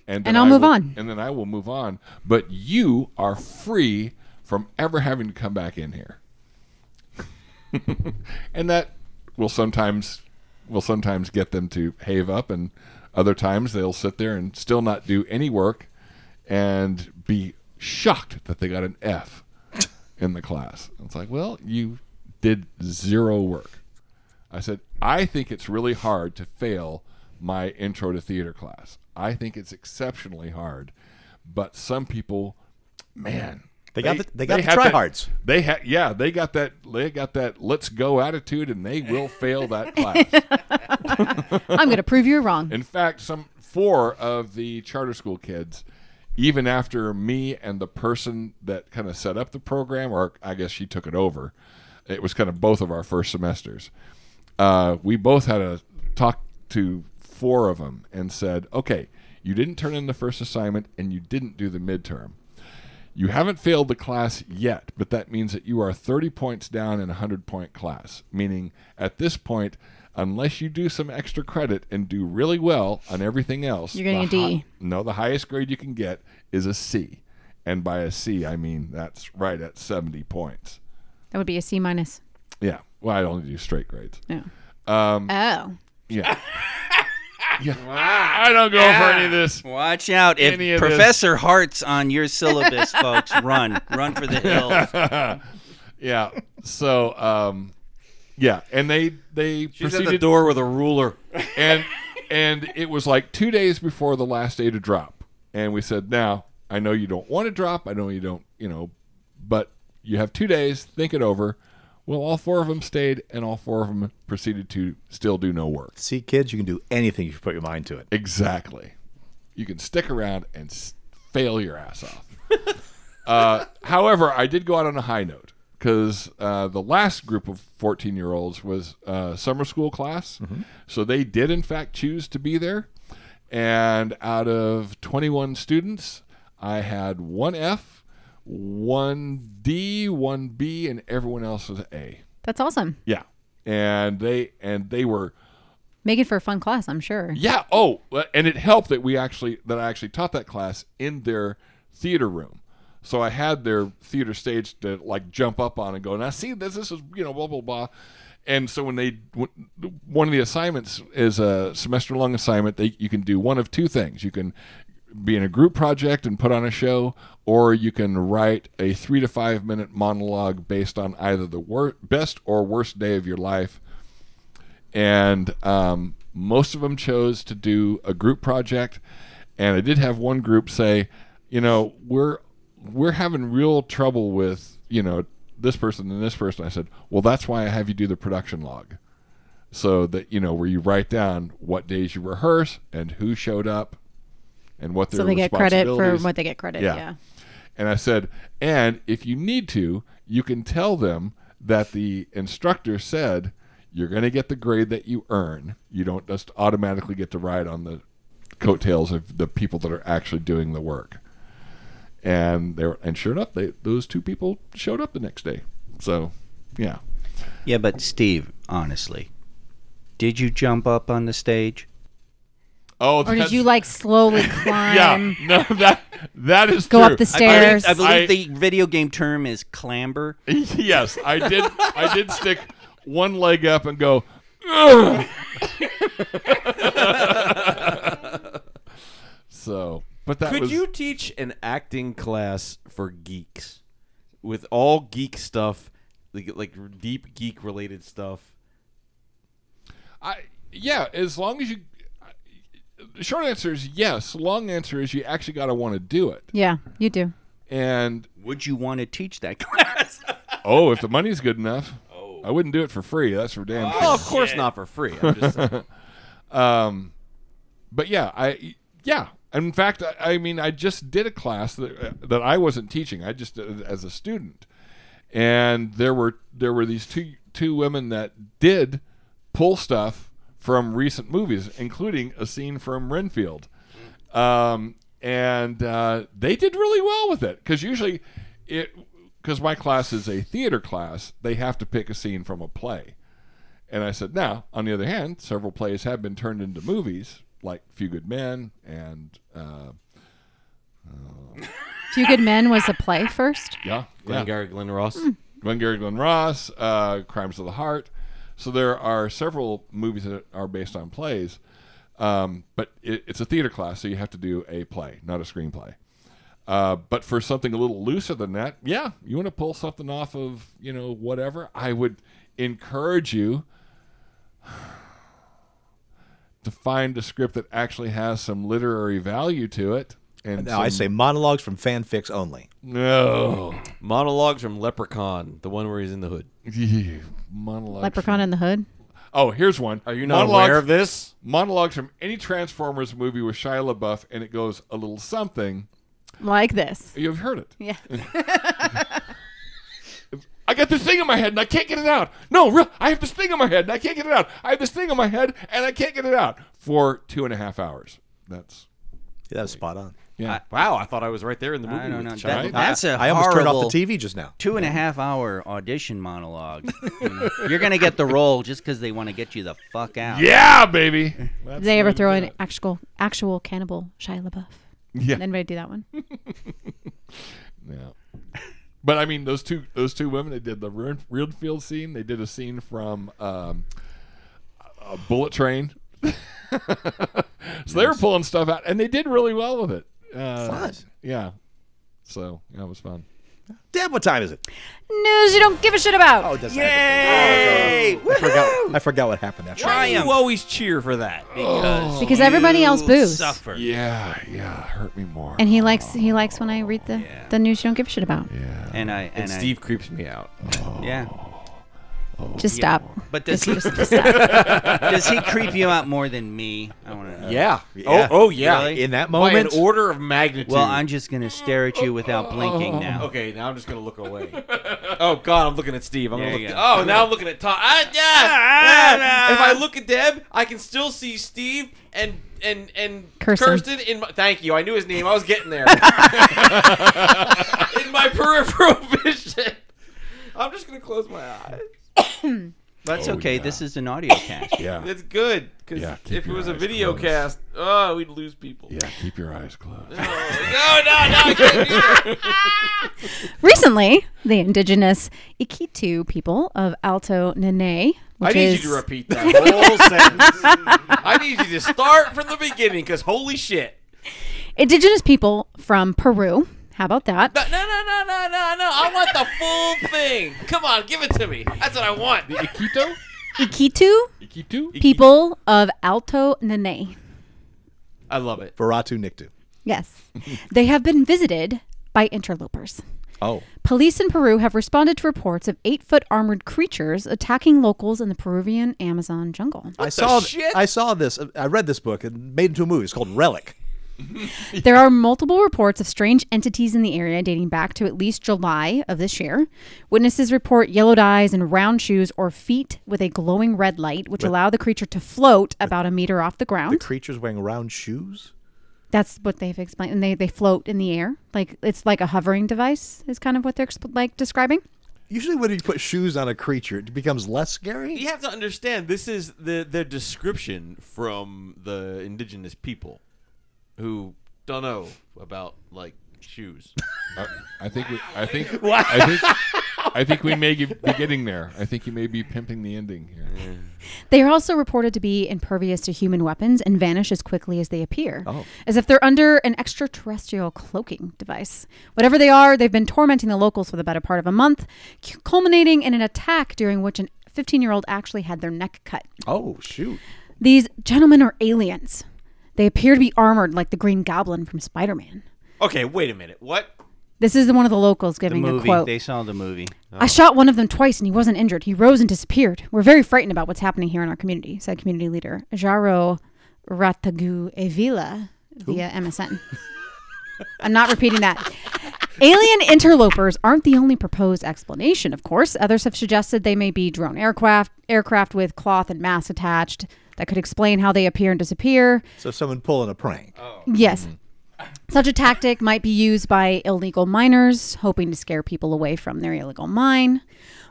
C: and then
D: And I'll
C: I
D: move
C: will-
D: on.
C: And then I will move on. But you are free from ever having to come back in here. and that will sometimes will sometimes get them to have up and other times they'll sit there and still not do any work and be shocked that they got an F in the class. It's like, well, you did zero work. I said, I think it's really hard to fail my intro to theater class. I think it's exceptionally hard, but some people, man,
G: They got the- they got the
C: have that-
G: tryhards.
C: They had, yeah, they got that. They got that. Let's go attitude, and they will fail that class.
D: I'm going to prove you're wrong.
C: In fact, some four of the charter school kids, even after me and the person that kind of set up the program, or I guess she took it over, it was kind of both of our first semesters. Uh, we both had a talk to four of them and said, "Okay, you didn't turn in the first assignment, and you didn't do the midterm." You haven't failed the class yet, but that means that you are 30 points down in a 100 point class. Meaning, at this point, unless you do some extra credit and do really well on everything else,
D: You're getting
C: the
D: a D.
C: hi- no, the highest grade you can get is a C. And by a C, I mean that's right at 70 points.
D: That would be a C minus.
C: Yeah. Well, I only do straight grades.
D: No.
C: Um,
D: oh.
C: Yeah. yeah. I don't go for any of this.
B: Watch out.
C: Any of
B: If
C: this.
B: Professor Hart's on your syllabus, folks, run. Run for the hills.
C: Yeah. So, um, yeah, and they they
F: She's
C: proceeded
F: at the door with a ruler.
C: and and it was like two days before the last day to drop and we said now i know you don't want to drop i know you don't you know but you have two days think it over well all four of them stayed and all four of them proceeded to still do no work
G: See, kids, you can do anything if you put your mind to it.
C: exactly you can stick around and s- fail your ass off uh, however i did go out on a high note because uh, the last group of 14 year olds was uh, summer school class so they did in fact choose to be there and out of 21 students i had one f one d one b and everyone else was a
D: That's awesome.
C: yeah and they and they were
D: Make it for a fun class, I'm sure.
C: yeah. Oh, and it helped that we actually that I actually taught that class in their theater room. So I had their theater stage to like jump up on and go. Now see this. This is you know blah blah blah. And so when they when- one of the assignments is a semester long assignment, they you can do one of two things. You can be in a group project and put on a show, or you can write a three to five minute monologue based on either the wor- best or worst day of your life and um, most of them chose to do a group project. And I did have one group say, you know, we're we're having real trouble with you know this person and this person. I said, well, that's why I have you do the production log, so that you know where you write down what days you rehearse and who showed up, and what their
D: So they get credit for
C: responsibilities-
D: what they get credit.
C: Yeah.
D: Yeah.
C: and I said, and if you need to, you can tell them that the instructor said you're going to get the grade that you earn. You don't just automatically get to ride on the coattails of the people that are actually doing the work. And they were, and sure enough, they those two people showed up the next day. So, yeah,
B: Yeah, but Steve, honestly, did you jump up on the stage?
C: Oh,
D: Or did
C: that's-
D: you like slowly climb?
C: Yeah, no, that that is
D: Go up
C: true.
D: the
C: I-
D: stairs.
B: I believe, I
C: I-
B: believe the video game term is clamber.
C: yes, I did. I did stick one leg up and go. so, but that
F: Could
C: was
F: you teach an acting class for geeks with all geek stuff, like, like deep geek related stuff?
C: I yeah, as long as you. The short answer is yes. Long answer is you actually got to want to do it.
D: Yeah, you do.
C: And
B: Would you want to teach that class?
C: oh, if the money's good enough, I wouldn't do it for free. That's for damn sure.
F: Oh, of course not for free. I'm just saying.
C: But yeah, I yeah. In fact, I, I mean, I just did a class that uh, that I wasn't teaching. I just did it as a student, and there were there were these two two women that did pull stuff from recent movies, including a scene from Renfield, um, and uh, they did really well with it because usually it because my class is a theater class, they have to pick a scene from a play. And I said, now, on the other hand, several plays have been turned into movies, like Few Good Men and uh,
D: Few Good Men was a play first.
F: Oh,
C: yeah, yeah.
F: Glengarry Glen Ross.
D: Mm.
C: Glengarry Glen Ross, uh, Crimes of the Heart. So there are several movies that are based on plays, um, but it, it's a theater class, so you have to do a play, not a screenplay. Uh, but for something a little looser than that, yeah, you want to pull something off of you know whatever. I would encourage you to find a script that actually has some literary value to it. And
E: Now I
C: some-
E: say monologues from fanfics only.
C: no
F: Monologues from Leprechaun, the one where he's in the hood.
C: monologue.
D: Leprechaun in the Hood.
C: Oh, here's one.
F: Are you not
C: Monologues-
F: aware of this?
C: monologues from any Transformers movie with Shia LaBeouf, and it goes a little something.
D: Like this.
C: You've heard it.
D: Yeah.
C: I got this thing in my head and I can't get it out. No, real, I have this thing in my head and I can't get it out. I have this thing in my head and I can't get it out for two and a half hours. That's
E: Yeah, that was spot on.
C: yeah.
F: Wow, I thought I was right there in the movie.
B: I don't know.
F: with the
B: That-
F: child.
B: that's a
E: I almost turned
B: horrible
E: off the TV just now.
B: Two and a half hour audition monologue. You know, You're gonna get the role just because they want to get you the fuck out.
C: yeah, baby. That's
D: Did they
C: the
D: ever
C: way to
D: throw
C: do
D: in
C: it.
D: actual actual cannibal Shia LaBeouf?
C: Yeah.
D: Anybody do that one?
C: Yeah. But I mean, those two those two women. They did the Ren- Renfield scene. They did a scene from um, a Bullet Train. so they were pulling stuff out, and they did really well with it. Uh,
E: Fun.
C: Yeah. So yeah, it was fun.
E: Dad, what time is it?
D: News you don't give a shit about.
E: Oh, it doesn't Yay! Oh, I forgot. I forgot what happened after.
F: Why do you always cheer for that?
B: Because,
D: Because everybody else
B: you
D: boos.
B: Suffer.
C: Yeah, yeah, hurt me more.
D: And he likes he likes when I read the, the news you don't give a shit about.
B: And I and,
F: And
B: I-
F: Steve creeps me out.
B: yeah.
D: Just stop.
B: But does he
D: Just, just stop.
B: does he creep you out more than me? I want to.
F: Yeah. Oh, oh yeah.
B: Uh, Really?
E: In that
F: By an
E: moment,
F: order of magnitude.
B: Well, I'm just gonna stare at you without blinking now.
F: Okay, now I'm just gonna look away. oh God, I'm looking at Steve. I'm
B: There
F: gonna
B: you
F: look.
B: go. Ah,
F: oh, now I'm looking at Tom. Ah, yeah, yeah. If I look at Deb, I can still see Steve and and and
D: Kirsten.
F: in my. Thank you. I knew his name. I was getting there. in my peripheral vision. I'm just gonna close my eyes.
B: That's okay. This is an audio cast.
C: yeah,
F: That's good because
C: Yeah, keep
F: if it
C: your
F: was a
C: eyes
F: video
C: closed.
F: cast, oh, we'd lose people.
C: yeah. Keep your eyes closed.
F: No, no, no. I can't do that.
D: Recently, the indigenous Iquitu people of Alto Nene,
F: I
D: which
F: need
D: is
F: you to repeat that whole sentence. I need you to start from the beginning because holy shit.
D: indigenous people from Peru. How about that?
F: No, no, no, no, no, no, no. I want the full thing. Come on, give it to me. That's what I want.
C: Iquito,
D: Iquitu
C: Iquito.
D: people of Alto Nene.
F: I love it.
E: Veratu Nictu.
D: Yes. they have been visited by interlopers.
E: Oh,
D: Police in Peru have responded to reports of eight foot armored creatures attacking locals in the Peruvian Amazon jungle.
E: I saw.
F: shit?
E: I saw this. I read this book and made into a movie. It's called Relic.
D: There are multiple reports of strange entities in the area dating back to at least July of this year. Witnesses report yellowed eyes and round shoes or feet with a glowing red light, which allow the creature to float about a meter off the
E: The
D: ground.
E: creatures wearing round shoes.
D: That's what they've explained. And they, they float in the air. Like it's like a hovering device, is kind of what they're exp- like describing.
E: Usually, when you put shoes on a creature, it becomes less scary.
F: You have to understand this is the the description from the indigenous people who don't know about like shoes.
C: I, Uh, I think. We, I think. I think. I think we may get- be getting there. I think you may be pimping the ending here.
F: Mm.
D: They are also reported to be impervious to human weapons and vanish as quickly as they appear,
B: Oh.
D: as if they're under an extraterrestrial cloaking device. Whatever they are, they've been tormenting the locals for the better part of a month, cu- culminating in an attack during which an 15 year old actually had their neck cut.
E: Oh shoot!
D: These gentlemen are aliens. They appear to be armored like the Green Goblin from Spider Man.
F: Okay, wait a minute. What?
D: This is one of the locals
B: The
D: giving a
B: movie.
D: quote.
B: They saw the movie.
D: I shot one of them twice and he wasn't injured. He rose and disappeared. We're very frightened about what's happening here in our community, said community leader Jaro Ratagu Avila via MSN. I'm not repeating that. Alien interlopers aren't the only proposed explanation, of course. Others have suggested they may be drone aircraft, aircraft with cloth and mass attached that could explain how they appear and disappear.
E: So someone pulling a prank.
F: Oh.
D: Yes. Such a tactic might be used by illegal miners, hoping to scare people away from their illegal mine.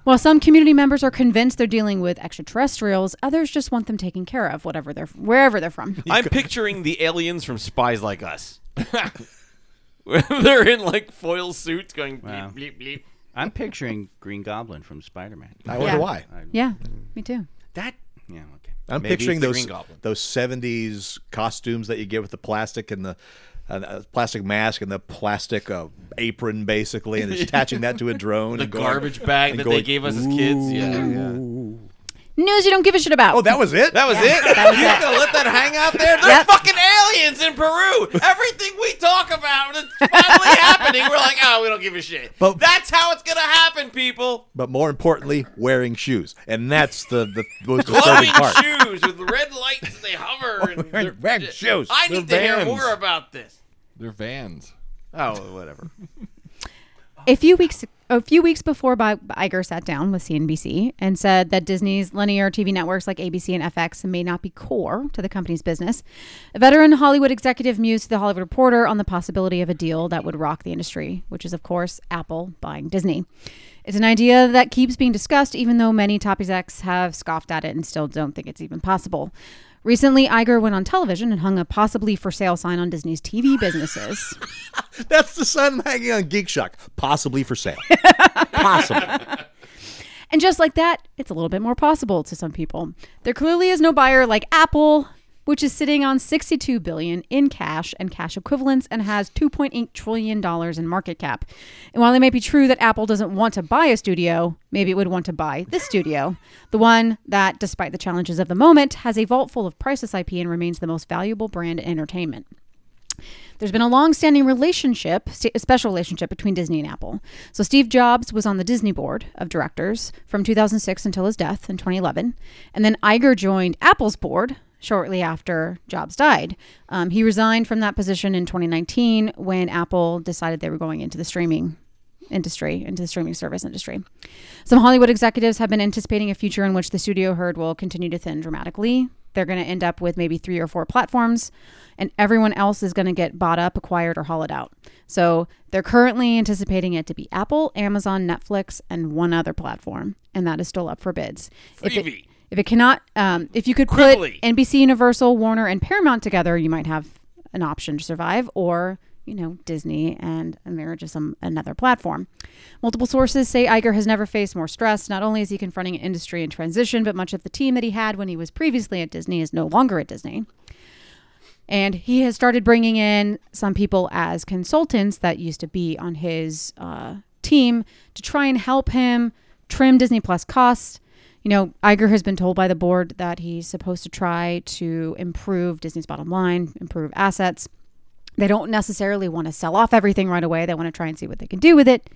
D: While some community members are convinced they're dealing with extraterrestrials, others just want them taken care of, whatever they're wherever they're from.
F: I'm picturing the aliens from Spies Like Us. They're in like foil suits going
B: Wow.
F: bleep, bleep, bleep.
B: I'm picturing Green Goblin from Spider Man.
E: I wonder
D: Yeah.
E: why.
D: Yeah, me too.
B: That. Yeah. Okay.
G: I'm
F: Maybe
G: picturing
F: it's the
G: those
F: Green Goblin.
G: those '70s costumes that you get with the plastic and the uh, uh, plastic mask and the plastic uh, apron, basically, and attaching that to a drone.
F: The
G: and going-
F: garbage bag
G: and
F: that they
G: going,
F: gave us as kids. Yeah.
D: News you don't give a shit about.
G: Oh, that was it.
F: That was it? You're going to let that hang out there? They're
D: Yep.
F: fucking aliens in Peru. Everything we talk about is finally happening. We're like, oh, we don't give a shit.
G: But-
F: That's how it's going to happen, people.
G: but more importantly, wearing shoes, and that's the the most disturbing
F: Glowing
G: part.
F: shoes with red lights and they hover. And they're-
G: wearing shoes.
F: I
C: They're
F: need to hear
C: vans.
F: more about this.
C: They're vans.
F: Oh, whatever.
D: A few weeks a few weeks before Bob Iger sat down with CNBC and said that Disney's linear TV networks like ABC and FX may not be core to the company's business, a veteran Hollywood executive mused to the Hollywood Reporter on the possibility of a deal that would rock the industry, which is of course Apple buying Disney. It's an idea that keeps being discussed, even though many top execs have scoffed at it and still don't think it's even possible. Recently, Iger went on television and hung a possibly for sale sign on Disney's TV businesses.
G: That's the sign hanging on Geek Shock, possibly for sale. Possible.
D: And just like that, it's a little bit more possible to some people. There clearly is no buyer like Apple, which is sitting on 62 billion in cash and cash equivalents and has 2.8 trillion dollars in market cap. And while it may be true that Apple doesn't want to buy a studio, maybe it would want to buy this studio, the one that despite the challenges of the moment has a vault full of priceless IP and remains the most valuable brand in entertainment. There's been a long-standing relationship, st- a special relationship between Disney and Apple. So Steve Jobs was on the Disney board of directors from 2006 until his death in 2011, and then Iger joined Apple's board shortly after Jobs died. Um, he resigned from that position in 2019 when Apple decided they were going into the streaming industry, into the streaming service industry. Some Hollywood executives have been anticipating a future in which the studio herd will continue to thin dramatically. They're going to end up with maybe three or four platforms, and everyone else is going to get bought up, acquired, or hollowed out. So they're currently anticipating it to be Apple, Amazon, Netflix, and one other platform, and that is still up for bids. If it,
F: Freebie.
D: if it cannot, um, if you could put
F: Quibbly.
D: NBC, Universal, Warner, and Paramount together, you might have an option to survive, or you know, Disney and a marriage of some another platform. Multiple sources say Iger has never faced more stress. Not only is he confronting an industry in transition, but much of the team that he had when he was previously at Disney is no longer at Disney. And he has started bringing in some people as consultants that used to be on his uh, team to try and help him trim Disney Plus costs. You know, Iger has been told by the board that he's supposed to try to improve Disney's bottom line, improve assets. They don't necessarily want to sell off everything right away. They want to try and see what they can do with it.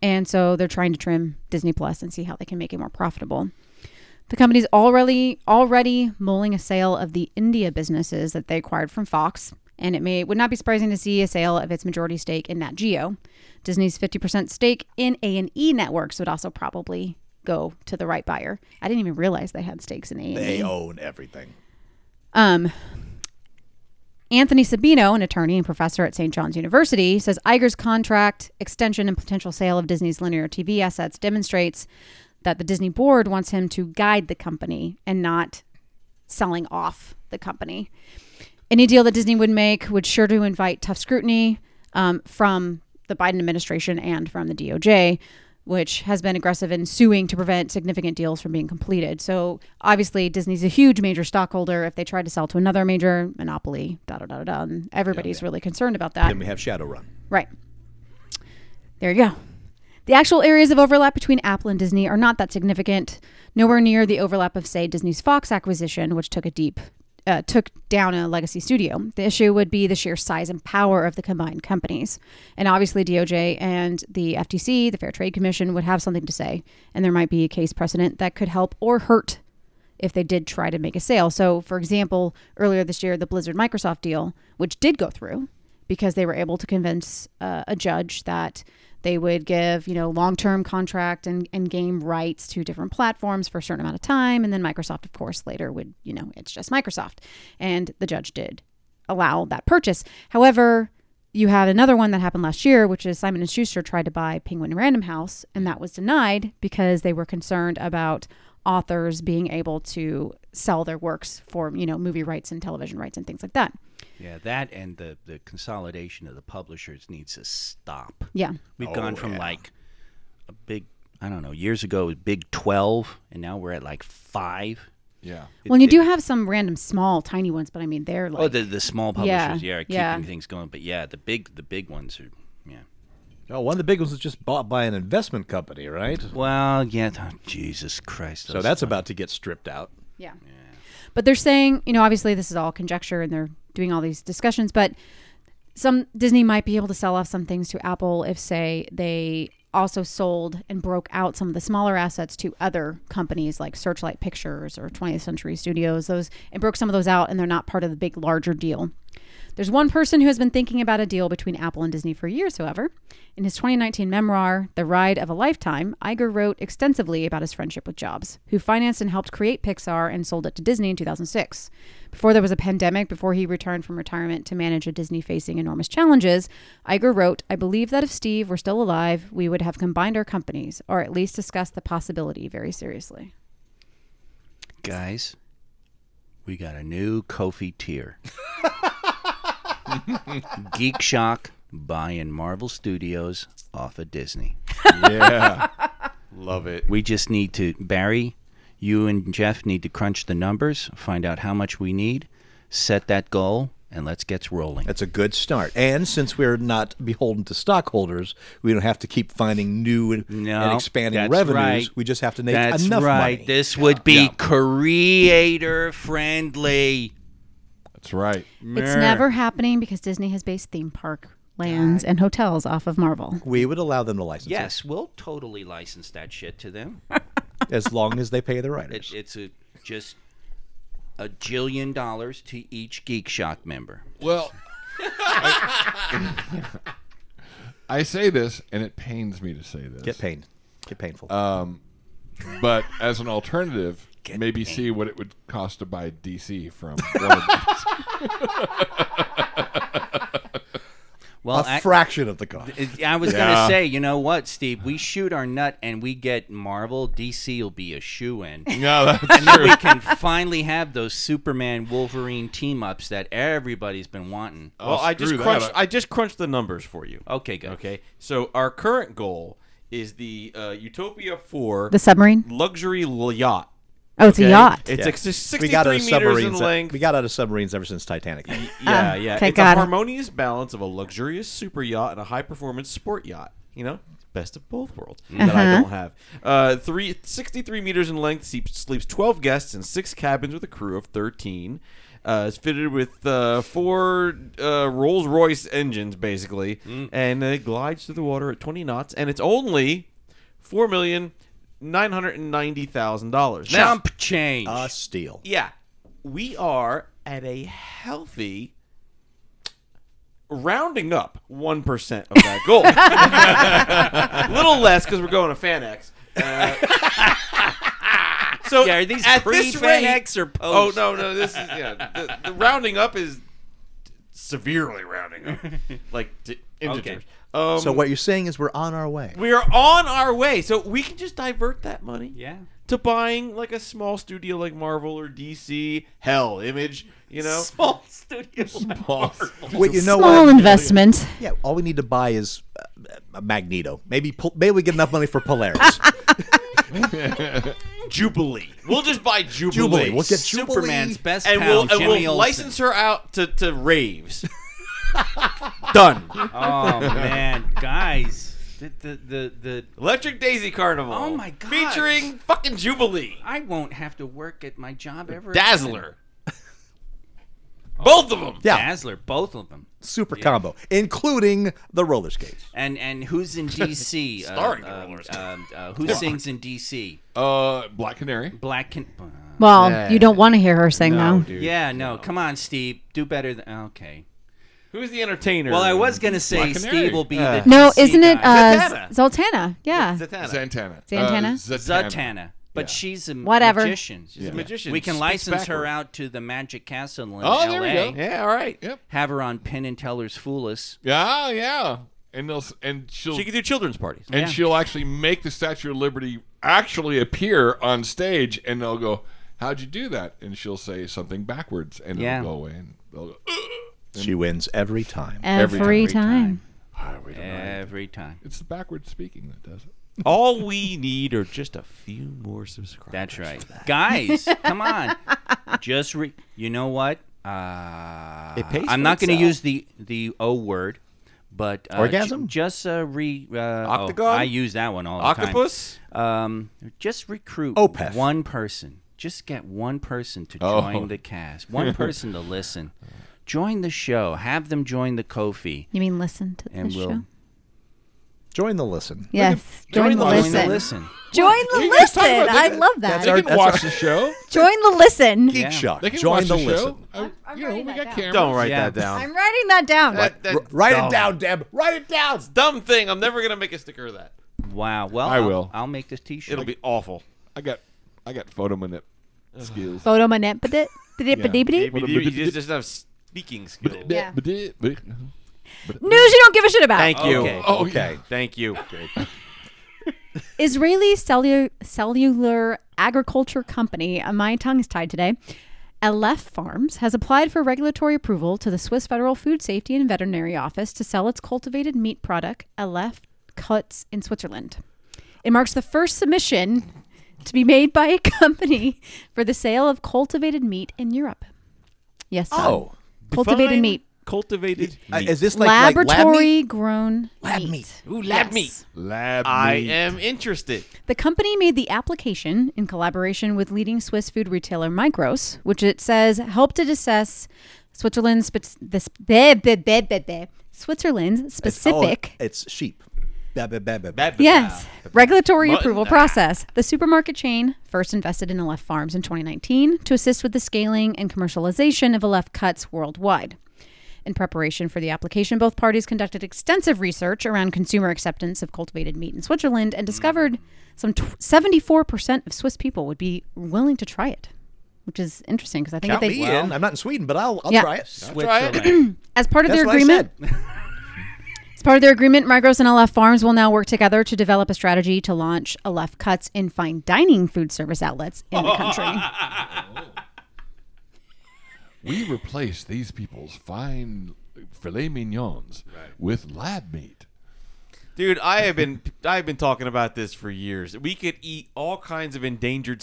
D: And so they're trying to trim Disney Plus and see how they can make it more profitable. The company's already already mulling a sale of the India businesses that they acquired from Fox, and it may would not be surprising to see a sale of its majority stake in Nat Geo. Disney's 50% stake in A&E Networks would also probably go to the right buyer. I didn't even realize they had stakes in E. A&E.
G: They own everything.
D: Um, Anthony Sabino, an attorney and professor at St. John's University, says Iger's contract extension and potential sale of Disney's linear TV assets demonstrates that the Disney board wants him to guide the company and not selling off the company. Any deal that Disney would make would sure to invite tough scrutiny um, from the Biden administration and from the DOJ, which has been aggressive in suing to prevent significant deals from being completed. So obviously, Disney's a huge major stockholder. If they tried to sell to another major monopoly, da da da da, da, and everybody's really concerned about that.
G: Then we have Shadowrun.
D: Right. There you go. The actual areas of overlap between Apple and Disney are not that significant, nowhere near the overlap of, say, Disney's Fox acquisition, which took a deep uh, took down a legacy studio. The issue would be the sheer size and power of the combined companies, and obviously DOJ and the FTC, the Fair Trade Commission, would have something to say, and there might be a case precedent that could help or hurt if they did try to make a sale. So, for example, earlier this year, the Blizzard Microsoft deal, which did go through because they were able to convince uh, a judge that they would give, you know, long-term contract and, and game rights to different platforms for a certain amount of time. And then Microsoft, of course, later would, you know, it's just Microsoft. And the judge did allow that purchase. However, you had another one that happened last year, which is Simon and Schuster tried to buy Penguin Random House, and that was denied because they were concerned about authors being able to sell their works for you know movie rights and television rights and things like that.
B: Yeah, that and the the consolidation of the publishers needs to stop.
D: Yeah,
B: We've gone from like a big I don't know, years ago it was big 12 and now we're at like 5.
C: Yeah.
D: well, and you do have some random small tiny ones, but I mean they're like
B: Oh, the the small publishers, yeah,
D: Yeah,
B: are keeping
D: yeah.
B: things going, but yeah, the big the big ones are yeah.
G: No, one of the big ones was just bought by an investment company, right?
B: Well, yeah, oh, Jesus Christ.
G: So that's about to get stripped out.
D: Yeah. But they're saying, you know, obviously this is all conjecture and they're doing all these discussions, but some Disney might be able to sell off some things to Apple if say they also sold and broke out some of the smaller assets to other companies like Searchlight Pictures or 20th Century Studios, those and broke some of those out and they're not part of the big larger deal. There's one person who has been thinking about a deal between Apple and Disney for years, however. In his 2019 memoir, The Ride of a Lifetime, Iger wrote extensively about his friendship with Jobs, who financed and helped create Pixar and sold it to Disney in 2006. Before there was a pandemic, before he returned from retirement to manage a Disney facing enormous challenges, Iger wrote, I believe that if Steve were still alive, we would have combined our companies, or at least discussed the possibility very seriously.
B: guys. We got a new Kofi tier. Geek Shock buying Marvel Studios off of Disney.
C: Yeah.
G: Love it.
B: We just need to Barry, you and Jeff need to crunch the numbers, find out how much we need, set that goal, and let's get rolling.
G: That's a good start. And since we're not beholden to stockholders, we don't have to keep finding new and,
B: No,
G: and expanding
B: that's
G: revenues.
B: right.
G: We just have to make
B: That's
G: enough
B: right.
G: money.
B: This would be creator friendly.
C: That's right.
D: It's never happening because Disney has based theme park lands and hotels off of Marvel.
G: we would allow them to license
B: Yes, we'll totally license that shit to them.
G: it as long as they pay the writers.
B: It, it's a just a jillion dollars to each Geek Shock member.
C: Well, I, I say this, and it pains me to say this.
G: Get pain. Get painful.
C: Um, but as an alternative, maybe see what it would cost to buy DC from. one of these.
B: Well,
G: a
B: ac-
G: fraction of the cost.
B: It- I was
C: Yeah.
B: gonna say, you know what, Steve? We shoot our nut and we get Marvel. DC will be a shoe in.
C: no, that's
B: And then
C: true.
B: we can finally have those Superman Wolverine team ups that everybody's been wanting.
F: Well, I just
C: screw that.
F: crunched. I just crunched the numbers for you.
B: Okay, good.
F: Okay. So our current goal is the uh, Utopia Four
D: The submarine?
F: luxury l- yacht.
D: Oh, it's a
F: okay?
D: yacht.
F: It's
G: Yeah.
F: like s-
G: we got out
F: sixty-three
G: of
F: meters in
G: submarines.
F: length.
G: we got out of submarines ever since Titanic.
F: yeah,
D: Ah,
F: yeah.
D: okay,
F: it's
D: got
F: a
D: it.
F: harmonious balance of a luxurious super yacht and a high-performance sport yacht. You know, best of both worlds that I don't have. Uh, three, 63 meters in length, seep- sleeps twelve guests in six cabins with a crew of thirteen. Uh, it's fitted with uh, four uh, Rolls Royce engines, basically, and it glides through the water at 20 knots, and it's only four million nine hundred ninety thousand dollars.
B: Jump change.
F: uh,
G: A steal.
F: Yeah. We are at a healthy rounding up 1% of that goal. A little less because we're going to Fanex. Uh, so
B: Yeah, are these
F: at this
B: pre-Fan
F: rate-
B: X or
F: Oh,
B: post?
F: no, no. This is, yeah. The, the rounding up is severely rounding up. like, d- integers. Um,
G: So what you're saying is we're on our way.
F: we are on our way. So we can just divert that money
B: yeah.
F: to buying like a small studio like Marvel or DC, hell, Image, you know.
B: Small studio.
G: Wait, you know
D: Small
G: what?
D: investment.
G: Yeah, all we need to buy is uh, a Magneto. Maybe Pol- maybe we get enough money for Polaris.
F: Jubilee. We'll just buy Jubilee.
G: Jubilee. We'll get Jubilee.
B: Superman's best
F: and
B: pal,
F: we'll, and
B: Jimmy
F: we'll
B: Olsen.
F: license her out to, to raves. Done.
B: Oh man, guys. The, the, the, the,
F: Electric Daisy Carnival.
B: Oh my God.
F: Featuring fucking Jubilee,
B: I won't have to work at my job ever.
F: Dazzler, both of them.
B: Again.
G: Yeah.
B: Dazzler, both of them.
G: Super combo, including the roller skates.
B: And and who's in D.C.? Uh,
F: Starring the
B: um,
F: Rollers.
B: um, uh, who sings in D.C.?
C: Uh, Black Canary.
B: Black Can. uh,
D: Well, you don't want to hear her sing though.
F: dude.
B: Yeah, no. Come on, Steve. Do better than. Okay.
F: Who's the entertainer?
B: Well, I was gonna say
C: Black Canary.
B: Steve will be the.
D: No,
B: DC
D: isn't it
B: guy.
D: uh,
F: Zatanna.
D: Z- Zoltana? Yeah.
F: Zatanna.
C: Santana.
D: Santana?
C: Uh, Zatanna.
B: Zatanna? But she's a
D: Whatever.
B: magician.
F: She's a magician.
B: We can
F: Speaks
B: license her
F: backward.
B: out to the Magic Castle in
C: Oh,
B: L.A.
C: there we go.
F: Yeah, all right.
C: Yep.
B: Have her on Penn and Teller's Fool Us.
C: Yeah, yeah. And they'll s- and she'll
F: She could do children's parties.
C: and
B: Yeah.
C: she'll actually make the Statue of Liberty actually appear on stage, and they'll go, "How'd you do that?" And she'll say something backwards, and
B: Yeah.
C: it'll go away, and they'll go,
E: She wins every time.
D: Every,
C: Every
D: time.
C: "Ah, we don't know."
B: Every time.
C: It's the backward speaking that does it.
F: All we need are just a few more subscribers.
B: That's right. Guys, come on. Just re- you know what? Uh,
G: It pays
B: I'm
G: for
B: not going to
G: itself.
B: use the the O word, but uh,
G: Orgasm?
B: j- just uh, re uh, oh,
F: Octagon?
B: I use that one all the
F: Octopus.
B: time. Um, just recruit
G: Opeth.
B: one person. Just get one person to
C: Oh.
B: join the cast. One person to listen. Join the show. Have them join the Kofi,
D: You mean listen to
B: and
D: this
B: we'll
D: show?
G: Join the listen.
H: Yes. Join the
B: join the
H: listen.
B: listen.
H: Join the
C: We just
H: listen.
C: talked about
H: I
C: that.
H: love that.
C: They
G: our-
C: can
G: that's
C: watch
G: our-
C: the show.
H: Join the listen.
G: Geek
B: Yeah.
G: Shock.
C: They can
G: Join
C: watch
G: the,
C: the,
G: listen.
C: show. I-
H: I'm
C: you know, we
H: writing that
C: got
H: down.
C: cameras.
F: Don't write
B: Yeah.
F: that down.
H: I'm writing that down.
F: That- that-
G: R- write it down, Deb. Write it down.
F: dumb thing. I'm never gonna make a sticker of that.
B: Wow. Well,
C: I
B: I'll-
C: will.
B: I'll make this T-shirt.
F: It'll be awful.
C: I got, I got photo minute skills.
D: Photo manipulate. Yeah.
F: Maybe you, you just, just have speaking skills.
D: Yeah.
C: Thank
D: News you don't give a shit about.
F: Thank you.
B: Okay.
C: Oh,
G: Okay.
C: yeah.
F: Thank you.
D: Israeli cellular, cellular agriculture company, uh, my tongue's tied today, Aleph Farms, has applied for regulatory approval to the Swiss Federal Food Safety and Veterinary Office to sell its cultivated meat product, Aleph Cuts, in Switzerland. It marks the first submission to be made by a company for the sale of cultivated meat in Europe. Yes. Tom.
G: Oh.
D: cultivated
F: Fine
D: meat.
F: Cultivated
G: Uh,
F: meat.
G: Is this like Like lab meat?
D: Laboratory grown
G: Lab
D: meat.
G: meat.
F: Ooh, lab
D: Yes.
F: meat.
C: Lab
F: I
C: meat.
F: am interested.
D: The company made the application in collaboration with leading Swiss food retailer Migros, which it says helped it assess Switzerland's spec- this bleh, bleh, bleh, bleh, bleh, Switzerland's specific
G: Oh, it's sheep. Ba- ba- ba- ba- ba.
F: Bad
D: Yes. Regulatory
F: Mutton.
D: approval process. The supermarket chain first invested in Aleph Farms in 2019 to assist with the scaling and commercialization of Aleph cuts worldwide. In preparation for the application, both parties conducted extensive research around consumer acceptance of cultivated meat in Switzerland and discovered some t- 74% of Swiss people would be willing to try it, which is interesting because I think if
G: Count
D: they
G: me in. I'm not in Sweden, but I'll, I'll
D: Yeah.
G: try it.
B: Switzerland.
D: as part of
G: That's
D: their
G: what
D: agreement,
G: I said.
D: As part of their agreement, Migros and Aleph Farms will now work together to develop a strategy to launch Aleph Cuts in fine dining food service outlets in the country.
C: We replace these people's fine filet mignons with lab meat.
F: Dude, I have been I have been talking about this for years. We could eat all kinds of endangered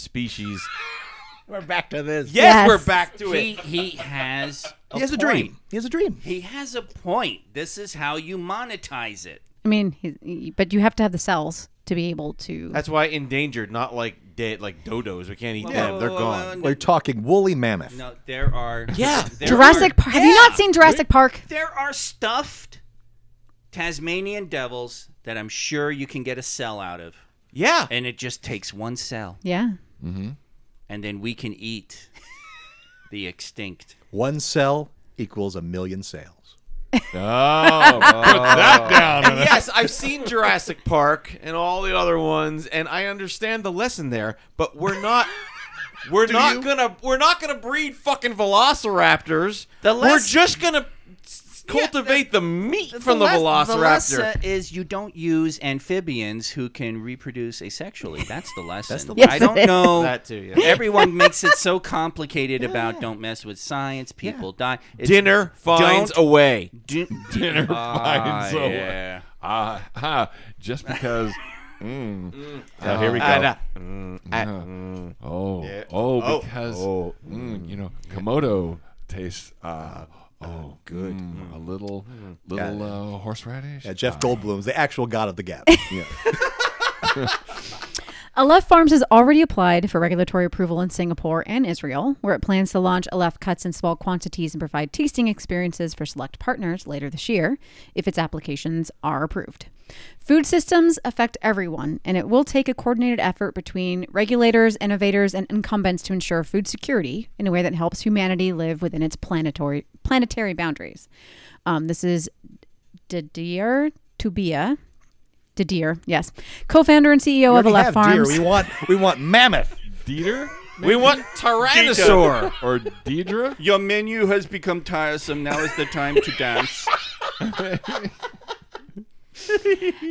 F: species.
G: We're back to this.
F: Yes,
D: Yes.
F: we're back to
B: he
F: it.
B: he has.
G: He has a
B: point.
G: dream. He has a dream.
B: He has a point. This is how you monetize it.
D: I mean, he- he- but you have to have the cells to be able to.
F: That's why endangered, not like dead, like dodos. We can't eat
B: Whoa,
F: them;
B: whoa,
F: they're
B: whoa,
F: gone.
B: whoa,
G: We're talking woolly mammoth.
B: No, there are. Yeah,
D: Jurassic Park. Have you not seen Jurassic Park?
B: There are stuffed Tasmanian devils that I'm sure you can get a cell out of,
F: Yeah,
B: and it just takes one cell,
D: Yeah.
B: and then we can eat the extinct.
G: One cell equals a million sales.
C: Oh,
F: yes, I've seen Jurassic Park and all the other ones, and I understand the lesson there. But we're not, we're not gonna, we're not gonna breed fucking velociraptors.
B: The less-
F: we're just gonna s- cultivate the, meat from the,
B: les- the
F: velociraptor.
B: lesson is you don't use amphibians who can reproduce asexually. That's the lesson.
G: the
B: I
D: lesson.
B: don't
D: Yes, it
B: know.
F: That too, yeah.
B: Everyone makes it so complicated about don't mess with science. People die. It's-
F: Dinner finds
B: don't-
F: a way.
B: Di-
C: dinner
B: Ah,
C: finds a way.
B: yeah.
C: Ah, ha, just because. Mm. Ah,
F: here we
C: go. Oh, oh, because
F: oh.
E: oh.
C: Mm, you know Komodo tastes. Uh,
E: Oh, good. Mm.
C: a little little uh, horseradish.
E: Yeah,
G: Ah.
E: Jeff Goldblum's the actual god of the gap.
D: Aleph Farms has already applied for regulatory approval in Singapore and Israel, where it plans to launch Aleph cuts in small quantities and provide tasting experiences for select partners later this year if its applications are approved. Food systems affect everyone, and it will take a coordinated effort between regulators, innovators, and incumbents to ensure food security in a way that helps humanity live within its planetary planetary boundaries. Um, this is Didier Tubia. Didier, yes, co-founder and CEO of
E: We
D: Aleph
E: have deer.
D: Farms.
E: We want we want mammoth.
C: Dieter
B: We want Tyrannosaur.
C: or Deidre?
B: Your menu has become tiresome. Now is the time to dance.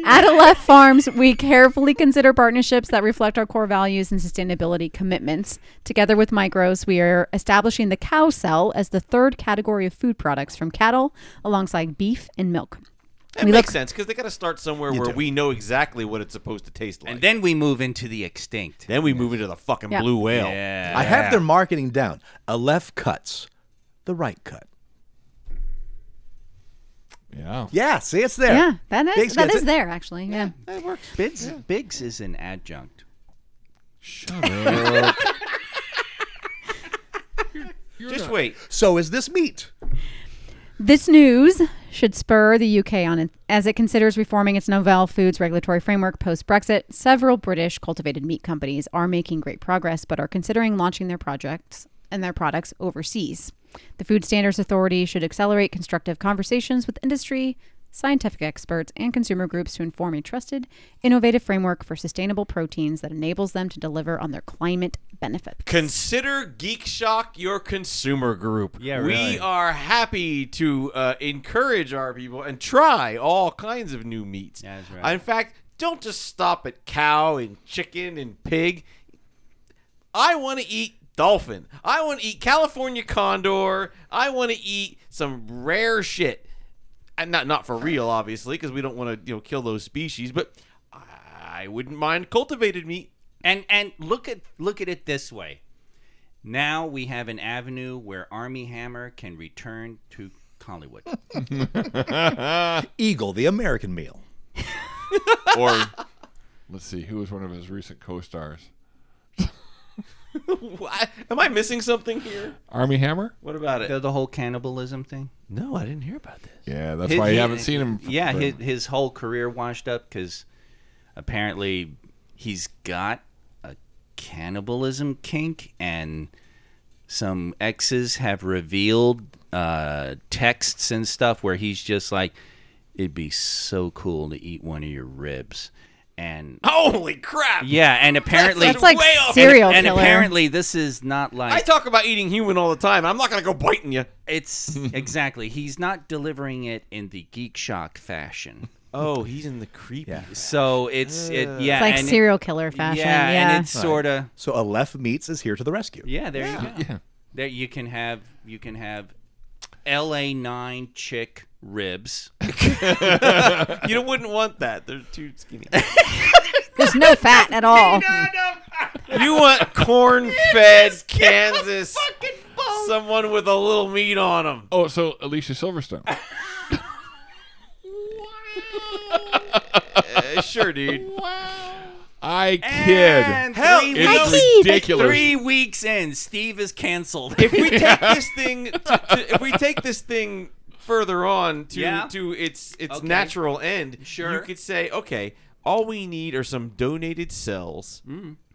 D: At Aleph Farms, we carefully consider partnerships that reflect our core values and sustainability commitments. Together with Micros, we are establishing the cow cell as the third category of food products from cattle, alongside beef and milk.
F: It
D: we
F: makes
D: look-
F: sense because they got to start somewhere where we know exactly what it's supposed to taste like.
B: And then we move into the extinct.
F: Then we move into the fucking
D: Yeah.
F: blue whale.
B: Yeah.
E: I have their marketing down. A left cuts, the right cut.
C: Yeah.
E: Yeah, see, it's there.
D: Yeah, that is
E: Biggs
D: that
E: gets
D: is
E: it.
D: there actually. Yeah.
B: That works. Biggs, Biggs is an adjunct.
C: Shut up.
B: Just wait.
E: So is this meat?
D: This news should spur the UK on it as it considers reforming its novel foods regulatory framework post Brexit. Several British cultivated meat companies are making great progress but are considering launching their projects and their products overseas. The Food Standards Authority should accelerate constructive conversations with industry, scientific experts, and consumer groups to inform a trusted, innovative framework for sustainable proteins that enables them to deliver on their climate benefits.
F: Consider Geek Shock your consumer group.
B: Yeah,
F: We
B: really.
F: are happy to uh, encourage our people and try all kinds of new meats.
B: That's right.
F: In fact, don't just stop at cow and chicken and pig. I want to eat dolphin. I want to eat California condor. I want to eat some rare shit. And not not for real, obviously, because we don't want to you know kill those species. But I wouldn't mind cultivated meat.
B: And and look at look at it this way. Now we have an avenue where Army Hammer can return to Hollywood.
E: Eagle, the American meal.
C: or let's see, who was one of his recent co-stars?
F: Why- Am I missing something here?
C: Army Hammer.
F: What about it?
B: the, the whole cannibalism thing.
F: No, I didn't hear about this.
C: Yeah, that's
B: His-
C: why you
B: he-
C: haven't seen him. f-
B: Yeah,
C: for-
B: his, his whole career washed up because apparently he's got a cannibalism kink, and some exes have revealed uh, texts and stuff where he's just like, "It'd be so cool to eat one of your ribs," and
F: Holy crap!
B: yeah, and apparently
D: That's like
F: way off.
D: serial
B: and
D: killer.
B: apparently this is not like
F: I talk about eating human all the time. I'm not gonna go biting you.
B: it's exactly he's not delivering it in the geek shock fashion.
F: Oh, he's in the creepy.
B: So it's it yeah,
D: It's like
B: and it-
D: serial killer fashion.
B: yeah,
D: Yeah.
B: and it's sort of
E: So a left meats is here to the rescue.
B: yeah. There you go.
C: yeah.
B: There you can have you can have L.A. nine chick ribs.
F: You wouldn't want that. They're too skinny.
D: There's no fat at all.
F: you want corn-fed Kansas. Someone with a little meat on them.
C: Oh, so Alicia Silverstone.
F: uh, sure, dude.
C: I kid.
B: And
F: Hell,
B: three
F: it's
B: weeks-
C: it's ridiculous.
B: Three weeks in, Steve is canceled.
F: if we take this thing, to, to, if we take this thing further on to
B: Yeah.
F: to its its
B: Okay.
F: natural end, you
B: Sure.
F: could say, okay, all we need are some donated cells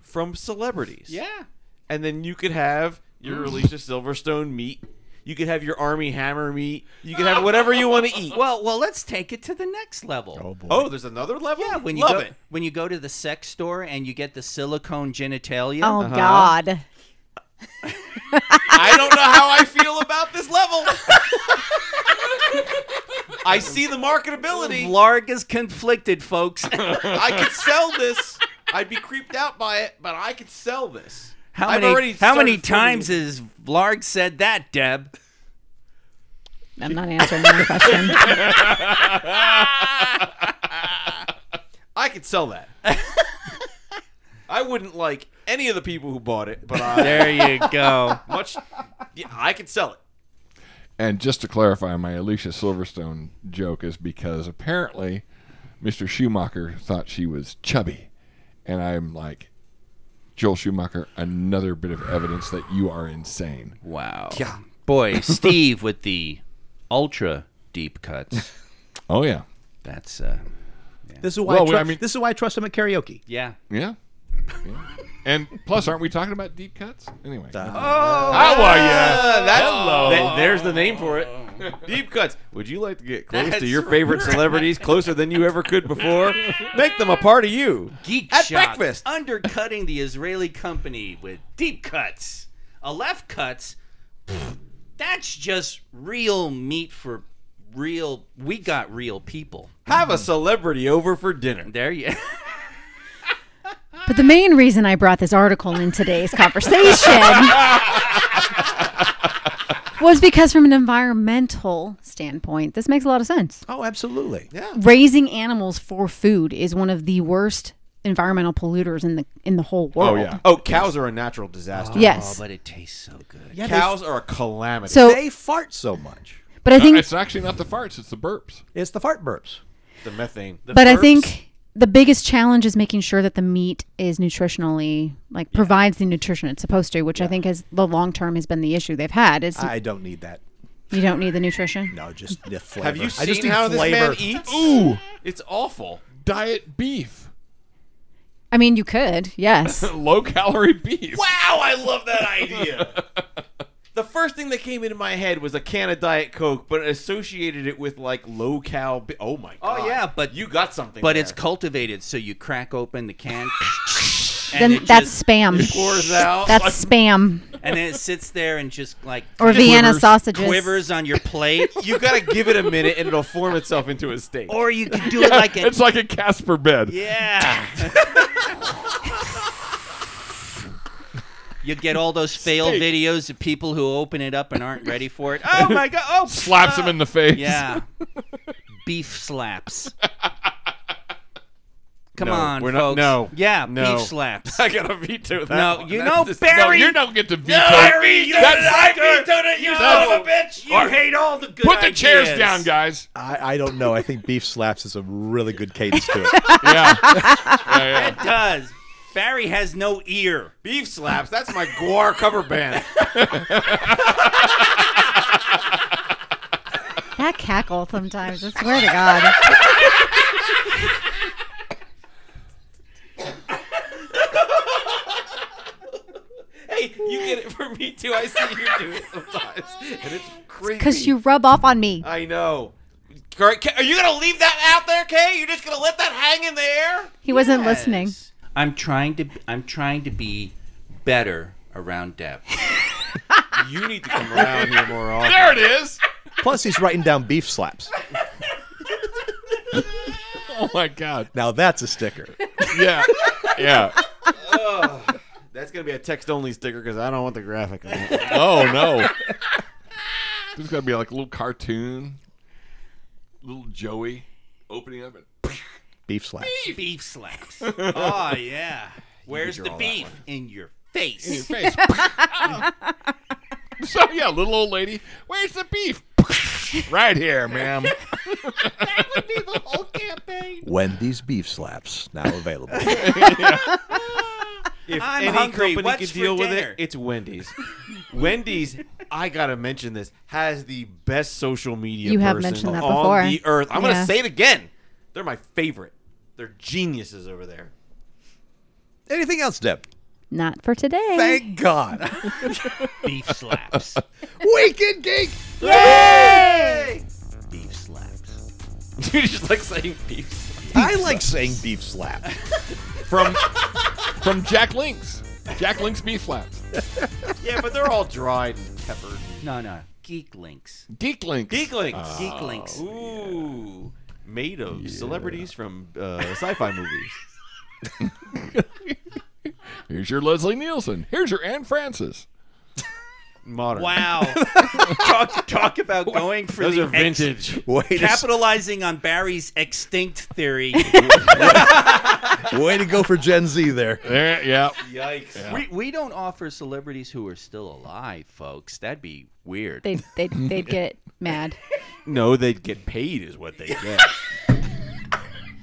F: from celebrities.
B: yeah,
F: and then you could have your Alicia Silverstone meat. You could have your Army Hammer meat. You could have whatever you want to eat.
B: well, well, let's take it to the next level. Oh boy.
F: oh, there's another level.
B: Yeah, when you
F: love
B: go
F: it.
B: when you go to the sex store and you get the silicone genitalia.
D: Oh God.
F: I don't know how I feel about this level. I see the
D: Oh.
F: marketability.
B: Larg is conflicted, folks.
F: I could sell this. I'd be creeped out by it, but I could sell this.
B: How
F: I've
B: many
F: already
B: how many
F: started
B: times
F: feeling-
B: has Larg said that, Deb?
D: I'm not answering that question.
F: I could sell that. I wouldn't like any of the people who bought it, but I
B: There you go.
F: much. Yeah, I could sell it.
C: And just to clarify, my Alicia Silverstone joke is because apparently Mr. Schumacher thought she was chubby. And I'm like, Joel Schumacher, another bit of evidence that you are insane.
B: Wow. Yeah. Boy, Steve with the ultra deep cuts.
C: Oh, yeah.
B: That's uh
G: This is why
C: Well,
G: I tru-
C: I mean-
G: this is why I trust him at karaoke.
B: yeah.
C: Yeah. Yeah. And plus, aren't we talking about deep cuts? Anyway. Oh, how are ya?
F: Uh, that's th- there's the name for it. Deep cuts. Would you like to get close to your favorite celebrities, closer than you ever could before? Make them a part of you.
B: Geek
F: At
B: Shock,
F: breakfast.
B: undercutting the Israeli company with deep cuts. A left cuts. pfft, That's just real meat for real. We got real people.
F: Have a celebrity over for dinner.
B: There you.
D: But the main reason I brought this article in today's conversation was because, from an environmental standpoint, this makes a lot of sense.
G: Oh, absolutely. Yeah.
D: Raising animals for food is one of the worst environmental polluters in the in the whole world.
C: Oh, yeah.
F: Oh, cows are a natural disaster.
B: oh,
D: Yes.
B: but it tastes so good.
F: Cows are a calamity.
D: so,
G: They fart so much.
D: but I think
C: It's actually not the farts, it's the burps.
G: It's the fart burps.
F: the methane.
D: but I think the biggest challenge is making sure that the meat is nutritionally like provides the nutrition it's supposed to, which I think is the long term has been the issue they've had. Is
G: I don't need that.
D: you don't need the nutrition.
G: No, just the flavor.
F: Have you
G: I just
F: seen
G: need
F: how this
G: flavor.
F: man eats?
C: Ooh,
F: It's awful.
C: diet beef.
D: I mean, you could, yes.
C: Low calorie beef.
F: Wow, I love that idea. the first thing that came into my head was a can of Diet Coke, but associated it with like low cal. Bi- oh my god.
B: yeah, but-
F: you got something.
B: But
F: there.
B: it's cultivated, so you crack open the can. and
D: then
B: it
D: that's
B: just-
D: spam.
F: pours out.
D: That's spam
B: and then it sits there and just like
D: or Vienna
B: quivers-
D: sausages.
B: quivers on your plate.
F: you gotta give it a minute, and it'll form itself into a steak.
B: or you could do it like a
C: It's like a Casper bed.
B: yeah. you get all those fail
C: Steak.
B: videos of people who open it up and aren't ready for it. Oh my god! Oh,
C: Slaps him in the face.
B: yeah. Beef slaps. Come
F: No,
B: on,
F: we're not-
B: folks.
F: no,
B: yeah,
F: no.
B: beef slaps.
F: I gotta veto that.
B: No,
F: one.
B: you
F: That's
B: know
F: just-
C: No,
B: Barry.
C: you don't get to veto.
B: Barry, you
C: That's-
B: vetoed it, you
C: That's-
B: son of a bitch. You
C: All right.
B: hate all the good
C: Put the chairs
B: ideas.
C: down, guys.
G: I, I don't know. I think beef slaps is a really good cadence to it.
C: Yeah. Yeah, yeah.
B: It does. Barry has no ear.
F: Beef slaps. That's my Guar cover band.
D: that cackle sometimes. I swear to God.
F: hey, you get it from me too. I see you do it sometimes, and it's creepy.
D: Because you rub off on me.
F: I know. Gar- Kay- Are you gonna leave that out there, Kay? You're just gonna let that hang in the air?
D: He wasn't listening.
B: I'm trying to. I'm trying to be better around Deb.
F: You need to come around here more often.
C: There it is.
G: Plus, he's writing down beef slaps.
C: Oh my god.
G: Now that's a sticker.
C: Yeah. Yeah.
F: That's gonna be a text-only sticker because I don't want the graphic on it.
C: Oh no. There's gotta be like a little cartoon. Little Joey opening up and
G: Beef slaps.
B: beef slaps. oh yeah. Where's the beef in your face?
C: in your face. so yeah, little old lady, where's the beef? right here, ma'am.
G: Wendy's beef slaps now available.
F: If
B: I'm
F: any
B: hungry.
F: company
B: What's
F: can
B: for
F: deal with
B: dinner?
F: it, it's Wendy's. Wendy's, I gotta mention this, has the best social media.
D: You have
F: person
D: mentioned that
F: on
D: before.
F: the earth. I'm gonna
D: Yeah.
F: say it again. They're my favorite. They're geniuses over there.
G: Anything else, Deb?
D: Not for today.
G: Thank God.
B: Beef slaps.
G: Weekend geek.
B: beef slaps.
F: you just like saying beef.
G: I like saying beef slap.
C: From from Jack Links. Jack Links beef flaps.
F: Yeah, but they're all dried and peppered.
B: No, no. Geek links.
C: Geek Links.
F: Geeklings.
B: Geek links.
F: Ooh, made of celebrities from uh, sci-fi movies.
C: Here's your Leslie Nielsen. Here's your Anne Francis.
F: modern.
B: Wow. talk, talk about going for
F: Those
B: the
F: are
B: ex-
F: vintage.
G: Way to, s-
B: capitalizing on Barry's extinct theory.
G: way to go for Gen Z there.
C: There, yeah.
F: Yikes.
B: we, we don't offer celebrities who are still alive, folks. That'd be weird.
D: They'd, they'd, they'd get mad.
F: No, they'd get paid is what they get.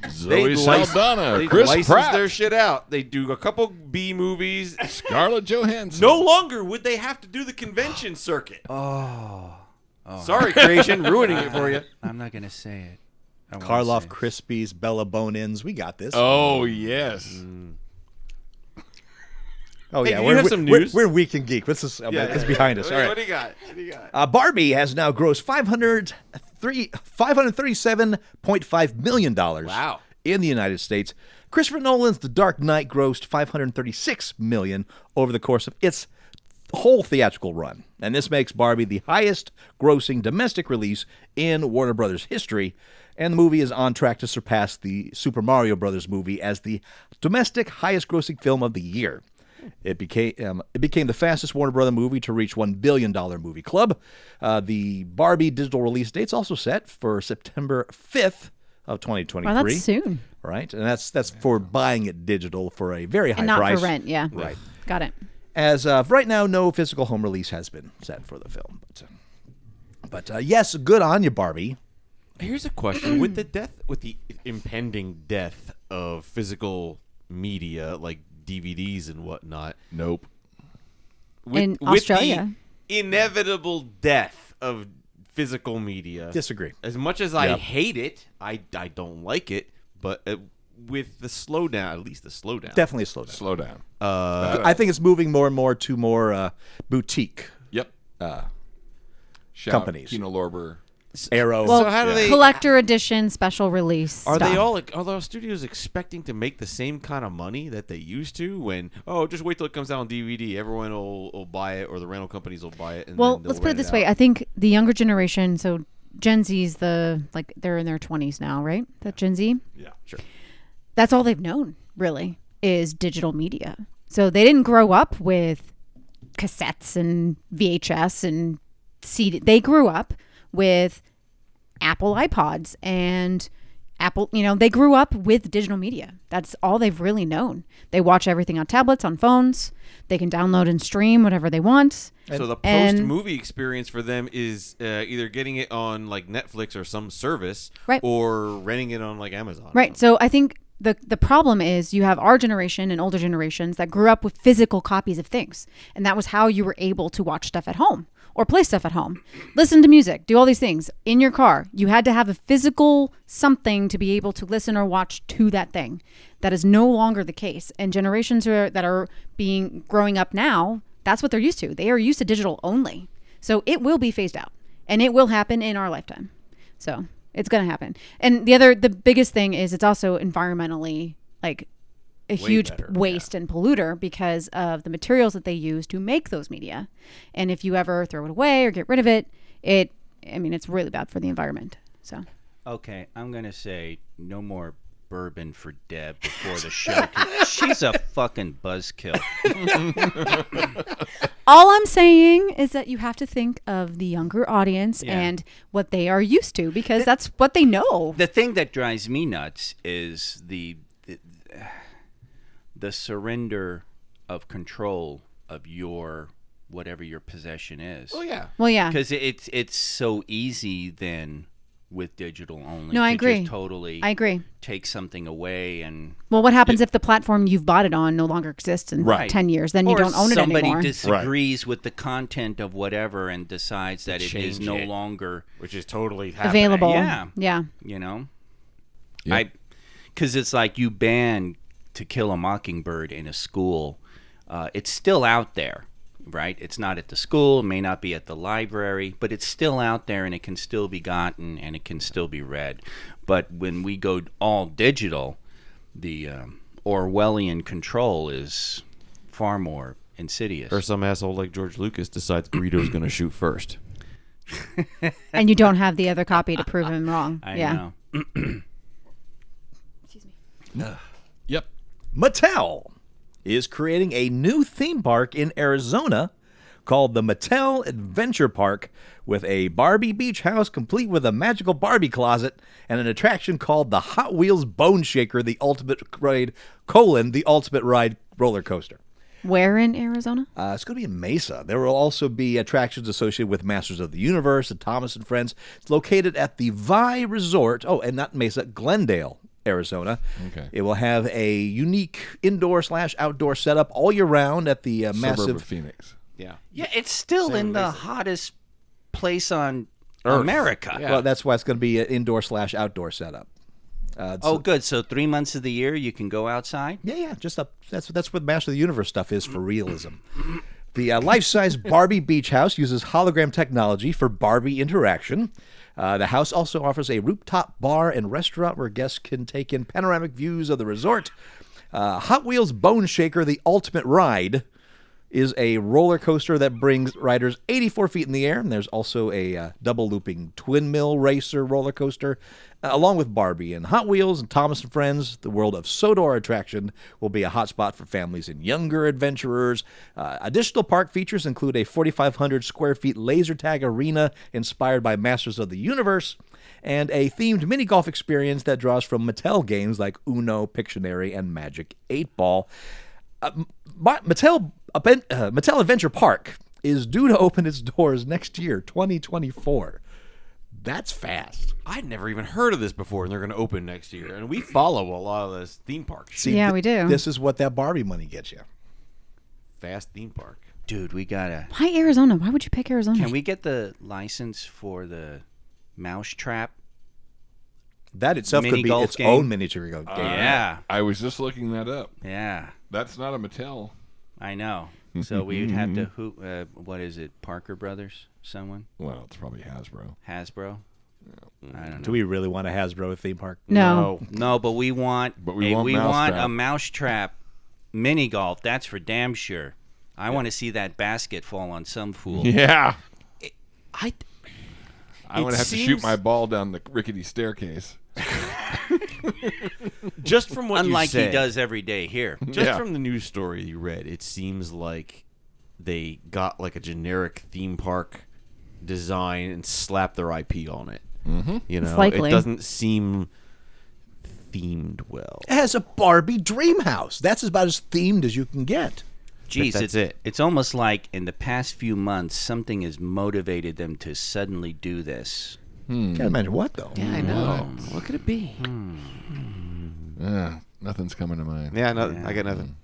C: Zoe
F: license-
C: Saldana,
F: they
C: Chris
F: license
C: Pratt,
F: their shit out. They do a couple B movies.
C: Scarlett Johansson.
F: No longer would they have to do the convention circuit. Oh. Sorry, creation, ruining it for you.
B: I'm not going to say it. I won't say
G: Karloff
B: it.
G: Crispies, Bella Bonins. We got this.
C: Oh yes.
G: Oh,
F: Hey,
G: yeah.
F: do you
G: we're,
F: have
G: we-
F: some
G: we're-
F: news?
G: We're, weak and geek. What's this? oh, man, it's behind us.
F: What,
G: All right.
F: what do you got? What do you got?
G: Uh, Barbie has now grossed 503 $537.5 million
F: Wow.
G: in the United States. Christopher Nolan's The Dark Knight grossed $536 million over the course of its whole theatrical run. And this makes Barbie the highest grossing domestic release in Warner Brothers history. And the movie is on track to surpass the Super Mario Brothers movie as the domestic highest grossing film of the year. It became um, it became the fastest Warner Brother movie to reach one billion dollar movie club. Uh, the Barbie digital release date's also set for September fifth of 2023.
D: Wow, that's soon.
G: Right, and that's that's for buying it digital for a very high
D: And not
G: price.
D: for rent, yeah.
G: Right.
D: Got it.
G: As of right now, no physical home release has been set for the film. But, but uh, yes, good on you, Barbie.
F: Here's a question: With the death, with the impending death of physical media like DVDs and whatnot,
C: Nope.
F: with,
D: In
F: with the
D: Australia.
F: inevitable death of physical media.
G: Disagree.
F: As much as I hate it, I, I don't like it, but uh, with the slowdown, at least the slowdown,
G: Definitely a slowdown.
C: Slow down.
G: I think it's moving more and more to more uh, boutique
C: Yep. Uh, Shout
G: companies.
C: Kino Lorber.
G: arrow.
F: so how do they?
D: Collector edition, special release.
F: Are they
D: stuff.
F: all like? Are those studios expecting to make the same kind of money that they used to? When oh, just wait till it comes out on DVD. Everyone will, will buy it, or the rental companies will buy it. And
D: Well,
F: then they'll
D: let's put
F: rent
D: it this way.
F: out.
D: I think the younger generation, so Gen Z's the like they're in their twenties now, right? That Gen Z.
F: yeah, sure.
D: That's all they've known really is digital media. So they didn't grow up with cassettes and VHS and CD. They grew up with Apple iPods and Apple, you know, they grew up with digital media. That's all they've really known. They watch everything on tablets, on phones. They can download and stream whatever they want.
F: So the post
D: and-
F: movie experience for them is uh, either getting it on like Netflix or some service,
D: Right.
F: or renting it on like Amazon.
D: Right. So I think the the problem is you have our generation and older generations that grew up with physical copies of things, and that was how you were able to watch stuff at home or play stuff at home, listen to music, do all these things in your car. You had to have a physical something to be able to listen or watch to that thing. That is no longer the case, and generations who are, that are being growing up now, that's what they're used to. They are used to digital only. So it will be phased out, and it will happen in our lifetime. So it's gonna happen. And the other, the biggest thing is it's also environmentally like a huge waste and polluter because of the materials that they use to make those media. And if you ever throw it away or get rid of it, it, I mean, it's really bad for the environment. So
B: Okay, I'm gonna say no more bourbon for Deb before the show. 'cause She's a fucking buzzkill.
D: all I'm saying is that you have to think of the younger audience
B: Yeah.
D: and what they are used to because that's what they know.
B: The thing that drives me nuts is the the, the surrender of control of your whatever your possession is. Oh yeah,
D: Well, yeah.
B: because it's it's so easy then with digital only.
D: No, I
B: to just
D: agree.
B: totally,
D: I agree.
B: Take something away and
D: Well, what happens if the platform you've bought it on no longer exists in
C: Right.
D: 10 years? Then you
B: or
D: don't own it
B: somebody
D: anymore.
B: disagrees with the content of whatever and decides that it is
F: change
B: no
F: it.
B: longer
F: which is totally happening.
D: available.
B: Yeah.
D: Yeah.
B: you know i because it's like you ban to kill a mockingbird in a school uh, it's still out there right it's not at the school it may not be at the library but it's still out there and it can still be gotten and it can still be read but when we go all digital the um, orwellian control is far more insidious
F: Or some asshole like George Lucas decides Burrito's going to shoot first.
D: and you don't have the other copy to prove him wrong.
B: i
D: yeah.
B: know
C: Yep.
G: Mattel is creating a new theme park in Arizona called the Mattel Adventure Park with a Barbie beach house complete with a magical Barbie closet and an attraction called the Hot Wheels Bone Shaker, the ultimate ride, colon, the ultimate ride roller coaster.
D: Where in Arizona?
G: Uh, it's going to be in Mesa. There will also be attractions associated with Masters of the Universe and Thomas and Friends. It's located at the Vi Resort. Oh, and not Mesa, Glendale, Arizona.
C: Okay.
G: It will have a unique indoor slash outdoor setup all year round at the uh,
C: Suburb of
G: massive.
C: Phoenix.
F: Yeah.
B: Yeah, it's still in the hottest place on America.
G: Well, that's why it's going to be an indoor slash outdoor setup. Uh,
B: Oh, good. So three months of the year you can go outside.
G: Yeah, yeah, just up. That's that's what Master of the Universe stuff is for realism. The uh, life-size Barbie beach house uses hologram technology for Barbie interaction. Uh, the house also offers a rooftop bar and restaurant where guests can take in panoramic views of the resort. Uh, Hot Wheels Bone Shaker, the ultimate ride, is a roller coaster that brings riders 84 feet in the air. And there's also a uh, double looping twin mill racer roller coaster, uh, along with Barbie and Hot Wheels and Thomas and Friends. The World of Sodor attraction will be a hotspot for families and younger adventurers. Uh, additional park features include a 4,500 square feet laser tag arena inspired by Masters of the Universe. And a themed mini golf experience that draws from Mattel games like Uno, Pictionary, and Magic 8 Ball. Uh, M- Ma- Mattel Aben- uh, Mattel Adventure Park is due to open its doors next year, 2024. That's fast.
F: I'd never even heard of this before, and they're going to open next year. And we follow a lot of this theme park, shit.
G: See,
D: Yeah,
G: thi-
D: we do.
G: This is what that Barbie money gets you.
F: fast theme park.
B: Dude, we gotta.
D: Why Arizona? Why would you pick Arizona?
B: Can we get the license for the mouse trap?
G: That itself
B: Mini
G: could be
B: golf
G: its
B: game. Oh,
G: own miniature go- game.
B: Yeah,
C: I was just looking that up.
B: yeah.
C: That's not a Mattel.
B: I know.
C: Mm-hmm,
B: So we'd have to who? Uh, what is it? Parker Brothers? Someone?
C: Well, it's probably Hasbro.
B: Hasbro?
G: Do we really want a Hasbro theme park?
D: no.
B: No, but we want.
C: But we
B: a,
C: want
B: we
C: mouse
B: want
C: trap.
B: a mousetrap mini golf. That's for damn sure. I want to see that basket fall on some fool.
C: Yeah.
B: I
C: I'm going to have to shoot
F: seems-
C: my ball down the rickety staircase.
F: Just from what
B: unlike
F: you
B: he
F: said,
B: does every day here.
F: Just
C: Yeah.
F: from the news story you read, it seems like they got like a generic theme park design and slapped their IP on it. Mm-hmm. You know,
D: likely.
F: it doesn't seem themed well.
G: It has a Barbie dream house. That's about as themed as you can get.
B: Jeez,
F: that's
B: it's,
F: it.
B: It's almost like in the past few months, something has motivated them to suddenly do this.
G: Can't imagine what though.
F: I know. What could it be?
C: Yeah, nothing's coming to mind.
F: Yeah, no, I got nothing.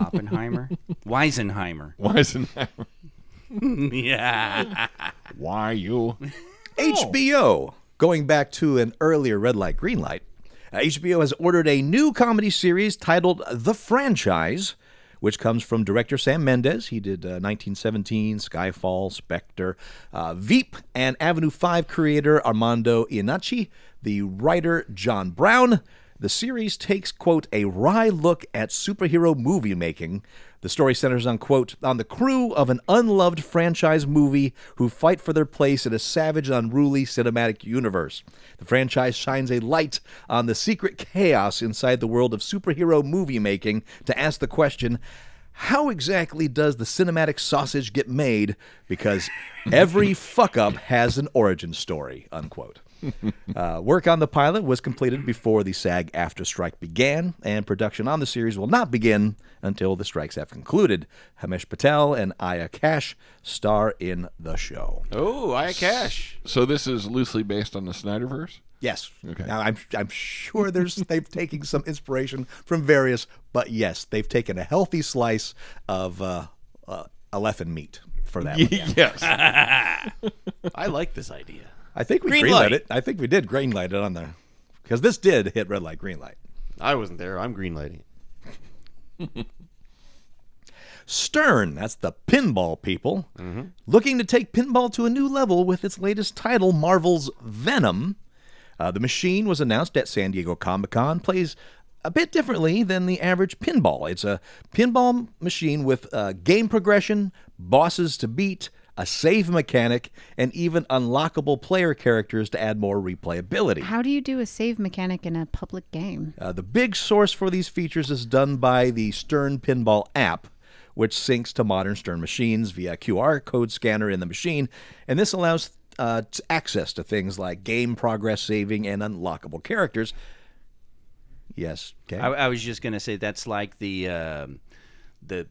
B: Oppenheimer, Weisenheimer.
C: Why isn't that?
B: yeah,
C: Why you?
G: HBO, going back to an earlier red light, green light, uh, HBO has ordered a new comedy series titled The Franchise, which comes from director Sam Mendes. He did uh, 1917, Skyfall, Spectre, uh, Veep, and Avenue 5 creator Armando Iannucci, the writer John Brown. The series takes, quote, a wry look at superhero movie making. The story centers on, quote, on the crew of an unloved franchise movie who fight for their place in a savage and unruly cinematic universe. The franchise shines a light on the secret chaos inside the world of superhero movie making to ask the question how exactly does the cinematic sausage get made? Because every fuck up has an origin story, unquote. Uh, work on the pilot was completed before the SAG after strike began, and production on the series will not begin until the strikes have concluded. Hamesh Patel and Aya Cash star in the show.
F: Oh, I cash.
C: So this is loosely based on the Snyderverse?
G: Yes.
C: Okay.
G: Now I'm I'm sure there's they've taken some inspiration from various, but yes, they've taken a healthy slice of uh, uh, elephant meat for that. one.
C: yes.
F: I like this idea.
G: I think we
F: Green
G: greenlight
F: light.
G: it. I think we did greenlight it on there because this did hit red light, green light.
F: I wasn't there. I'm greenlighting. it.
G: Stern, that's the pinball people, looking to take pinball to a new level with its latest title, Marvel's Venom. Uh, the machine was announced at San Diego Comic Con, plays a bit differently than the average pinball. It's a pinball machine with uh, game progression, bosses to beat, a save mechanic, and even unlockable player characters to add more replayability.
D: How do you do a save mechanic in a public game?
G: Uh, the big source for these features is done by the Stern Pinball app, which syncs to modern Stern machines via QR code scanner in the machine, and this allows uh, t- access to things like game progress saving and unlockable characters. Yes, okay.
B: I, I was just gonna say that's like the um, the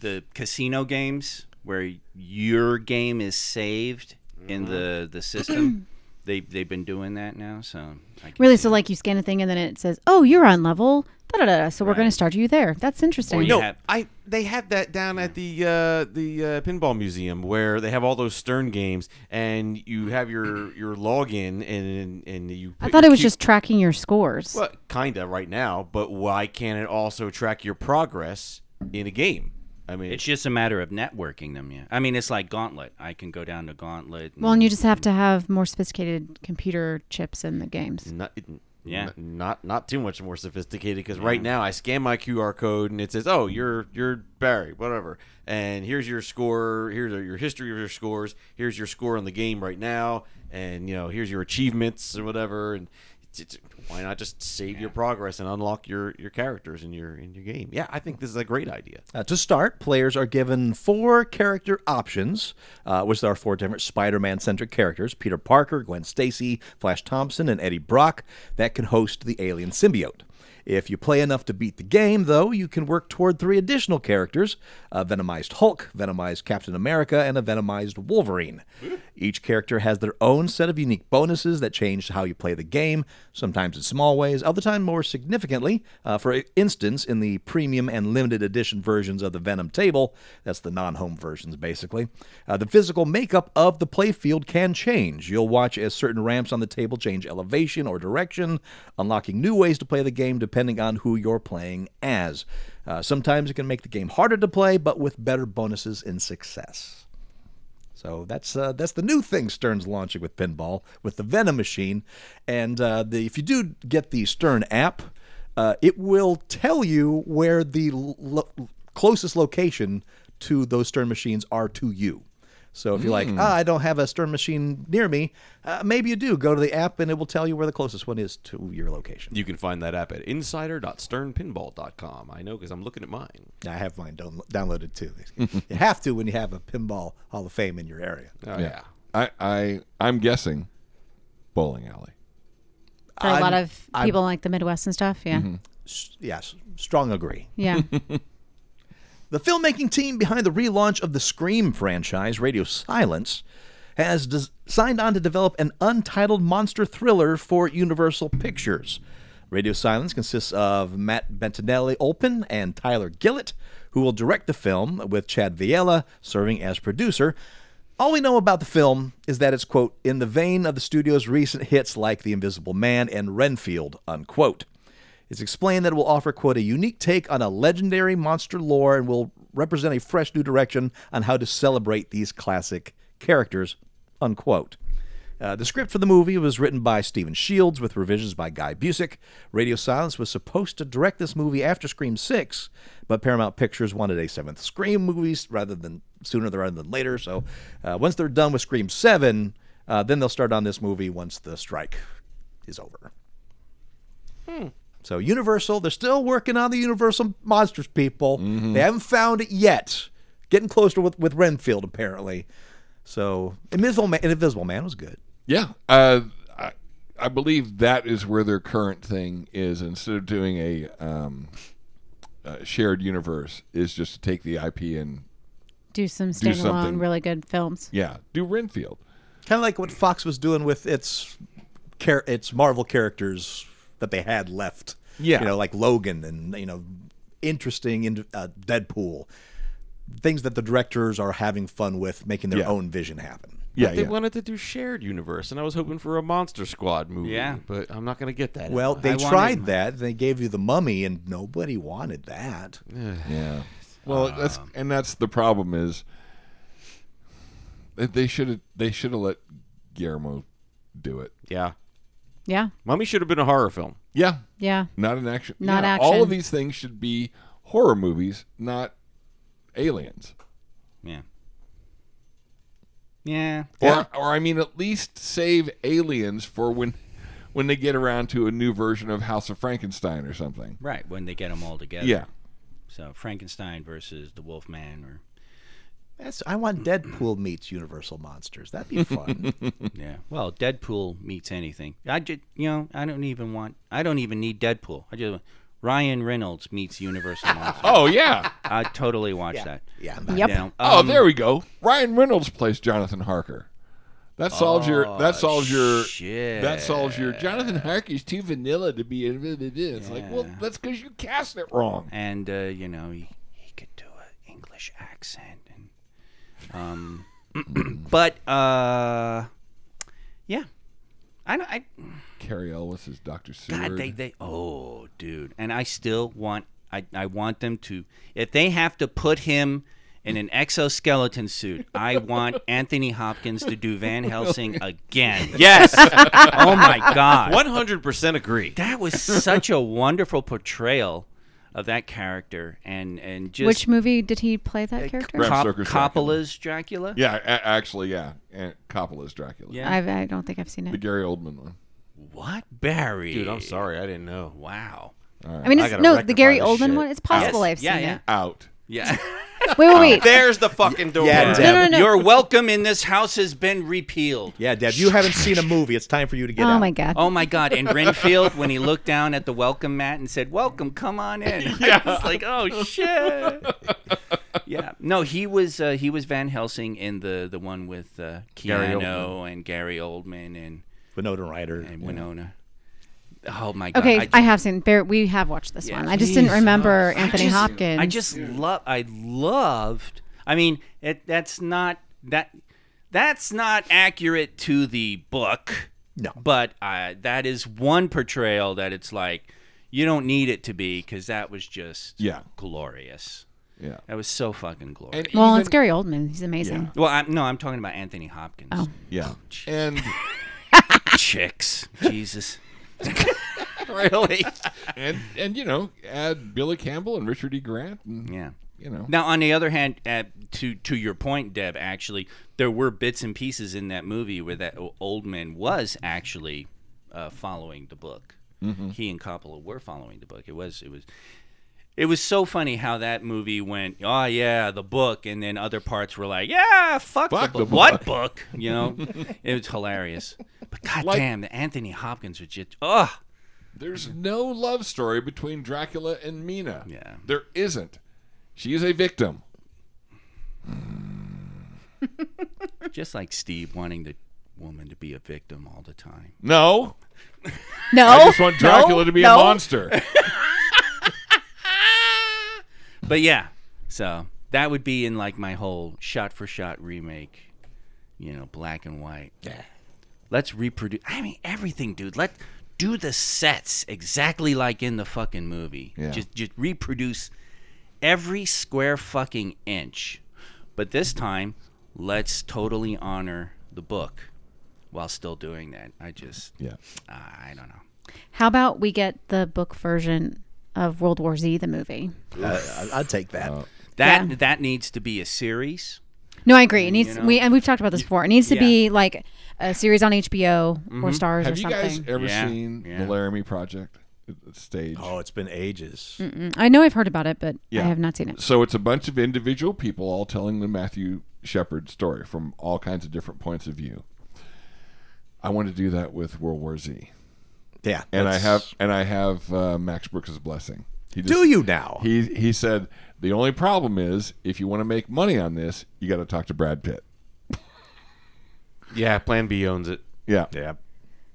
B: the casino games where your game is saved in the the system. they they've been doing that now, so I can
D: Really,
B: see
D: so like you scan a thing and then it says, "Oh, you're on level." Da da da. da, So we're going to start you there. That's interesting.
B: Or you
F: No,
B: have-
F: I they have that down at the uh, the uh, pinball museum where they have all those Stern games, and you have your your login and and you.
D: I
F: put
D: thought
F: your
D: it was
F: key-
D: just tracking your scores.
F: well, kinda right now, but why can't it also track your progress in a game? I mean,
B: It's just a matter of networking them. Yeah, I mean it's like Gauntlet. I can go down to Gauntlet.
D: Well, and you just have to have more sophisticated computer chips in the
B: Mm,
D: games.
F: not it-
B: Yeah.
F: n- not not too much more sophisticated because right now I scan my QR code and it says, "Oh, you're you're Barry, whatever," and here's your score. Here's your history of your scores. Here's your score on the game right now, and you know here's your achievements or whatever. And it's, it's, why not just save your progress and unlock your your characters in your in your game? Yeah, I think this is a great idea.
G: Uh, to start, players are given four character options, uh, which are four different Spider Man centric characters Peter Parker, Gwen Stacy, Flash Thompson, and Eddie Brock that can host the alien symbiote. If you play enough to beat the game, though, you can work toward three additional characters a Venomized Hulk, Venomized Captain America, and a Venomized Wolverine. Each character has their own set of unique bonuses that change how you play the game, sometimes in small ways, other time more significantly. Uh, for instance, in the premium and limited edition versions of the Venom table, that's the non home versions basically, uh, the physical makeup of the playfield can change. You'll watch as certain ramps on the table change elevation or direction, unlocking new ways to play the game depending on who you're playing as. Uh, sometimes it can make the game harder to play, but with better bonuses in success. So that's uh, that's the new thing Stern's launching with pinball with the Venom machine, and uh, the if you do get the Stern app, uh, it will tell you where the l- lo- closest location to those Stern machines are to you. So if you're like, ah, I don't have a Stern machine near me, uh, maybe you do. Go to the app and it will tell you where the closest one is to your location.
F: You can find that app at insider.sternpinball.com. I know because I'm looking at mine.
G: I have mine down- downloaded too. you have to when you have a pinball Hall of Fame in your area.
F: Oh,
C: Yeah. I, I I'm guessing bowling alley.
D: For a lot of people in, like the Midwest and stuff. Yeah.
B: Mm-hmm.
G: S- yes, strong agree.
D: Yeah.
G: The filmmaking team behind the relaunch of the Scream franchise, Radio Silence, has des- signed on to develop an untitled monster thriller for Universal Pictures. Radio Silence consists of Matt Bentinelli Olpin and Tyler Gillett, who will direct the film, with Chad Viella serving as producer. All we know about the film is that it's, quote, in the vein of the studio's recent hits like The Invisible Man and Renfield, unquote. It's explained that it will offer, quote, a unique take on a legendary monster lore and will represent a fresh new direction on how to celebrate these classic characters, unquote. Uh, the script for the movie was written by Stephen Shields with revisions by Guy Busick. Radio Silence was supposed to direct this movie after Scream 6, but Paramount Pictures wanted a seventh Scream movie rather than sooner rather than later. So uh, once they're done with Scream 7, uh, then they'll start on this movie once the strike is over. So Universal, they're still working on the Universal Monsters people.
C: Mm-hmm.
G: They haven't found it yet. Getting closer with, with Renfield apparently. So Invisible Man, Invisible Man was good.
C: Yeah. Uh, I, I believe that is where their current thing is. Instead of doing a um, uh, shared universe, is just to take the IP and
D: Do some
C: Do something.
D: standalone, really good films.
C: yeah, do Renfield.
G: Kind of like what Fox was doing with its char- its Marvel characters that they had left.
C: Yeah.
G: you know, like Logan and you know, interesting in uh, Deadpool, things that the directors are having fun with, making their
C: Yeah.
G: own vision happen.
C: Yeah,
F: They
C: yeah.
F: wanted to do shared universe, and I was hoping for a Monster Squad movie.
B: Yeah.
F: but I'm not gonna get that.
G: Well, they
B: I wanted-
G: tried that. They gave you the Mummy, and nobody wanted that.
C: Yeah. Well, that's and that's the problem is that they should have they should have let Guillermo do it.
F: yeah,
D: Yeah.
F: Mummy should have been a horror film.
C: Yeah,
D: Yeah.
C: not an action.
D: Not
C: yeah, All of
D: action.
C: these things should be horror movies, not aliens.
B: Yeah. Yeah.
C: Or, or I mean, at least save aliens for when when they get around to a new version of House of Frankenstein or something.
B: Right when they get them all together.
C: Yeah.
B: So Frankenstein versus the Wolfman, or
E: That's, I want Deadpool meets Universal Monsters. That'd be fun.
B: yeah, well, Deadpool meets anything. I just, you know, I don't even want, I don't even need Deadpool. I just want Ryan Reynolds meets Universal Monsters.
C: Oh yeah.
B: I totally watch that.
E: yeah,
D: Yep.
B: Now,
C: Oh,
B: um,
C: there we go. Ryan Reynolds plays Jonathan Harker. That solves your. That solves your.
B: Oh, shit.
C: That solves your. Jonathan Harker's too vanilla to be. in It is like well, that's because you cast it wrong.
B: and uh, you know he, he could do an English accent and um, but uh, yeah, I don't. I
C: Carrie Elwes is Doctor Seward.
B: God, they they oh dude, and I still want I I want them to if they have to put him. In an exoskeleton suit, I want Anthony Hopkins to do Van Helsing again. Yes. oh my God.
F: One hundred percent agree.
B: That was such a wonderful portrayal of that character, and and just
D: Which movie did he play that character?
C: Bram
B: Cop-
C: Stoker's
B: Coppola's Dracula.
C: Yeah, a- actually, yeah. And Coppola's Dracula.
B: Yeah.
D: I've, I don't think I've seen
C: The
D: it.
C: Gary Oldman one.
B: What Barry?
F: Dude, I'm sorry, I didn't know.
B: Wow.
D: I mean,
F: I
D: it's,
F: gotta
D: no,
F: rectify
D: the Gary
F: this
D: Oldman
F: shit.
D: one. It's possible
B: Yes.
D: I've
B: Yeah,
D: seen
B: yeah.
C: Out.
B: Yeah.
D: it. Wait, wait, wait.
F: There's the fucking door.
E: Yeah,
D: no, no, no.
B: Your welcome in this house has been repealed.
G: Yeah, Deb, you haven't seen a movie. It's time for you to get
D: oh
G: out.
D: my god.
B: Oh my God! And Renfield, when he looked down at the welcome mat and said, "Welcome, come on in," yeah. I was like, "Oh shit!" yeah. No, he was uh, he was Van Helsing in the the one with uh,
F: Gary
B: Keanu
F: Oldman.
B: and Gary Oldman and
G: Winona Ryder.
B: and Winona. Oh my God!
D: Okay, I,
B: just-
D: have seen. Bear, we have watched this
B: Yeah,
D: one. I just didn't
B: Jesus.
D: remember Anthony
B: just-
D: Hopkins.
B: I just love. I loved. I mean, it, that's not that. That's not accurate to the book. No, but I, that is one portrayal that it's like you don't need it to be because that was just
C: Yeah.
B: glorious.
C: Yeah.
B: That was so fucking glorious.
C: And
D: well,
C: even-
D: it's Gary Oldman. He's amazing.
B: well, I'm, no, I'm talking about Anthony Hopkins.
D: Oh.
C: Yeah. And
B: Chicks, Jesus.
F: really?
C: and and you know, add Billy Campbell and Richard E. Grant and
B: Yeah.
C: you know.
B: Now, on the other hand, uh, to to your point, Deb, actually, there were bits and pieces in that movie where that o- old man was actually uh, following the book.
C: Mm-hmm.
B: He and Coppola were following the book. It was it was it was so funny how that movie went. Oh yeah, the book, and then other parts were like, yeah, fuck,
C: Fuck
B: the,
C: the
B: book. What book? You know, it was hilarious. But goddamn, the Anthony Hopkins was just ugh.
C: There's no love story between Dracula and Mina.
B: Yeah.
C: There isn't. She is a victim.
B: Just like Steve wanting the woman to be a victim all the time.
C: No.
D: Oh, No,
C: I just want Dracula to be a monster.
B: But yeah, so that would be in like my whole shot for shot remake, you know, black and white. Yeah. Let's reproduce. I mean, everything, dude. Let do the sets exactly like in the fucking movie.
C: Yeah.
B: Just just reproduce every square fucking inch. But this time, let's totally honor the book while still doing that. I just
C: yeah.
B: I don't know.
D: How about we get the book version of World War Z, the movie?
E: I, I'd take that.
C: Oh.
B: That
D: Yeah.
B: that needs to be a series.
D: No, I agree. It needs
B: know?
D: we and we've talked about this before. It needs to
B: Yeah.
D: be like a series on HBO or Stars
C: Have
D: or
C: you
D: something.
C: guys ever
B: Yeah.
C: seen
B: Yeah.
C: the Laramie Project It's stage?
G: Oh, it's been ages.
D: Mm, I know I've heard about it, but
C: Yeah.
D: I have not seen it.
C: So it's a bunch of individual people all telling the Matthew Shepard story from all kinds of different points of view. I want to do that with World War Z,
G: Yeah.
C: and I
G: that's-
C: have and I have uh, Max Brooks' blessing. He just-
G: Do you now?
C: He he said the only problem is if you want to make money on this, you got to talk to Brad Pitt.
F: Yeah, Plan B owns it.
C: Yeah,
G: yeah.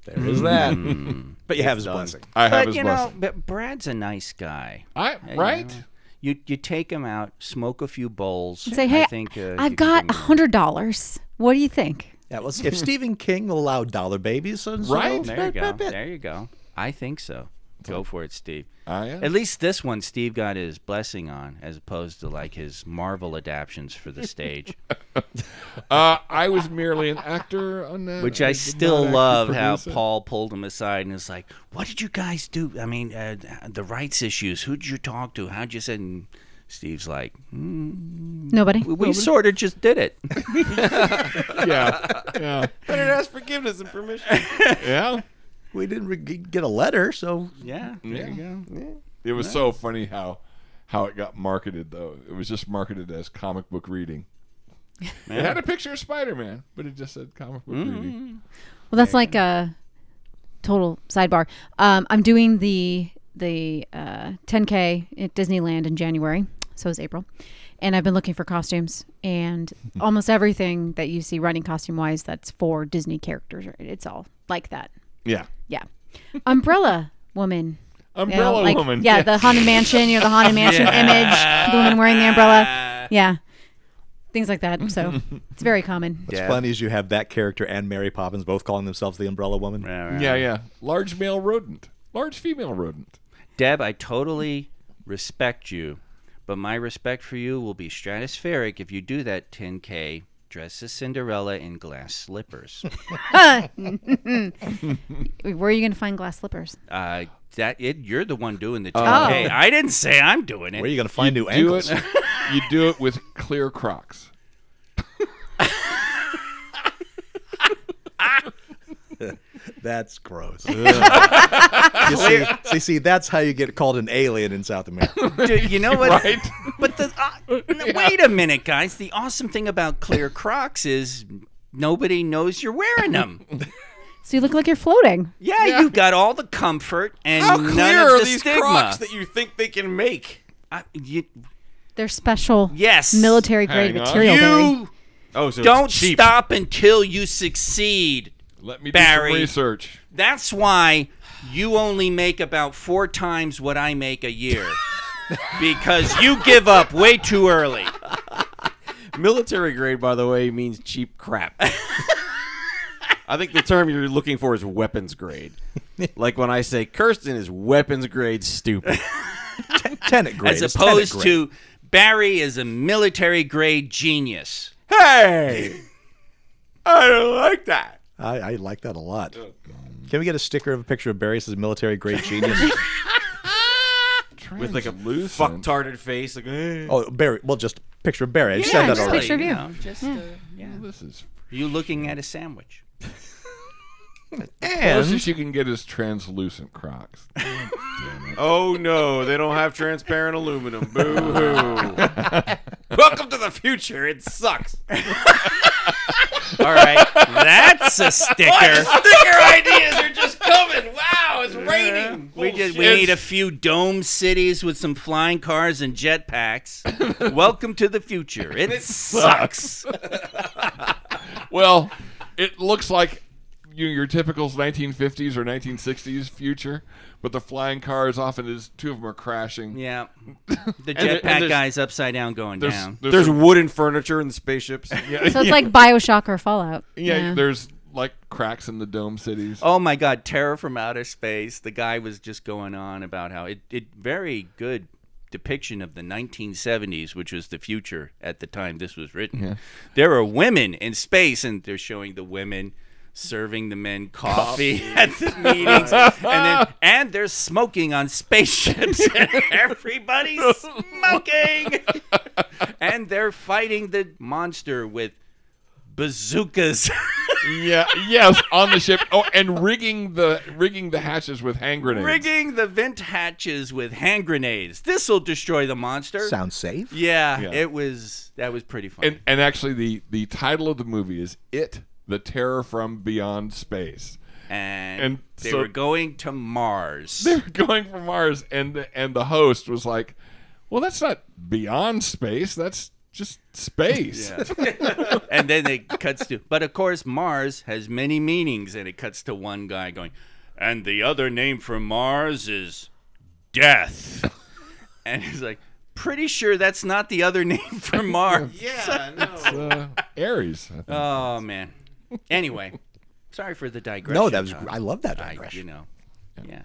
G: There is that.
C: Mm.
G: but you have his blessing.
C: I have
B: but
C: his
B: you know,
C: blessing.
B: but Brad's a nice guy.
C: I right.
B: You you take him out, smoke a few bowls.
D: Say, hey,
B: I
D: I
B: think uh,
D: have
B: you can
D: got
B: bring
D: a
B: him in."
D: hundred dollars. What do you think?
G: Yeah, let's, if Stephen King will allow dollar babies, so, so
C: Right?
B: There you
G: Brad- Brad
B: go.
G: Pitt.
B: There you go. I think so. Go for it, Steve.
C: I am.
B: At least this one, Steve got his blessing on, as opposed to like his Marvel adaptations for the stage,
C: Uh, I was merely an actor on that,
B: which
C: I
B: I
C: did
B: still
C: not actually
B: love how
C: produce it.
B: Paul pulled him aside and was like, "What did you guys do? I mean, uh, the rights issues. Who did you talk to? How'd you?" Say? And Steve's like,
D: Nobody.
B: "We, we sort of just did it."
C: Yeah, yeah,
F: Better ask forgiveness and permission.
C: yeah.
E: We didn't re- get a letter, so
B: yeah. There you go.
C: It was so funny how how it got marketed though. It was just marketed as comic book reading. It had a picture of Spider Man, but it just said comic book
B: Mm.
C: reading.
D: Well, that's like a total sidebar. Um, I'm doing the the uh, 10K at Disneyland in January, so is April, and I've been looking for costumes. And almost everything that you see running costume wise, that's for Disney characters. right? It's all like that.
C: Yeah.
D: Yeah, Umbrella Woman. you know,
C: Umbrella
D: like-
C: Woman.
D: Yeah, the Haunted Mansion. You know, the Haunted Mansion image. The woman wearing the umbrella. Yeah. Things like that. So it's very common.
G: What's funny is you have that character and Mary Poppins both calling themselves the Umbrella Woman.
C: Yeah, yeah. Large male rodent. Large female rodent.
B: Deb, I totally respect you, but my respect for you will be stratospheric if you do that 10K dress as Cinderella in glass slippers.
D: Where are you going to find glass slippers?
B: uh, that it, you're the one doing the
F: Oh.
B: 10K. I didn't say I'm doing
G: Where are
B: it.
G: you going to find new
C: Do
G: ankles?
C: it. you do it with clear Crocs.
G: That's gross. you see, see, see, that's how you get called an alien in South America.
B: Do- you know what?
C: Right?
B: But the uh, n- wait a minute, guys. The awesome thing about clear Crocs is nobody knows you're wearing them.
D: So you look like you're floating.
B: Yeah, you got all the comfort and
F: How
B: none
F: clear
B: of
F: are
B: the
F: these
B: stigma.
F: Crocs that you think they can make?
B: I, you,
D: They're special.
B: yes,
D: Military grade
C: Hang on.
D: material. Barry.
B: You
F: Oh, so
B: don't
F: it's cheap.
B: stop until you succeed.
C: Let me do
B: Barry.
C: some research.
B: That's why you only make about four times what I make a year. because you give up way too early.
F: Military grade, by the way, means cheap crap. I think the term you're looking for is weapons grade. Like when I say Kirsten is weapons grade stupid.
G: Tenant grade.
B: As
G: it's
B: opposed
G: tenant grade.
B: to Barry is a military grade genius.
F: hey, I don't like that.
G: I, I like that a lot. Can we get a sticker of a picture of Barry as a military grade genius?
F: With like a
C: Translucent.
F: fucktarded face, like eh.
G: oh, Barry. Well, just a picture of Barry. I
D: Yeah,
G: said that
D: just
G: already.
D: picture of you.
B: know, just uh, yeah.
C: This is
B: You looking at a sandwich.
C: closest you can get is translucent Crocs.
F: oh no, they don't have transparent aluminum. Boo hoo. Welcome to the future. It sucks.
B: All right. That's a sticker.
F: Sticker ideas are just coming. Wow, it's raining.
B: We just we need a few dome cities with some flying cars and jetpacks. Welcome to the future. It, sucks.
C: Well, it looks like you, your typical 1950s or 1960s future, but the flying cars often is two of them are crashing.
B: yeah. The
F: there- and
B: jetpack
F: there's-
B: guy's upside down going
C: There's,
B: down.
C: there's,
F: There's
C: a-
F: wooden furniture in the spaceships.
C: yeah,
D: So it's
C: yeah,
D: like Bioshock or Fallout.
C: yeah, there's like cracks in the dome cities.
B: Oh my God, Terror from Outer Space. The guy was just going on about how it, it very good depiction of the 1970s, which was the future at the time this was written. There are women in space, and they're showing the women serving the men coffee at the meetings, and then and they're smoking on spaceships, and everybody's smoking, and they're fighting the monster with bazookas.
C: Yeah, yes, on the ship. Oh, and rigging the rigging the hatches with hand grenades.
B: rigging the vent hatches with hand grenades. This will destroy the monster.
G: Sounds safe.
B: yeah,
C: Yeah.
B: it was that was pretty funny.
C: And and actually, the the title of the movie is "It: The Terror from Beyond Space."
B: And,
C: and
B: they
C: so-
B: were going to Mars.
C: they were going for Mars, and the, and the host was like, "Well, that's not beyond space. That's just space."
B: and then it cuts to but of course Mars has many meanings and it cuts to one guy going, And the other name for Mars is death. and he's like, Pretty sure that's not the other name for Mars.
F: yeah, no.
C: Uh, Aries. I think.
B: Oh man. Anyway. Sorry for the digression.
G: No, that was.
B: Todd.
G: I love that
B: I-
G: digression.
B: you know. Yeah.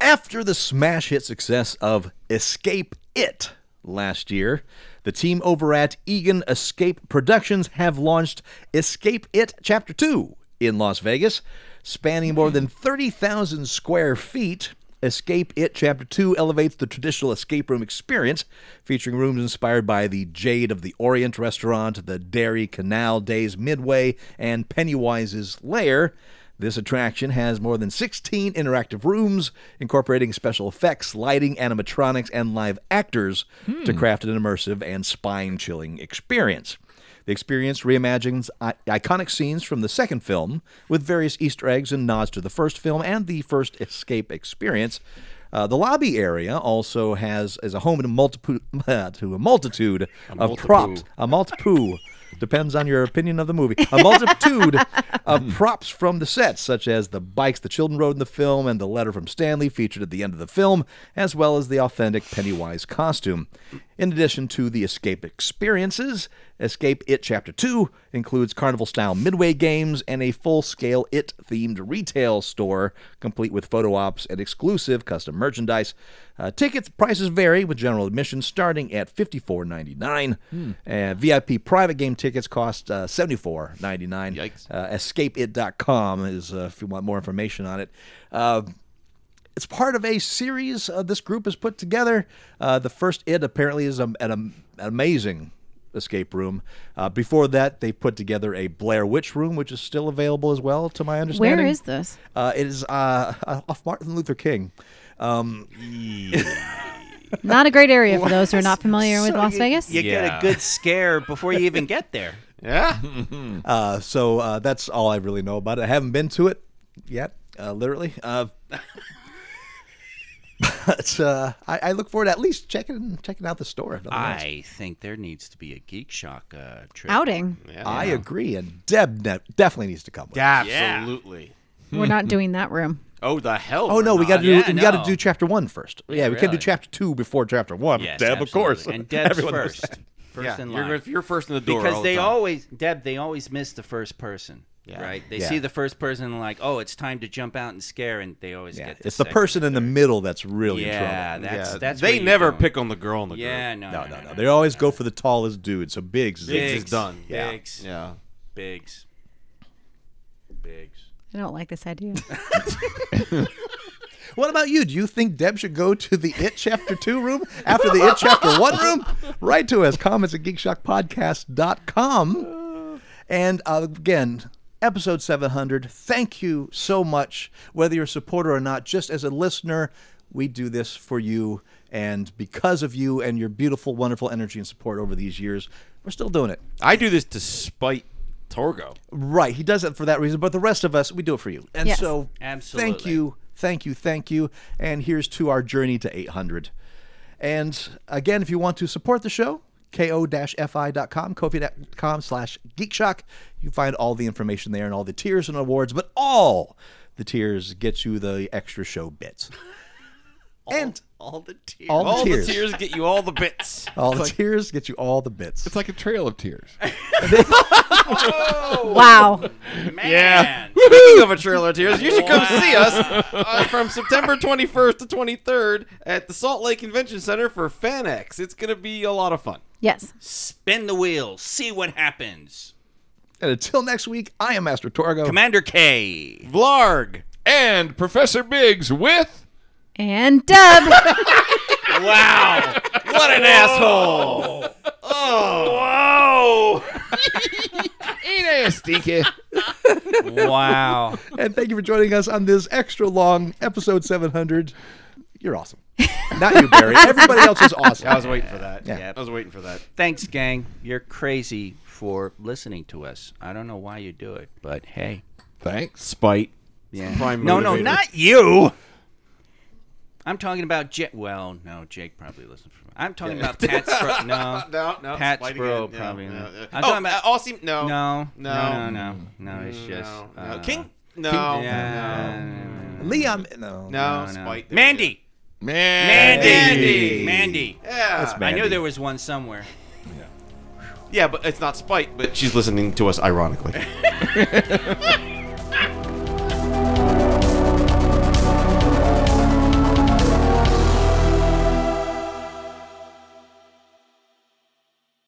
G: After the smash hit success of Escape It last year, the team over at Egan Escape Productions have launched Escape It Chapter 2 in Las Vegas. Spanning more than 30,000 square feet, Escape It Chapter 2 elevates the traditional escape room experience, featuring rooms inspired by the Jade of the Orient restaurant, the Dairy Canal Days Midway, and Pennywise's Lair. This attraction has more than 16 interactive rooms, incorporating special effects, lighting, animatronics, and live actors to craft an immersive and spine chilling experience. The experience reimagines I- iconic scenes from the second film with various Easter eggs and nods to the first film and the first escape experience. Uh, the lobby area also has is a home to, multiple, to a multitude of props, a multipoo. Depends on your opinion of the movie. A multitude of props from the sets, such as the bikes the children rode in the film and the letter from Stanley featured at the end of the film, as well as the authentic Pennywise costume. In addition to the escape experiences, Escape It Chapter 2 includes carnival style midway games and a full scale It themed retail store, complete with photo ops and exclusive custom merchandise. Uh, tickets prices vary with general admission starting at $54.99, and VIP private game tickets cost uh, $74.99.
F: Yikes.
G: Uh, escapeit.com is uh, if you want more information on it. Uh, it's part of a series uh, this group has put together. Uh, the first it apparently is um an, um, an amazing escape room. Uh, before that, they put together a Blair Witch room, which is still available as well, to my understanding.
D: Where is this?
G: Uh, it is uh, uh, off Martin Luther King. Um,
D: Not a great area for those who are not familiar with
G: So
D: Las
G: you-
D: Vegas.
B: You get
F: Yeah.
B: a good scare before you even get there.
F: Yeah.
G: uh, so uh, that's all I really know about it. I haven't been to it yet, uh, literally. Uh, but uh, I, I look forward to at least checking checking out the store. if nothing else.
B: I think there needs to be a Geek Shock uh, trip.
D: Outing.
G: I agree, and Deb ne- definitely needs to come. With.
F: Absolutely.
D: We're not doing that room.
F: Oh, the hell.
G: Oh no, we got to do
B: Yeah,
G: we got to
B: no.
G: do chapter one first. Yeah, we can't do
B: really.
G: chapter two before chapter one.
B: Yes,
G: Deb, of
B: absolutely.
G: course,
B: And Deb's
G: Everyone knows
B: first.
G: that.
B: First
F: Yeah,
B: in
F: you're,
B: line.
F: gonna- you're first in the door.
B: because
F: all the
B: they
F: time.
B: always Deb, they always miss the first person. Right? They
G: Yeah.
B: see the first person and like, oh, it's time to jump out and scare, and they always
G: Yeah,
B: get.
G: it's the
B: second.
G: person in the middle that's really
B: Yeah,
G: in trouble.
B: that's
F: Yeah,
B: that's. where
F: they
B: you're
F: never
B: going.
F: pick on the girl in the
B: Yeah,
F: group.
B: no,
G: No, no, no. They always go for the tallest dude. So Biggs, is-
F: Biggs is
B: Biggs.
F: done. Yeah.
B: Biggs.
F: Yeah.
B: Biggs. Biggs.
D: I don't like this idea.
G: What about you? Do you think Deb should go to the It Chapter 2 room after the It Chapter 1 room? Write to us, comments at geekshockpodcast.com. And uh, again, episode 700, thank you so much. Whether you're a supporter or not, just as a listener, we do this for you. And because of you and your beautiful, wonderful energy and support over these years, we're still doing it.
F: I do this to spite Torgo.
G: Right. He does it for that reason, but the rest of us, we do it for you. And
D: Yes.
G: so, thank
B: Absolutely.
G: you, thank you, thank you. And here's to our journey to 800. And again, if you want to support the show, ko-fi.com, ko-fi.com slash geekshock. You can find all the information there and all the tiers and awards, but all the tiers get you the extra show bits. and
B: All the tears.
G: all,
F: All
G: the tiers.
F: the tears get you all the bits.
G: all the tiers get you all the bits.
C: It's like a trail of tears.
D: wow.
B: Man.
F: Speaking of a trailer of tears, you should come see us uh, from September 21st to 23rd at the Salt Lake Convention Center for FanX. It's going to be a lot of fun.
D: Yes.
B: Spin the wheel. See what happens.
G: and until next week, I am Master Torgo.
B: Commander K.
F: Vlarg.
C: And Professor Biggs with.
D: And Deb.
B: Wow.
F: What an asshole.
C: E
B: wow.
G: And thank you for joining us on this extra long episode 700. You're awesome. Not you, Barry. Everybody else is awesome.
F: I was waiting for that.
B: Yep.
F: I was waiting for that.
B: Thanks, gang. You're crazy for listening to us. I don't know why you do it, but hey.
C: Thanks.
F: Spite.
B: Yeah.
F: Prime
B: no, no,
F: motivator.
B: not you. I'm talking about Jake. Well, no, Jake probably listens. From, I'm talking about Pat Spro. No,
F: No, no.
B: Pat
F: spite
B: Spro
F: again. No,
B: probably.
F: no,
B: not.
F: no.
B: I'm
F: oh,
B: talking about.
F: uh, Aussie? No.
B: no,
F: No.
B: no, no, no, no. It's just
F: No.
B: uh,
F: King? No.
B: Yeah,
F: No.
G: Leon. No.
F: No,
B: no, no.
F: spite. There we go.
B: Mandy.
C: Man.
B: Mandy.
F: Mandy.
B: Mandy.
F: Yeah.
B: I knew there was one somewhere.
F: Yeah, but it's not spite, but she's listening to us ironically.